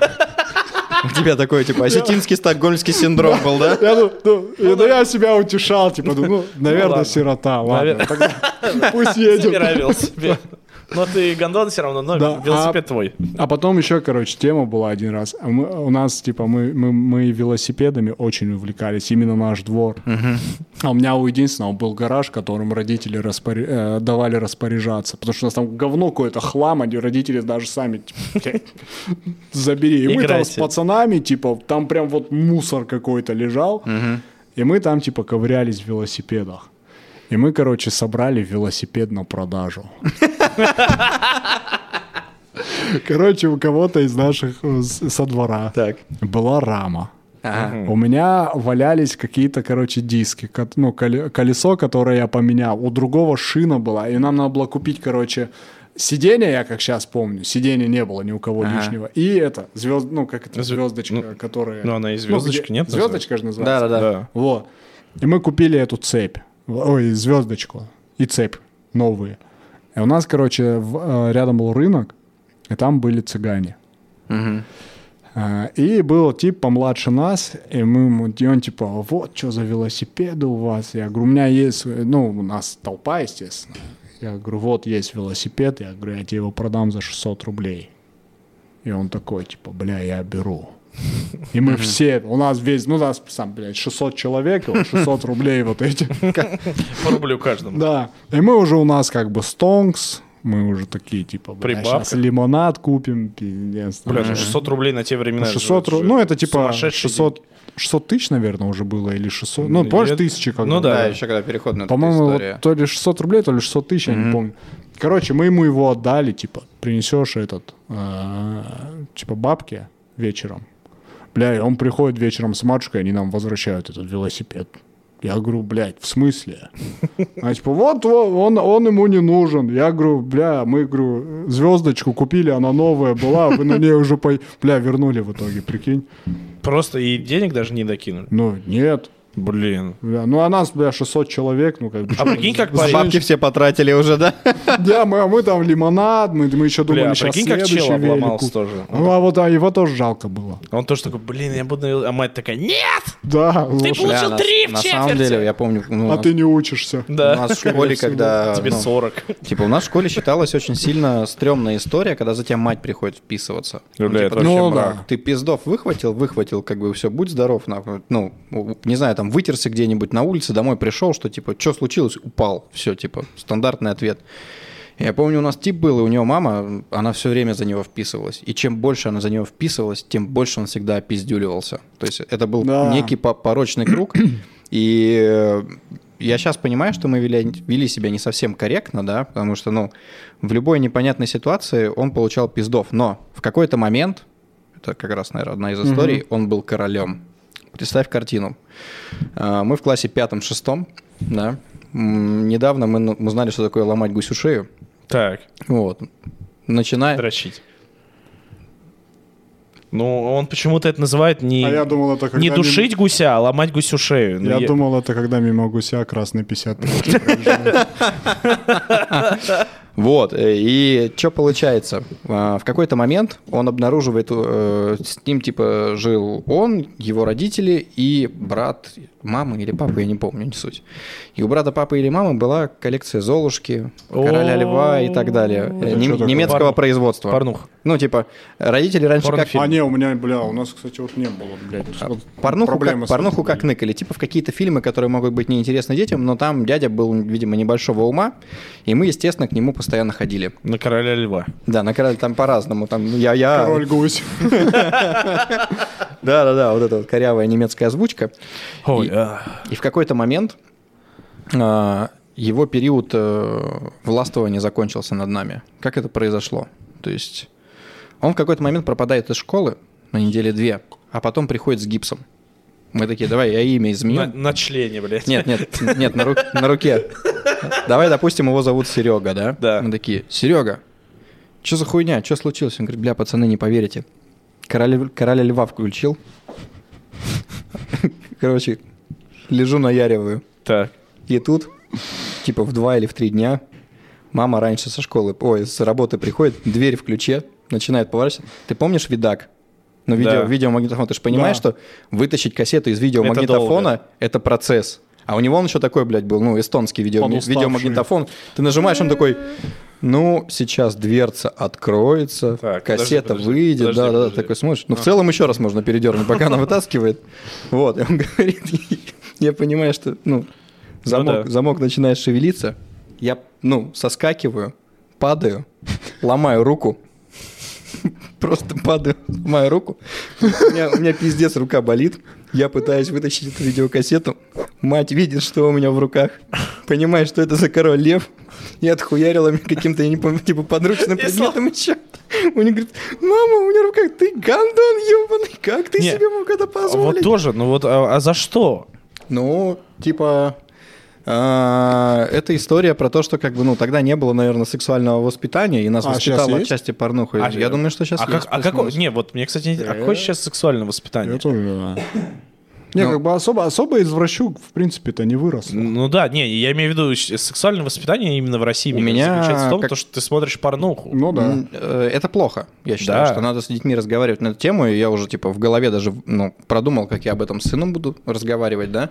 У тебя такой, типа, осетинский стокгольмский синдром был, да? Я, ну, ну, я- ну, я себя утешал, типа, думаю, ну, наверное, ладно. сирота, ладно, Навер- тогда [LAUGHS] пусть едет. Забирай велосипед. Но ты гондон все равно, но Да, велосипед твой. А потом еще, короче, тема была один раз. А мы- у нас, типа, мы, мы, мы велосипедами очень увлекались, именно наш двор. А у меня у единственного был гараж, которым родители распори- э, давали распоряжаться, потому что у нас там говно какое-то, хлам, они родители даже сами, типа, «Блядь, забери. И мы там с Играйте. пацанами, типа, там прям вот мусор какой-то лежал, и мы там, типа, ковырялись в велосипедах. И мы, короче, собрали велосипед на продажу. Короче, у кого-то из наших э, с- со двора Так. была рама. Ага. У меня валялись какие-то, короче, диски. Ко- Ну, коле- колесо, которое я поменял. У другого шина была. И нам надо было купить, короче, сиденье, я как сейчас помню. Сиденья не было ни у кого Ага. лишнего. И это, звезд, ну, как это, Зв- звездочка, ну, которая... ну, она и звездочка, где- нет, Звездочка же называется. Да-да-да. Вот. И мы купили эту цепь. Ой, звездочку. И цепь. Новые. И у нас, короче, в- э, рядом был рынок, и там были цыгане. Мгм. А, И был тип помладше нас, и мы ему, и он типа, вот что за велосипеды у вас? Я говорю, у меня есть, свой-» ну, у нас толпа, естественно. Я говорю, вот есть велосипед, я говорю, я тебе его продам за 600 рублей. И он такой, типа, бля, я беру. И мы все, у нас весь, ну, у нас, сам, блядь, 600 человек, и вот 600 рублей вот [LAUGHS] эти. По рублю каждому. Да. И мы уже у нас как бы стонкс, мы уже такие, типа, бля, Прибавка. сейчас лимонад купим, пиздец. Э, Бля, ну 600 рублей на те времена. Ну, 600 же ру- Ну, это типа сумасшедшие 600, 600 тысяч, наверное, уже было, или 600. Ну, Ну, помнишь, я- тысячи как ну бы, да. Да, еще когда переход на По-моему, вот история. то ли 600 рублей, то ли 600 тысяч, я не помню. Короче, мы ему его отдали, типа, принесешь этот, э, типа, бабки вечером. Бля, и он приходит вечером с матушкой, они нам возвращают этот велосипед. Я говорю, блядь, в смысле? Она типа, вот во- он, он ему не нужен. Я говорю, бля, мы, говорю, звездочку купили, она новая была, вы на ней уже, по... бля, вернули в итоге, прикинь. деньги. Просто и денег даже не докинули. Ну, нет. Блин. Бля, ну, а нас, бля, 600 человек, ну, как бы... А прикинь, как А парень... Бабки все потратили уже, да? Да, мы, а мы там лимонад, мы, мы еще думали, Бля, а сейчас прикинь, как следующий чел велик обломался купим. тоже. Ну, а вот а его тоже жалко было. Он тоже такой, блин, я буду... на вел-». А мать такая, нет! Да, слушай, получил Бля, на- три в На самом четверти. деле, я помню, ну, а ты не учишься. у Да. нас [LAUGHS] в школе, когда... Тебе ну, 40. Типа у нас в школе считалась очень сильно стрёмная история, когда за тебя мать приходит вписываться. Бля, типа, это вообще ну, брак. да. Ты пиздов выхватил, выхватил, как бы все, будь здоров, нахуй. ну, у- не знаю, там вытерся где-нибудь на улице, домой пришел, что типа, что случилось, упал, все, типа, стандартный ответ. Я помню, у нас тип был, и у него мама, она все время за него вписывалась. И чем больше она за него вписывалась, тем больше он всегда опиздюливался. То есть это был Да. некий по- порочный круг. И э, я сейчас понимаю, что мы вели, вели себя не совсем корректно, да, потому что, ну, в любой непонятной ситуации он получал пиздов. Но в какой-то момент, это как раз, наверное, одна из историй, он был королем. Представь картину. А, Мы в классе пятом-шестом, да. М, Недавно мы ну- мы узнали, что такое ломать гусю шею. Так, Вот. Начинаем. дрочить. Ну, он почему-то это называет не... А я думал, это когда... Не мимо- душить гуся, а ломать гусю шею. Ну, Я думал, это когда мимо гуся красный 50. Вот, Э, и что получается? А, В какой-то момент он обнаруживает, э, с ним типа жил он, его родители и брат мамы или папы, я не помню, не суть. И у брата папы или мамы была коллекция Золушки, Короля О, Льва и так далее, это Э, что нем- такое? немецкого Порнуха. производства. Порнух. Ну, типа, родители раньше как... А, Порнофильм. А не, у меня, бля, у нас, кстати, вот не было, блядь. Вот Порнуху проблемы как, с порнуху этим как были. ныкали. Типа в какие-то фильмы, которые могут быть неинтересны детям, но там дядя был, видимо, небольшого ума, и мы, естественно, к нему постоянно ходили. На короля льва. Да, на король там по-разному. Там ну, я, я... Король гусь. Да, да, да, вот эта вот корявая немецкая озвучка. Ой, И- а. И в какой-то момент а, его период э, властвования закончился над нами. Как это произошло? То есть он в какой-то момент пропадает из школы на неделе две, а потом приходит с гипсом. Мы такие, давай, я имя изменю. на, на члене, блядь. Нет, нет, нет, на, ру- на руке. Давай, допустим, его зовут Серега, да? Да. Мы такие, Серега, что за хуйня, что случилось? Он говорит, бля, пацаны, не поверите. Короля, короля льва включил. Короче, лежу наяриваю. Так. И тут, типа, в два или в три дня мама раньше со школы, ой, с работы приходит, дверь в ключе, начинает поворачиваться. Ты помнишь видак? Ну, видео, Да. видеомагнитофон. Ты же понимаешь, Да. что вытащить кассету из видеомагнитофона долго. это процесс. А у него он еще такой, блядь, был, ну, эстонский видео, Подуставший. видеомагнитофон. Ты нажимаешь, он такой, ну, сейчас дверца откроется, Так, подожди, кассета подожди, выйдет, подожди, да-да-да, подожди. такой смотришь. Ну, в целом еще раз можно передернуть, пока она вытаскивает. Вот, и он [LAUGHS] говорит, я понимаю, что, ну, замок, да. замок начинает шевелиться, я, ну, соскакиваю, падаю, ломаю руку, просто падаю, ломаю руку, у меня, у меня пиздец рука болит, я пытаюсь вытащить эту видеокассету, мать видит, что у меня в руках, понимает, что это за король лев, и отхуярила меня каким-то, я не помню, типа подручным предметом еще. У нее говорит, мама, у меня в руках, ты гандон ебаный, как ты Не, себе мог это Вот позволить? тоже, ну вот, а, а за что? Ну, типа, а, это история про то, что как бы, ну, тогда не было, наверное, сексуального воспитания, и нас А щас воспитала есть? отчасти порнуха. А, Я думаю, что сейчас а как, а какой, не, вот мне, кстати, не- а какое Да. Э? сейчас сексуальное воспитание? Я тоже, да. Не, Ну. как бы особо, особо из вращук, в принципе-то, не вырос. Ну да, не, я имею в виду щ- сексуальное воспитание именно в России. У мне кажется, меня заключается в том, как- то, что ты смотришь порнуху. Ну да. М, э, Это плохо, я считаю, Да. что надо с детьми разговаривать на эту тему, и я уже, типа, в голове даже, ну, продумал, как я об этом с сыном буду разговаривать, да?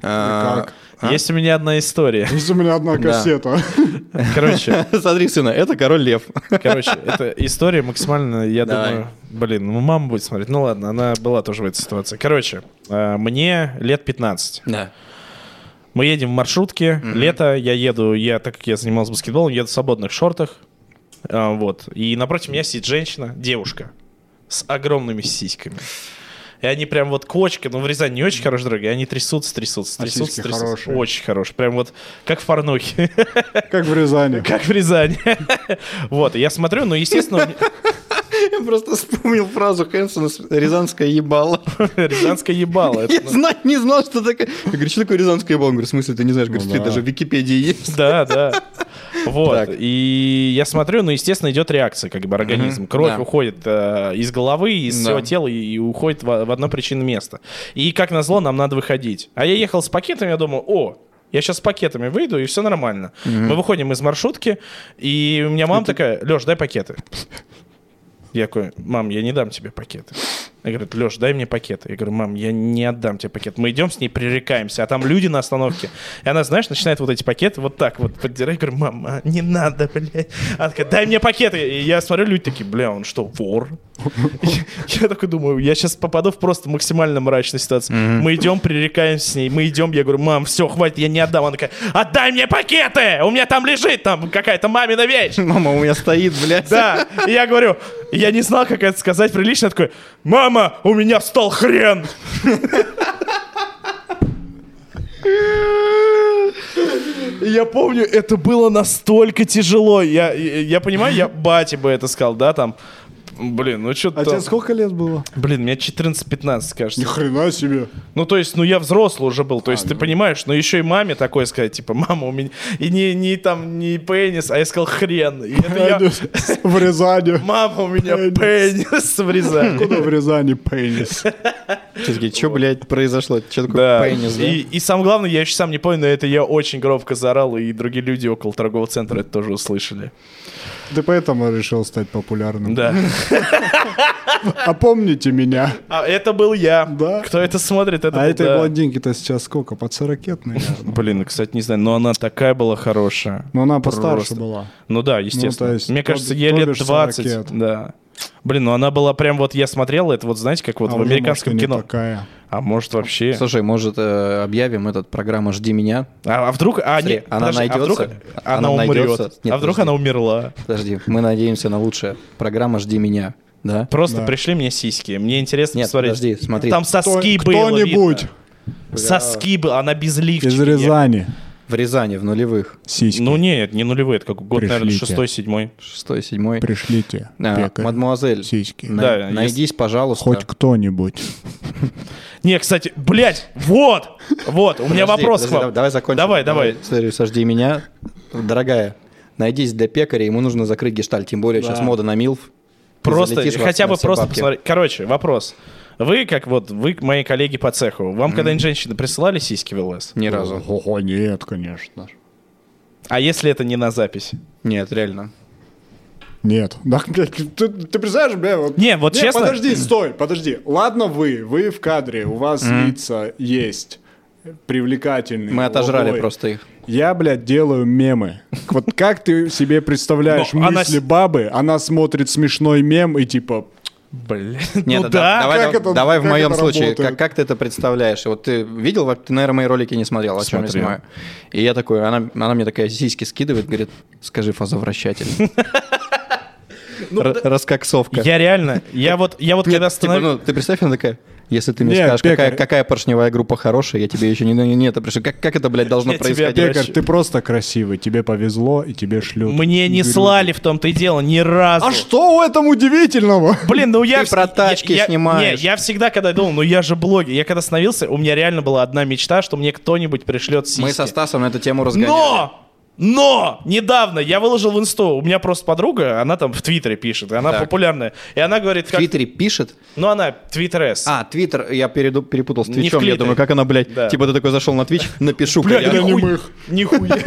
А, как? а? Есть у меня одна [LAUGHS] история. Здесь у меня одна Да. кассета. [LAUGHS] Короче, Э, [LAUGHS] Смотри, сына, это король лев. короче, эта история максимально, я Давай. думаю, блин, ну мама будет смотреть. Ну ладно, она была тоже в этой ситуации. Короче, э, мне лет 15. Да. Мы едем в маршрутке, лето, я еду, я, так как я занимался баскетболом, еду в свободных шортах, А, вот, и напротив меня сидит женщина, девушка, с огромными сиськами. И они прям вот кочки, ну в Рязани не очень хорошие дороги, они трясутся, трясутся, А трясутся, сиськи трясутся. хорошие. Очень хорошие, прям вот как в порнухе, [LAUGHS] Как в Рязани. как в Рязани. [LAUGHS] Вот, и я смотрю, ну естественно, у меня- Я просто вспомнил фразу Хэнсона с- «Рязанское ебало». [LAUGHS] рязанское ебало. Это, Я ну, знать не знал, что такое. Я говорю, что такое Рязанское ебало? Он говорит, в смысле, ты не знаешь? Говорит, Ну ты да. даже в Википедии есть. [LAUGHS] Да, да. Вот. Так. И я смотрю, ну, естественно, идет реакция, как бы организм. Мгм, Кровь да. уходит э, из головы, из Да. всего тела и, и уходит в, в одно причинное место. И как назло, нам надо выходить. А я ехал с пакетами, я думаю, о, я сейчас с пакетами выйду, и все нормально. Мы выходим из маршрутки, и у меня мама такая, Леш, дай пакеты. Я такой, мам, я не дам тебе пакеты. Она говорит, Леш, дай мне пакеты. Я говорю, мам, я не отдам тебе пакет. Мы идем с ней, пререкаемся, а там люди на остановке. И она, знаешь, начинает вот эти пакеты вот так вот поддирать. Я говорю, мам, а, не надо, блядь. Она такая, дай мне пакеты. И я смотрю, люди такие, бля, он что, вор? Я такой думаю, я сейчас попаду в просто максимально мрачную ситуацию. Мы идем, пререкаемся с ней, мы идем, я говорю, мам, все, хватит, я не отдам. Она такая, отдай мне пакеты, у меня там лежит там какая-то мамина вещь. Мама у меня стоит, блядь. Да, и я говорю, я не знал, как это сказать прилично, я такой, мама, у меня встал хрен. И Я помню, это было настолько тяжело. Я, я, я понимаю, я бате бы это сказал, да, там. Блин, ну что А тебе сколько лет было? Блин, мне 14-15, кажется. Ни хрена себе. Ну, то есть, ну, я взрослый уже А, был. То есть, ты ну. понимаешь, но еще и маме такое сказать, типа, мама, у меня... И не, не там, не пенис, а я сказал хрен. И [LAUGHS] это я- В [LAUGHS] Рязани. Мама, у меня Пенис. пенис в Рязани. Откуда в Рязани пенис? Все такие, что, блядь, произошло? Что такое Да. [LAUGHS] пенис, да? И, и самое главное, я еще сам не понял, но это я очень громко заорал, и другие люди около торгового центра это тоже услышали. Ты поэтому решил стать популярным. [LAUGHS] Да. А помните меня. А это был я. Да. Кто это смотрит, это А был- этой да. блондинки-то сейчас сколько? Под 40 наверное. Блин, ну, кстати, не знаю, но она такая была хорошая. Но она Просто. постарше была. Ну да, естественно. то есть Мне Тоби- кажется, ей Тоби лет ж 20. 40 лет. Да. Блин, ну она была прям вот, я смотрел это, вот знаете, как вот А в уже, американском может, и не кино. такая. А может вообще... Слушай, может, э, объявим этот программа «Жди меня»? А, а вдруг... А, Смотри, не, она подожди, а вдруг найдется? она, Она умрет? найдется? Нет, а вдруг подожди. она умерла? Подожди, мы надеемся на лучшее. Программа «Жди меня», да? Просто Да. пришли мне сиськи. Мне интересно Нет, посмотреть. подожди, смотри. Там Кто- соски были. Кто-нибудь Соски бы, она без лифчика. из Рязани. В Рязани, в нулевых. Сиськи. Ну нет, не нулевые, это как год, наверное, Пришлите. шестой, седьмой. Шестой, [LAUGHS] седьмой. Пришлите. А, пекарь, Мадмуазель, Сиськи. на- Да, найдись, пожалуйста. Хоть кто-нибудь. Не, кстати, блядь, вот, вот, у меня Подожди, вопрос подожди, к вам. дав- Давай закончим. Давай, давай. Смотри, сожди меня. Дорогая, найдись для пекаря, ему нужно закрыть гештальт, тем более сейчас мода на милф. Ты Просто, залетишь во- хотя на бы все просто бабки. посмотреть. Короче, вопрос. Вы, как вот, вы, мои коллеги по цеху, вам когда-нибудь женщины присылали сиськи в ЛС? Ни разу. Ого, нет, конечно. А если это не на запись? Нет, реально. Нет. Да, блядь, ты, ты представляешь, бля, вот... Не, вот честно- подожди, стой, подожди. Ладно вы, вы в кадре, у вас лица есть привлекательные. Мы отожрали молодой. просто их. Я, блядь, делаю мемы. Вот как ты себе представляешь Но она мысли с- бабы, она смотрит смешной мем и типа... Блин. Нет, ну да- да. давай, как это- давай в как моем это случае. работает? Как, как ты это представляешь? Вот ты видел, во- ты, наверное, мои ролики не смотрел, о чем я Смотрел. снимаю. И я такой, она, она мне такая сиськи скидывает, говорит, скажи фазовращатель. Р- Раскоксовка. Ну, Я реально, я вот, я вот Нет, когда типа, становлюсь... ну, ты представь, она такая, если ты мне Нет, скажешь, какая, пекарь. какая поршневая группа хорошая, я тебе еще не, не, не это пришлю. Как, как это, блядь, должно Я тебя происходить? опять- Пекарь, ты просто красивый, тебе повезло и тебе ну, шлют. Мне не Говорю, слали в том-то и дело ни разу. А что в этом удивительного? Блин, ну я... Ты вс- про я- тачки я- снимаешь. Не, я всегда, когда думал, ну я же блогер, я когда становился, у меня реально была одна мечта, что мне кто-нибудь пришлет сиськи. Мы со Стасом эту тему разгоняли. Но! Но! Недавно я выложил в инсту, у меня просто подруга, она там в Твиттере пишет, она Так. популярная. И она говорит, В как... Твиттере пишет. Ну, она твиттерес. А, Твиттер, я переду- перепутал с Не в Твичом. Я Твиттере. думаю, как она, блядь, Да. типа ты такой зашел на Твич, напишу. Блядь, я- это немых. Нихуя.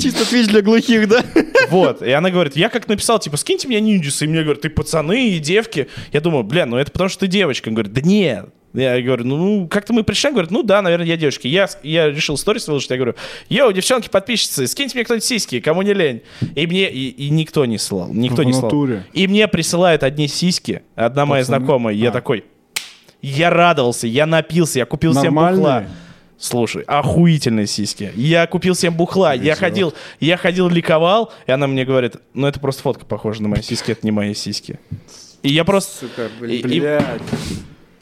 Чисто Твич для глухих, да? Вот. И она говорит, я как написал, типа, скиньте мне ниндзюса. И мне говорят, ты пацаны и девки. Я думаю, бля, ну это потому что ты девочка. Он говорит, да нет. Я говорю, ну, как-то мы пришли, говорит, ну да, наверное, я девочка. Я, с- я решил сторис выложить, я говорю, йоу, девчонки, подписчицы, скиньте мне кто-нибудь сиськи, кому не лень. И мне, и, и никто не слал, никто В не слал. натуре. И мне присылают одни сиськи, одна моя Пацаны? знакомая, я А. такой, я радовался, я напился, я купил Нормальные? всем бухла. Слушай, охуительные сиськи. Я купил всем бухла, я ходил, я ходил ликовал, и она мне говорит, ну это просто фотка похожа на мои сиськи, это не мои сиськи. И я просто... и- и-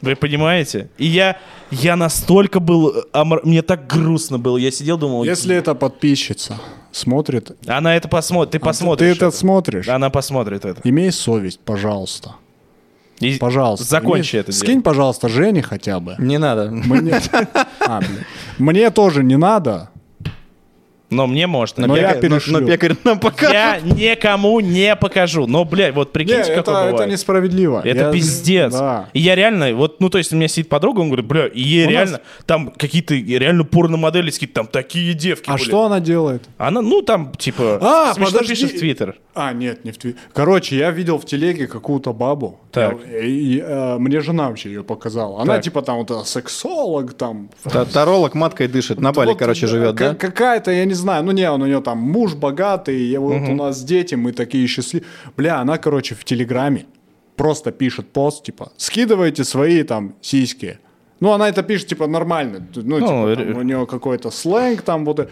вы понимаете? И я, я настолько был... э, амор- Мне так грустно было. Я сидел, думал... Если это подписчица смотрит, Она это посмотрит. А, Ты ты посмотришь. это это. смотришь, Она посмотрит это. имей совесть, пожалуйста. И- Пожалуйста. Закончи имей- это дело. Скинь, пожалуйста, Жене хотя [LAUGHS] бы. Не надо. Мне... А, блин. [LAUGHS] Мне тоже не надо. Но мне можно. Но я... я Пекарь- перешлю. Но, но пекарь нам пока. я никому не покажу. Но, блядь, вот Не, прикиньте, как это, какое это бывает. несправедливо. Это Я- пиздец. Да. И я реально, вот, ну, то есть у меня сидит подруга, он говорит, бля, и У ей нас- реально, там какие-то реально порно-модели, какие-то там такие девки А были. что она делает? Она, ну, там, типа, А, смешно подожди. пишешь в Твиттер. А, нет, не в Твиттере. Короче, я видел в телеге какую-то бабу. Так. Я- и, э, мне жена вообще ее показала. Она Так. типа там вот э, сексолог, там. Та- Таролог маткой дышит, на Бали, Вот, короче, э, живет, ка- да? Какая-то, я не знаю, ну не, он у нее там муж богатый, и вот у нас дети, мы такие счастливые. Бля, она, короче, в Телеграме просто пишет пост, типа, скидывайте свои там сиськи. Ну, она это пишет, типа, нормально. Ну, типа, там, ре- у нее какой-то сленг там вот. э.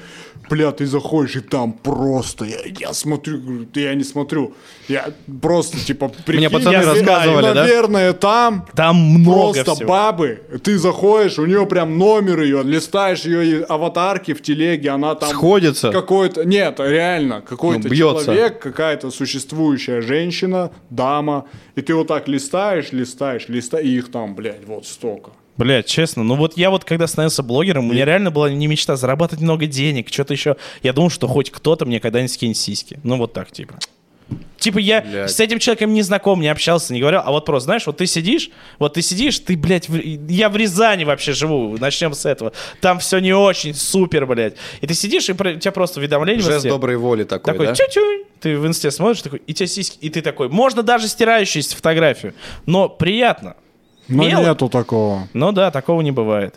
Бля, ты заходишь, и там просто... Я, я смотрю, говорю, «Да я не смотрю. Я просто, типа, прикинь, пацаны я- рассказывали, да? Наверное, там Там много Просто всего. бабы, ты заходишь, у нее прям номер ее, листаешь ее аватарки в телеге, она там... Сходится. Какой-то... Нет, реально, какой-то Ну, бьется. человек, какая-то существующая женщина, дама, и ты вот так листаешь, листаешь, листаешь, и их там, блядь, вот столько. Блядь, честно, ну вот я вот когда становился блогером, у меня реально была не мечта зарабатывать много денег, что-то еще. Я думал, что хоть кто-то мне когда-нибудь скинет сиськи. Ну вот так, типа. Типа я Блядь. с этим человеком не знаком, не общался, не говорил, а вот просто, знаешь, вот ты сидишь, вот ты сидишь, ты, блядь, в- я в Рязани вообще живу, начнем с этого. Там все не очень супер, блядь. И ты сидишь, и про- у тебя просто уведомление в Жест инсте. доброй воли такой, Такой, да? тю-тюнь. Ты в инсте смотришь, такой, и тебе сиськи, и ты такой, можно даже стирающуюся фотографию, но приятно. Но Мело. нету такого. Ну да, Ну, такого не бывает.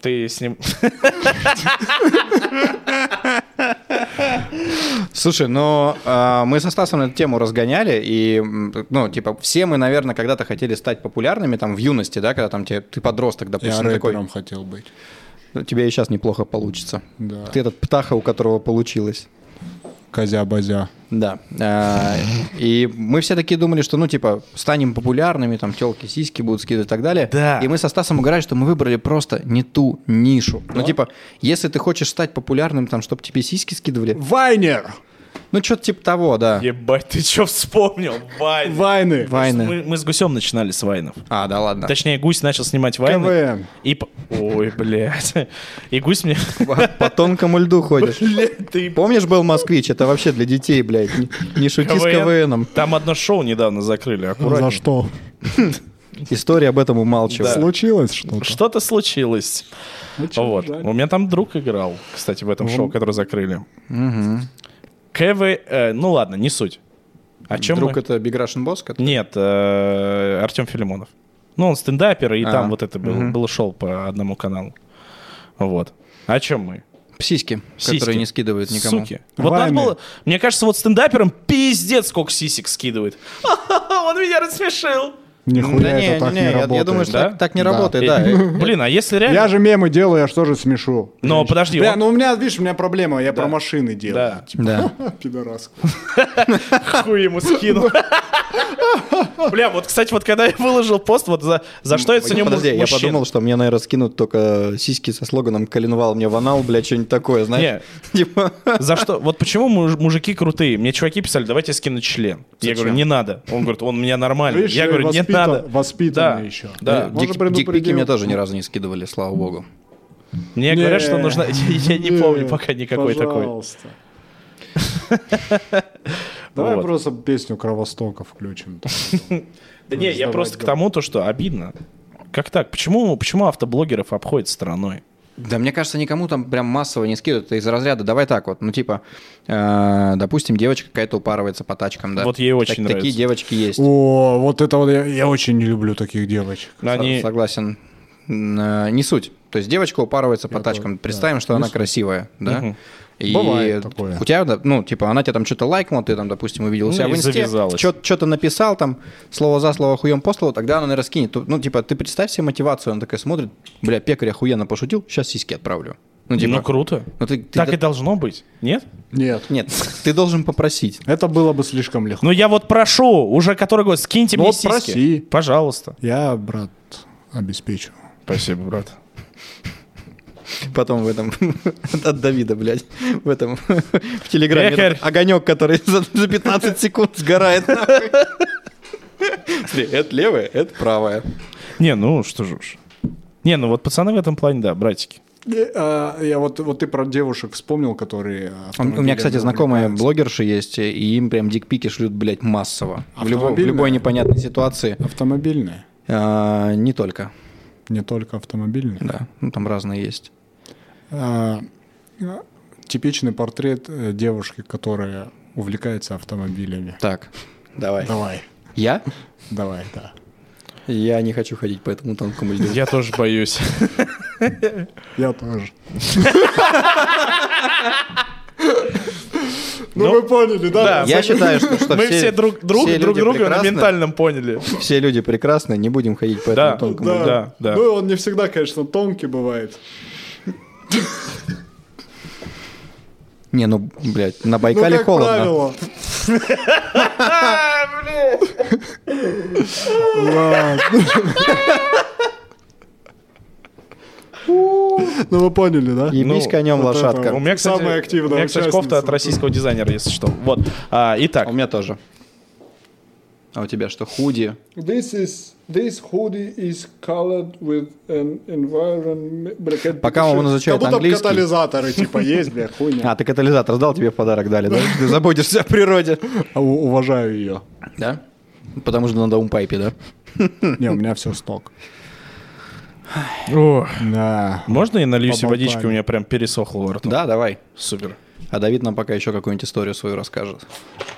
Ты с ним... [LAUGHS] Слушай, ну а, мы со Стасом эту тему разгоняли, и, м, ну, типа, все мы, наверное, когда-то хотели стать популярными, там, в юности, да, когда там тебе, ты подросток, Я допустим, такой. рэпером хотел быть. «Ну, Тебе и сейчас неплохо получится. Да. Ты этот птаха, у которого получилось. Козя-базя. Да. А, И мы все такие думали, что, ну, типа, станем популярными, там, телки, сиськи будут скидывать и так далее. Да. И мы со Стасом угорали, что мы выбрали просто не ту нишу. Ну, типа, если ты хочешь стать популярным, там, чтобы тебе сиськи скидывали, Вайнер! ну, что-то типа того, да. Ебать, ты чё вспомнил? Вайн. Вайны! Вайны. Мы, мы с гусем начинали с вайнов. А, да ладно. Точнее, гусь начал снимать вайны. КВН. И... п- Ой, блядь. [LAUGHS] И [LAUGHS] гусь мне... По, по тонкому льду ходишь. Блядь, [LAUGHS] ты... Помнишь, был москвич? Это вообще для детей, блядь. Не, не шути с КВНом. Ну, Там одно шоу недавно закрыли, аккуратно. За что? История об этом умалчивает. Случилось что-то? Что-то случилось. Ну, вот. У меня там друг играл, кстати, в этом шоу, которое закрыли. КВ... э, ну ладно, не суть. О чем Вдруг мы? это Big Russian Boss? который- Нет, э, Артем Филимонов. Ну, он стендапер, и А, там вот это было, мгм. было шоу по одному каналу. Вот. О чем мы? Сиськи, Сиськи. которые не скидывают никому. Суки. Вот надо Вайны. было... Мне кажется, вот стендаперам пиздец сколько сисек скидывает. [LAUGHS] Он меня рассмешил. Нихуя Да не, это так не, не я- я, думаю, работает. что да? так, так не Да. работает, да. Э, Блин, а если реально... Я же мемы делаю, я же тоже смешу. Но подожди, Бля, он- ну у меня, видишь, у меня проблема, я про машины Да. делаю. [LAUGHS] Да. [LAUGHS] Типа, Пидораску. хуй ему скинул. [LAUGHS] Бля, вот, кстати, вот когда я выложил пост, вот за, за что я ценю Подожди, му- я мужчин. подумал, что мне, наверное, скинут только сиськи со слоганом «Коленвал мне в анал», блядь, что-нибудь такое, знаешь? [LAUGHS] Типа, За что? Вот почему муж- мужики крутые? Мне чуваки писали, давайте я скину член. Я Зачем? говорю, не надо. Он говорит, он у меня нормальный. Видишь, я я говорю, нет, воспитан- надо. воспитанный Да, еще. Да. Можно дик- предупредил? дикпики мне тоже ни разу не скидывали, слава богу. Мне Не, говорят, что нужно... [LAUGHS] Я не помню пока никакой такой. Э, [LAUGHS] пожалуйста. Давай Вот. просто песню Кровостока включим. [LAUGHS] Да не, я Раздавать, просто к да. тому, то, что обидно. Как так? Почему, почему автоблогеров обходят стороной? Да, мне кажется, никому там прям массово не скидывают. Это из разряда, давай так вот, ну типа, э, допустим, девочка какая-то упарывается по тачкам, да. Вот ей очень Так- Такие нравится. девочки есть. О, вот это вот я, я очень не люблю таких девочек. Они... Сог- Согласен. М, э, Не суть. То есть девочка упарывается по тачкам. Представим, что она красивая, да? Мгм. И Бывает такое. У тебя, да, ну, типа, она тебя там что-то лайкнула, ты там, допустим, увидел у Ну себя и в инсте, завязалась. что-то написал там, слово за слово, хуем по слову, тогда она, наверное, скинет. Тут, Ну, типа, ты представь себе мотивацию, она такая смотрит, бля, пекарь охуенно пошутил, сейчас сиськи отправлю. Ну, типа, Ну, круто. ну, ты- ты Так до- и должно быть, нет? Нет. Нет, ты должен попросить. Это было бы слишком легко. Ну я вот прошу, уже который год, скиньте Ну мне вот сиськи. проси. Пожалуйста. Я, брат, обеспечу. Спасибо, брат. Потом в этом [LAUGHS] от Давида, блядь, в этом [LAUGHS] в телеграме Пекарь. этот огонек, который за, за 15 секунд сгорает. нахуй. Смотри, это левая, это правая. Не, ну что же уж. Не, ну вот пацаны в этом плане, да, братики. Э, а, я вот, вот ты про девушек вспомнил, которые... У меня, кстати, знакомые блогерши есть, и им прям дикпики шлют, блядь, массово. В, любой- в Автомобильные? любой непонятной ситуации. Автомобильные. А, не только, Не только автомобильные. да. Ну, там разные есть. А, а, типичный портрет э, девушки, которая увлекается автомобилями. Так, давай. Давай, Я? давай, да. Я не хочу ходить по этому тонкому льду. Я тоже боюсь. Я тоже. Ну, Ну вы поняли, да? да. Я считаю, что, что Мы все друг друг- все друг люди друга на прекрасны. ментальном поняли. Все люди прекрасны, не будем ходить по Да. этому тонкому льду. Да, да. Ну он не всегда, конечно, тонкий бывает. Не, ну, блядь, Ну, на Байкале как холодно. правило. Ладно. [LAUGHS] Ну вы поняли, да? Ебись Ну, конем, вот это лошадка. вот. У меня, кстати, Самая активная у меня, кстати, участница. А, кофта от российского дизайнера, если что. Вот. А, А итак, У меня тоже. А у тебя что, худи? This is this hoodie is colored with an environment. Бля, как- Пока он Как изучает будто английский... катализаторы, типа, есть, бля, хуйня. А, ты катализатор сдал, тебе в подарок дали, да? Ты заботишься о природе. А, У- Уважаю [LAUGHS] ее. Да? Потому что на даунпайпе, да? Не, у меня все сток. О, Да. Можно я налью себе Поболтаем. водички? У меня прям пересохло во рту. Да, давай. Супер. А Давид нам пока еще какую-нибудь историю свою расскажет.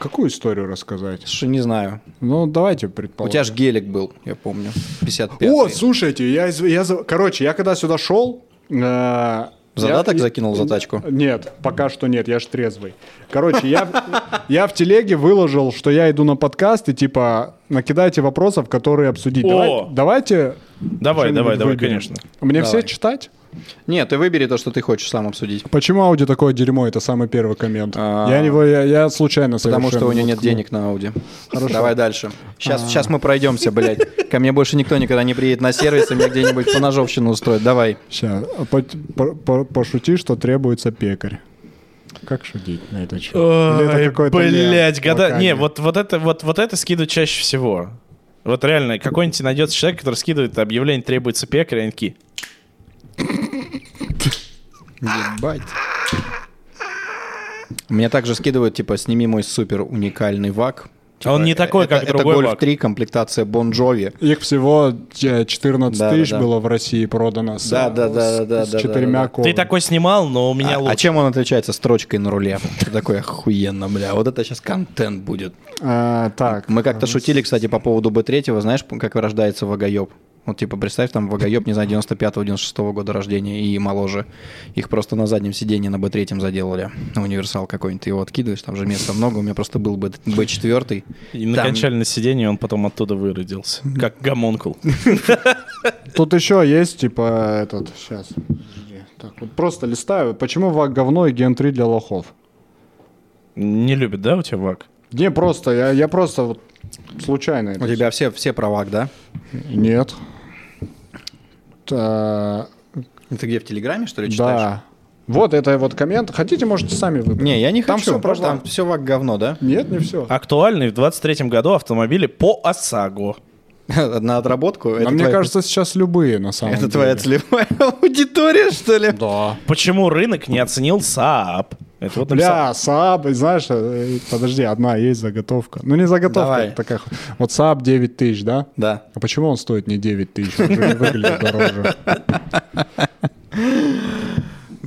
Какую историю рассказать? Слушай, не знаю. Ну, давайте У предположим. тебя же гелик был, я помню. 55 О, слушайте, я, из- я за- короче, я когда сюда шел, э, Задаток закинул за тачку? Нет, пока что нет, я ж трезвый. Короче, я, в- я в телеге выложил, что я иду на подкаст и типа накидайте вопросов, которые обсудить. О! Давай- Давайте. Давай, что-нибудь давай, давай, выберем. конечно. Мне Давай. все читать? Нет, ты выбери то, что ты хочешь сам обсудить. Почему аудио такое дерьмо? Это самый первый коммент. А. Я его, я, я случайно Потому что у совершенно нее нет воткнул. денег на Ауди. Давай дальше. Сейчас, А. сейчас мы пройдемся, блядь. Ко мне больше никто никогда не приедет на сервис, и мне где-нибудь поножовщину устроит. Давай. Ща, а по- по- по- пошути, что требуется пекарь. Как шутить на это чё? Или это какой-то мем Блять, года. локальный? Не, вот, вот это вот, вот это скидывают чаще всего. Вот реально, какой-нибудь найдется человек, который скидывает объявление, требуется пекарь, и они такие, Ебать. Мне также скидывают, типа, сними мой супер уникальный вак. А он не Типа, э, такой, это- как другой Это Golf вак. 3, комплектация Бон Джови. Их всего э, 14 Да, да, тысяч да. было в России продано с, Да, да, да, да, с да, да, четырьмя да. колами. ты такой снимал, но у меня а, лучше. а чем он отличается строчкой на руле? Ты такой охуенно, бля. Вот это сейчас контент будет. А, так. Мы как-то шутили, кстати, по поводу Б3, знаешь, как рождается Вагоеб? Вот типа представь, там Вагоеб, не знаю, 95-96 года рождения и моложе. Их просто на заднем сиденье на Б3 заделали. Универсал какой-нибудь, ты его откидываешь, там же места много. У меня просто был Б- Б4. И на Там- кончальное сиденье он потом оттуда выродился. Как гомонкул. Тут еще есть, типа, этот, сейчас. Так, вот просто листаю. Почему ВАК говно и ген 3 для лохов? Не любит, да, у тебя вак? Не, просто, я, я просто вот случайно. это У тебя все, все про ВАК, да? всё. Нет. Та- Ты где, в Телеграме, что ли, читаешь? да. Вот это вот коммент. Хотите, можете сами выбрать. Не, я не Там хочу. всё про Там ВАК. все ВАК говно, да? [LAUGHS] Нет, не все. А Актуальный в 23 году автомобили по ОСАГО. На отработку. Но Это А мне твоя- кажется, сейчас любые на самом [LAUGHS] Это деле. твоя целевая [LAUGHS] аудитория, что ли? Да. Почему рынок не оценил СААП? Это вот написал. Бля, Saab, знаешь, э, подожди, одна есть заготовка. Ну не заготовка, Давай. это такая. ху- Вот Saab 9 тысяч, да? Да. А почему он стоит не 9 тысяч? Он же не выглядит дороже.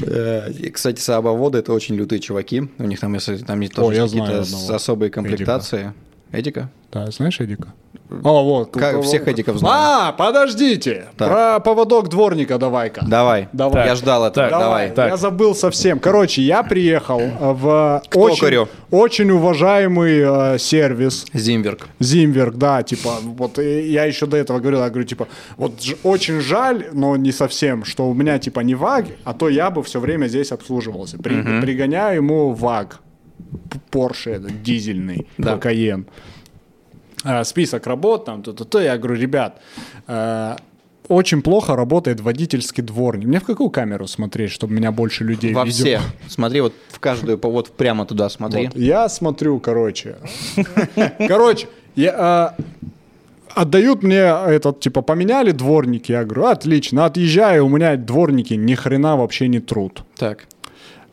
Э, и, Кстати, саабоводы это очень лютые чуваки. У них там, если там есть тоже я есть знаю какие-то одного. с- особые комплектации. Эдика? Да, знаешь Эдика? О, вот. Как вот, всех вот. Эдиков знаю. А, подождите. Так. Про поводок дворника давай-ка. Давай. Давай. Я ждал этого. Так. Давай. Так. Я забыл совсем. Короче, я приехал э, в очень, токарю. очень уважаемый э, сервис. Зимберг. Зимберг, да, типа, вот э, я еще до этого говорил, я говорю, типа, вот ж- очень жаль, но не совсем, что у меня, типа, не ВАГ, а то я бы все время здесь обслуживался. При- Пригоняю ему ВАГ, П- Порше этот дизельный, Да. Каен. А, список работ там, то-то-то, я говорю, ребят, э, очень плохо работает водительский дворник. Мне в какую камеру смотреть, чтобы меня больше людей Во видел? все. Смотри, вот в каждую, по- вот прямо туда смотри. Вот, я смотрю, короче. [LAUGHS] Короче, я, а, отдают мне этот, типа, поменяли дворники. Я говорю, отлично, отъезжаю, у меня дворники ни хрена вообще не труд. Так.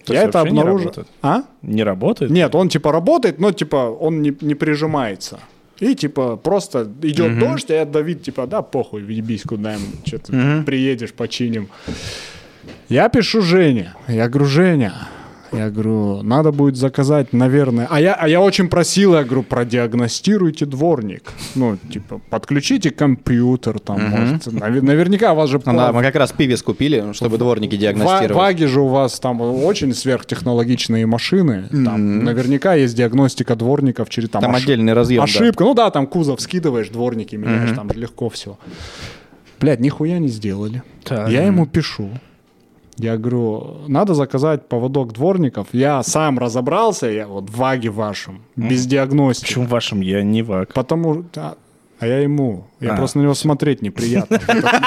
То я есть это вообще не обнаружил. работает? а? Не работает? Нет, он типа работает, но типа он не, не прижимается. И типа просто идет дождь, а Давид типа, да, похуй, въебись куда им, что-то приедешь, починим. Я пишу Жене, я говорю, Женя, я говорю, надо будет заказать, наверное. А я, а я очень просил, я говорю, продиагностируйте дворник. Ну, типа, подключите компьютер там, может. навер- Наверняка у вас же... Ну да, мы как раз пивис купили, чтобы дворники Ва- диагностировать. Ваги же у вас там очень сверхтехнологичные машины. Там наверняка есть диагностика дворников через там, Там ошиб- отдельный разъем, да. Ошибка. Ну да, там кузов скидываешь, дворники меняешь, там же легко все. Блядь, нихуя не сделали. Так. Я ему пишу. Я говорю, надо заказать поводок дворников. Я сам разобрался, я вот в ваге вашем, без диагностики. Почему в вашем я не вак? Потому а, а я ему. Я А. просто на него смотреть [LAUGHS] неприятно в этот-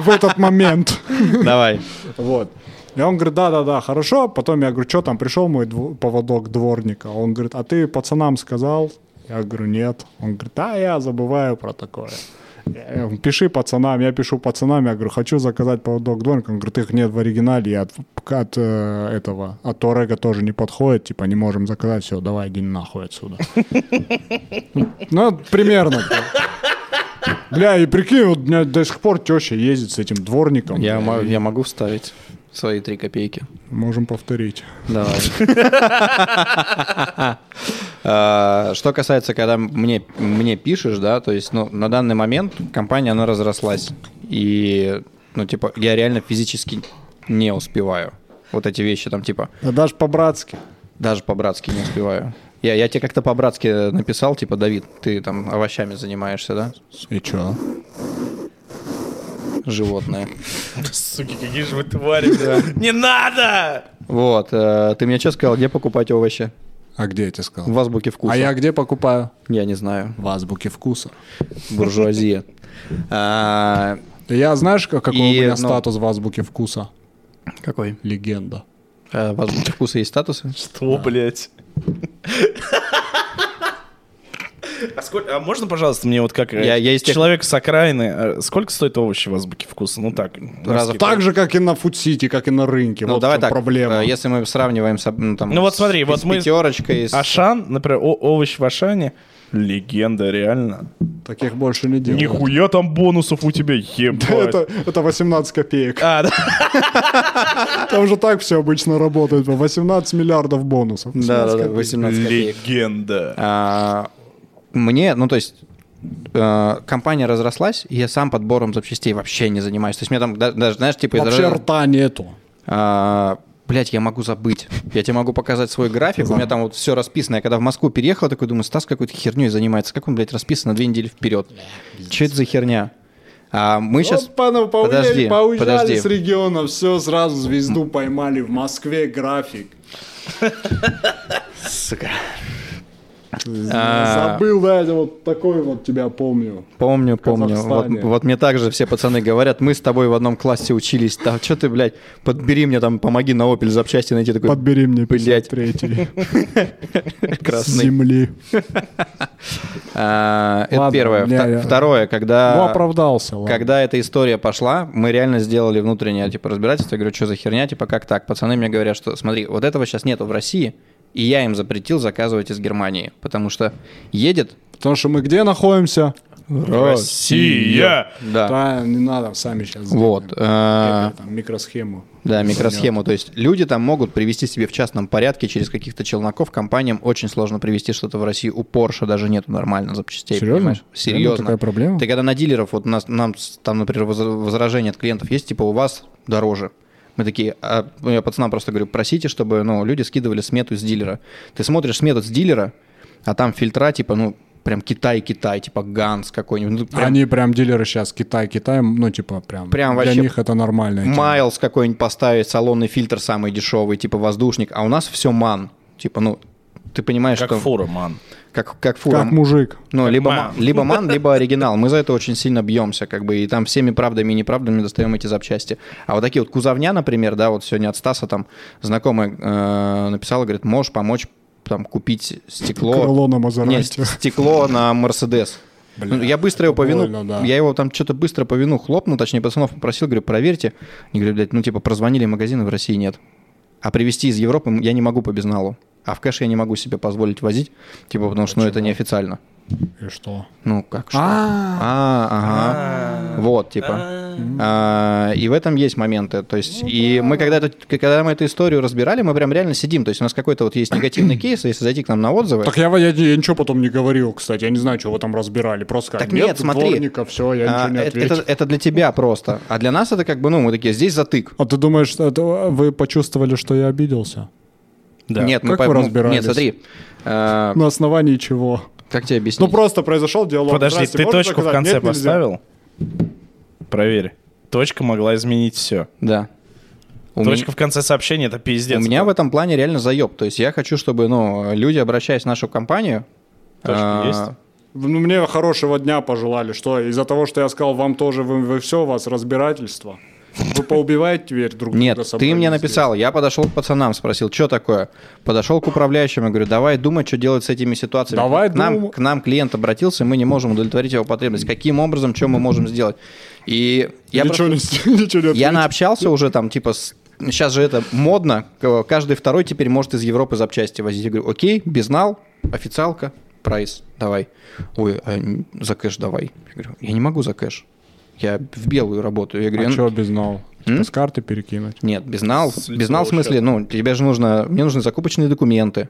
в этот момент. Давай. Вот. И он говорит, да-да-да, хорошо. Потом я говорю, что там, пришел мой дво- поводок дворника. Он говорит, а ты пацанам сказал? Я говорю, нет. Он говорит, а я забываю про такое. Я говорю, Пиши пацанам, я пишу пацанам, я говорю, хочу заказать по Dog Donk. Он говорит, их нет в оригинале, и от, от э, этого, от Торега тоже не подходит, типа не можем заказать, все, давай, иди нахуй отсюда. Ну, примерно. Бля, и прикинь, вот у меня до сих пор теща ездит с этим дворником. Я, мо- я могу вставить свои три копейки. Можем повторить. Давай. [LAUGHS] А, Что касается, когда мне, мне пишешь, да, то есть, ну, на данный момент компания, она разрослась. И, ну, типа, я реально физически не успеваю. Вот эти вещи там, типа, Да даже по-братски. даже по-братски не успеваю. Я, я тебе как-то по-братски написал, типа, Давид, ты там овощами занимаешься, да? И чё? Животное. Суки, какие же вы твари, бля. Не надо! Вот. э, Ты мне честно сказал, где покупать овощи? А где я тебе сказал? В азбуке вкуса. А я где покупаю? Я не знаю. В азбуке вкуса. Буржуазия. А, Я знаешь, как- какой И, у меня ну- статус в азбуке вкуса? Какой? Легенда. А, в азбуке вкуса есть статусы? Что, блядь? А, сколь- а можно, пожалуйста, мне вот как э, Я- я из тех- человек с окраины, э, сколько стоят овощи в азбуке вкуса? Ну так, Раза наскидку. Так же, как и на Фудсити, как и на рынке. Ну, вот давай в чем так. проблема. э, Если мы сравниваем с, об- ну, там, Ну, вот смотри, с, вот с мы- пятерочкой, с- Ашан, например, о- овощ в Ашане, легенда, реально. Таких больше не делают. Нихуя там бонусов у тебя, Да, ебать. [LAUGHS] Это, это 18 [LAUGHS] копеек. А, да. Там же так все обычно работает. 18 миллиардов бонусов. Да, да, да, 18 копеек. Легенда. А, Мне, ну, то есть э, компания разрослась, и я сам подбором запчастей вообще не занимаюсь. То есть мне там да- даже, знаешь, типа... из Вообще раз- рта нету. А, Блять, я могу забыть. Я тебе могу показать свой график. У меня там вот все расписано. Я когда в Москву переехал, такой думаю, Стас какой-то херней занимается. Как он, блядь, расписан на две недели вперед? Че это за херня? А Ну, мы сейчас... Подожди, подожди. региона, все, сразу звезду поймали. В Москве график. А. Забыл, да, это вот такой вот тебя помню. Помню, помню. Вот, Казахстане. вот мне также все пацаны говорят, мы с тобой в одном классе учились. Да что ты, блядь, подбери мне там, помоги на Opel запчасти найти такой Подбери мне Блядь. 53 с [LAUGHS] красный. земли. А, это Ладно, первое. не, Вто- я- Второе, когда... Ну, оправдался, ладно. Когда эта история пошла, мы реально сделали внутреннее типа разбирательство. Я говорю, что за херня, типа как так? Пацаны мне говорят, что смотри, вот этого сейчас нету в России, и я им запретил заказывать из Германии, потому что едет. Потому что мы где находимся? Россия! Да. Да, не надо, сами сейчас. Вот. э, микросхему. Да, микросхему. То есть люди там могут привести себе в частном порядке через каких-то челноков. Компаниям очень сложно привести что-то в Россию. У Porsche даже нету нормально запчастей. Серьезно? понимаешь? Реально Серьезно. такая ну, проблема? Ты когда на дилеров, вот нас, нам с- там, например, воз- возражение от клиентов есть, типа у вас дороже. Мы такие, а, ну, я пацанам просто говорю, просите, чтобы ну, люди скидывали смету с дилера. Ты смотришь смету с дилера, а там фильтра, типа, ну, прям Китай-Китай, типа Ганс какой-нибудь. Ну, прям Они прям дилеры сейчас Китай, Китай, ну типа прям. Прям для вообще них это нормально. Майлз какой-нибудь поставить, салонный фильтр самый дешевый, типа воздушник, а у нас все ман. Типа, ну, ты понимаешь, Как что... фура, ман. Как, как фура. Как мужик. Ну, либо ман. ман. [LAUGHS] либо ман, либо оригинал. Мы за это очень сильно бьемся, как бы, и там всеми правдами и неправдами достаем эти запчасти. А вот такие вот кузовня, например, да, вот сегодня от Стаса там знакомая э, написала, говорит, можешь помочь там купить стекло. Крыло на Мазерати. Нет, стекло на Мерседес. Бля, Ну, я быстро его по вину, больно, да. я его там что-то быстро по вину хлопнул, точнее пацанов попросил, говорю, проверьте. Они говорят, блядь, ну типа прозвонили, магазины в России нет. А привезти из Европы я не могу по безналу. А в кэш я не могу себе позволить возить, типа потому что ну, это неофициально. [LAUGHS] И что? Ну как что? А, А, ага. Вот, типа. А, И в этом есть моменты. То есть, и мы когда, это, когда мы эту историю разбирали, мы прям реально сидим. То есть, у нас какой-то вот есть негативный кейс, если зайти к нам на отзывы. так я, я, я ничего потом не говорил, кстати. Я не знаю, что вы там разбирали. Просто Так как, нет, смотри. дворника, все, я а, ничего не это, ответил. это- это для тебя просто. А для нас это как бы, ну, мы такие, здесь затык. А ты думаешь, что это вы почувствовали, что я обиделся? Да. Нет, мы Как вы ну, разбирались? Нет, смотри. а, На основании чего? как тебе объяснить? Ну просто произошел диалог. Подожди, Здрасте, ты можно точку в заказать? конце Нет, нельзя. поставил? Проверь. Точка могла изменить все. Да. У Точка меня- в конце сообщения это у пиздец. меня в этом плане реально заеб. То есть я хочу, чтобы, ну, люди, обращаясь в нашу компанию... Точка а, есть? Ну, Мне хорошего дня пожелали. Что, из-за того, что я сказал, вам тоже, вы, все, у вас разбирательство. Вы поубиваете теперь друг Нет, друга. ты собрались мне здесь. написал, я подошел к пацанам, спросил, что такое. Подошел к управляющему, говорю, давай думать, что делать с этими ситуациями. Давай к, нам, дум- [LAUGHS] к нам клиент обратился, мы не можем удовлетворить его потребность. Каким образом, что мы можем сделать? И я, ничего, просто- не, [LAUGHS] ничего не ответил. я наобщался уже там, типа, с- сейчас же это модно, к- каждый второй теперь может из Европы запчасти возить. Я говорю, окей, безнал, официалка, прайс, давай. Ой, а н- за кэш давай. Я говорю, я не могу за кэш. Я в белую работаю. Я говорю, А «Я- что безнал? М? С карты перекинуть. нет, безнал. С лицевого Безнал в смысле, счета. ну, тебе же нужно, мне нужны закупочные документы.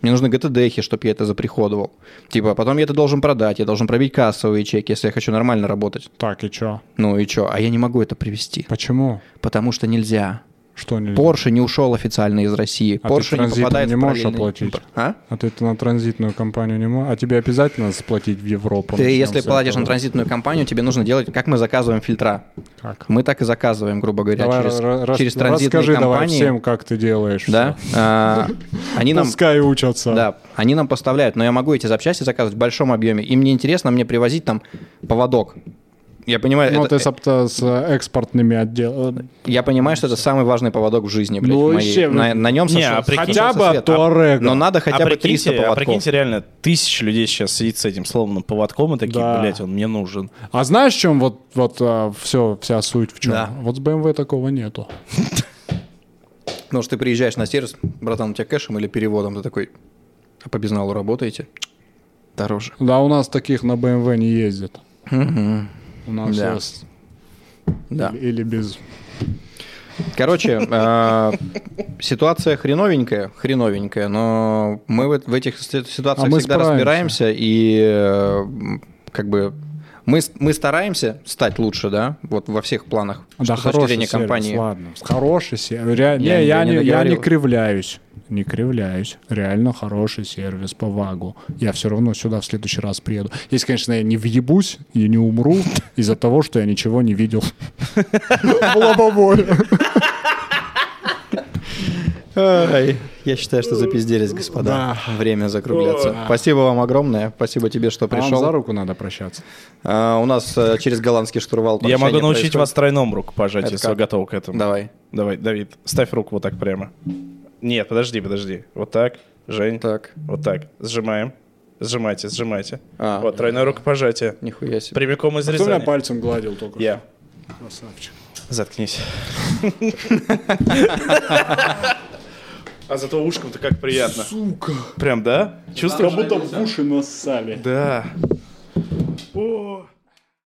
Мне нужны ГТДхи, чтобы я это заприходовал. Типа, потом я это должен продать, я должен пробить кассовые чеки, если я хочу нормально работать. Так, и что? Ну и что? А я не могу это привести, Почему? потому что нельзя. Что нельзя? Порше не ушел официально из России. А ты Порше не транзитом попадает не в можешь параллельный оплатить? импорт. А? А ты это на транзитную компанию не можешь? А тебе обязательно сплотить в Европу? Ты, начнем если с платишь на этого. транзитную компанию, тебе нужно делать, как мы заказываем фильтра. Как? Мы так и заказываем, грубо говоря, Давай, через, ра- ра- через рас- транзитные расскажи давай компании. всем, как ты делаешь. да? [LAUGHS] А, они всё. нам Пускай учатся. Да, они нам поставляют, но я могу эти запчасти заказывать в большом объеме. И мне интересно мне привозить там поводок. Я понимаю, Ну, это- ты с, опта- с, э, экспортными э, отделами. я понимаю, что это самый важный поводок в жизни, блядь, Ну, в моей. вообще, на, на нем Не, а прикинь- Хотя бы от Туарега. Но надо хотя а бы 300 прикиньте, а поводков. прикиньте, реально, тысячи людей сейчас сидит с этим словным поводком и такие, Да. блядь, он мне нужен. А знаешь, в чем вот, вот все, вся суть в чем? Да. Вот с BMW такого нету. Потому что ты приезжаешь на сервис, братан, у тебя кэшем или переводом, ты такой, а по безналу работаете? Дороже. Да, у нас таких на BMW не ездит. У нас Да. есть Да. или, или без. Короче, э, ситуация хреновенькая, хреновенькая, но мы в в этих си- А ситуациях мы всегда справимся. разбираемся и э, м, как бы мы, с- мы стараемся стать лучше, да, вот во всех планах Да, что с точки зрения сервис, компании. ладно. Хороший сервис. Реаль- Я- не, я я, не не, я не договорил. кривляюсь. Не кривляюсь. Реально хороший сервис по ВАГу. Я все равно сюда в следующий раз приеду. Если, конечно, я не въебусь и не [LAUGHS] умру из-за того, что я ничего не видел. В лобовой. Ай, я считаю, что запизделись, господа. Время закругляться. Спасибо вам огромное, спасибо тебе, что Пришел. пришел. за руку надо прощаться. А, у нас э, через голландский штурвал. Я могу прощание научить происходит. вас тройному руку пожать, Это если вы как? готовы к этому. Давай. Давай, Давид, ставь руку вот так прямо. Нет, подожди, подожди. Вот так, Жень. Так. Вот так. Сжимаем. Сжимайте, сжимайте. А. Вот, тройное рукопожатие. Нихуя себе. Прямиком из Кто меня Рязани. пальцем гладил только? Я. Красавчик. [LAUGHS] Заткнись. А зато ушком-то как приятно. Сука. Прям, да? Чувствуешь? Как будто в уши нассали. Да. О.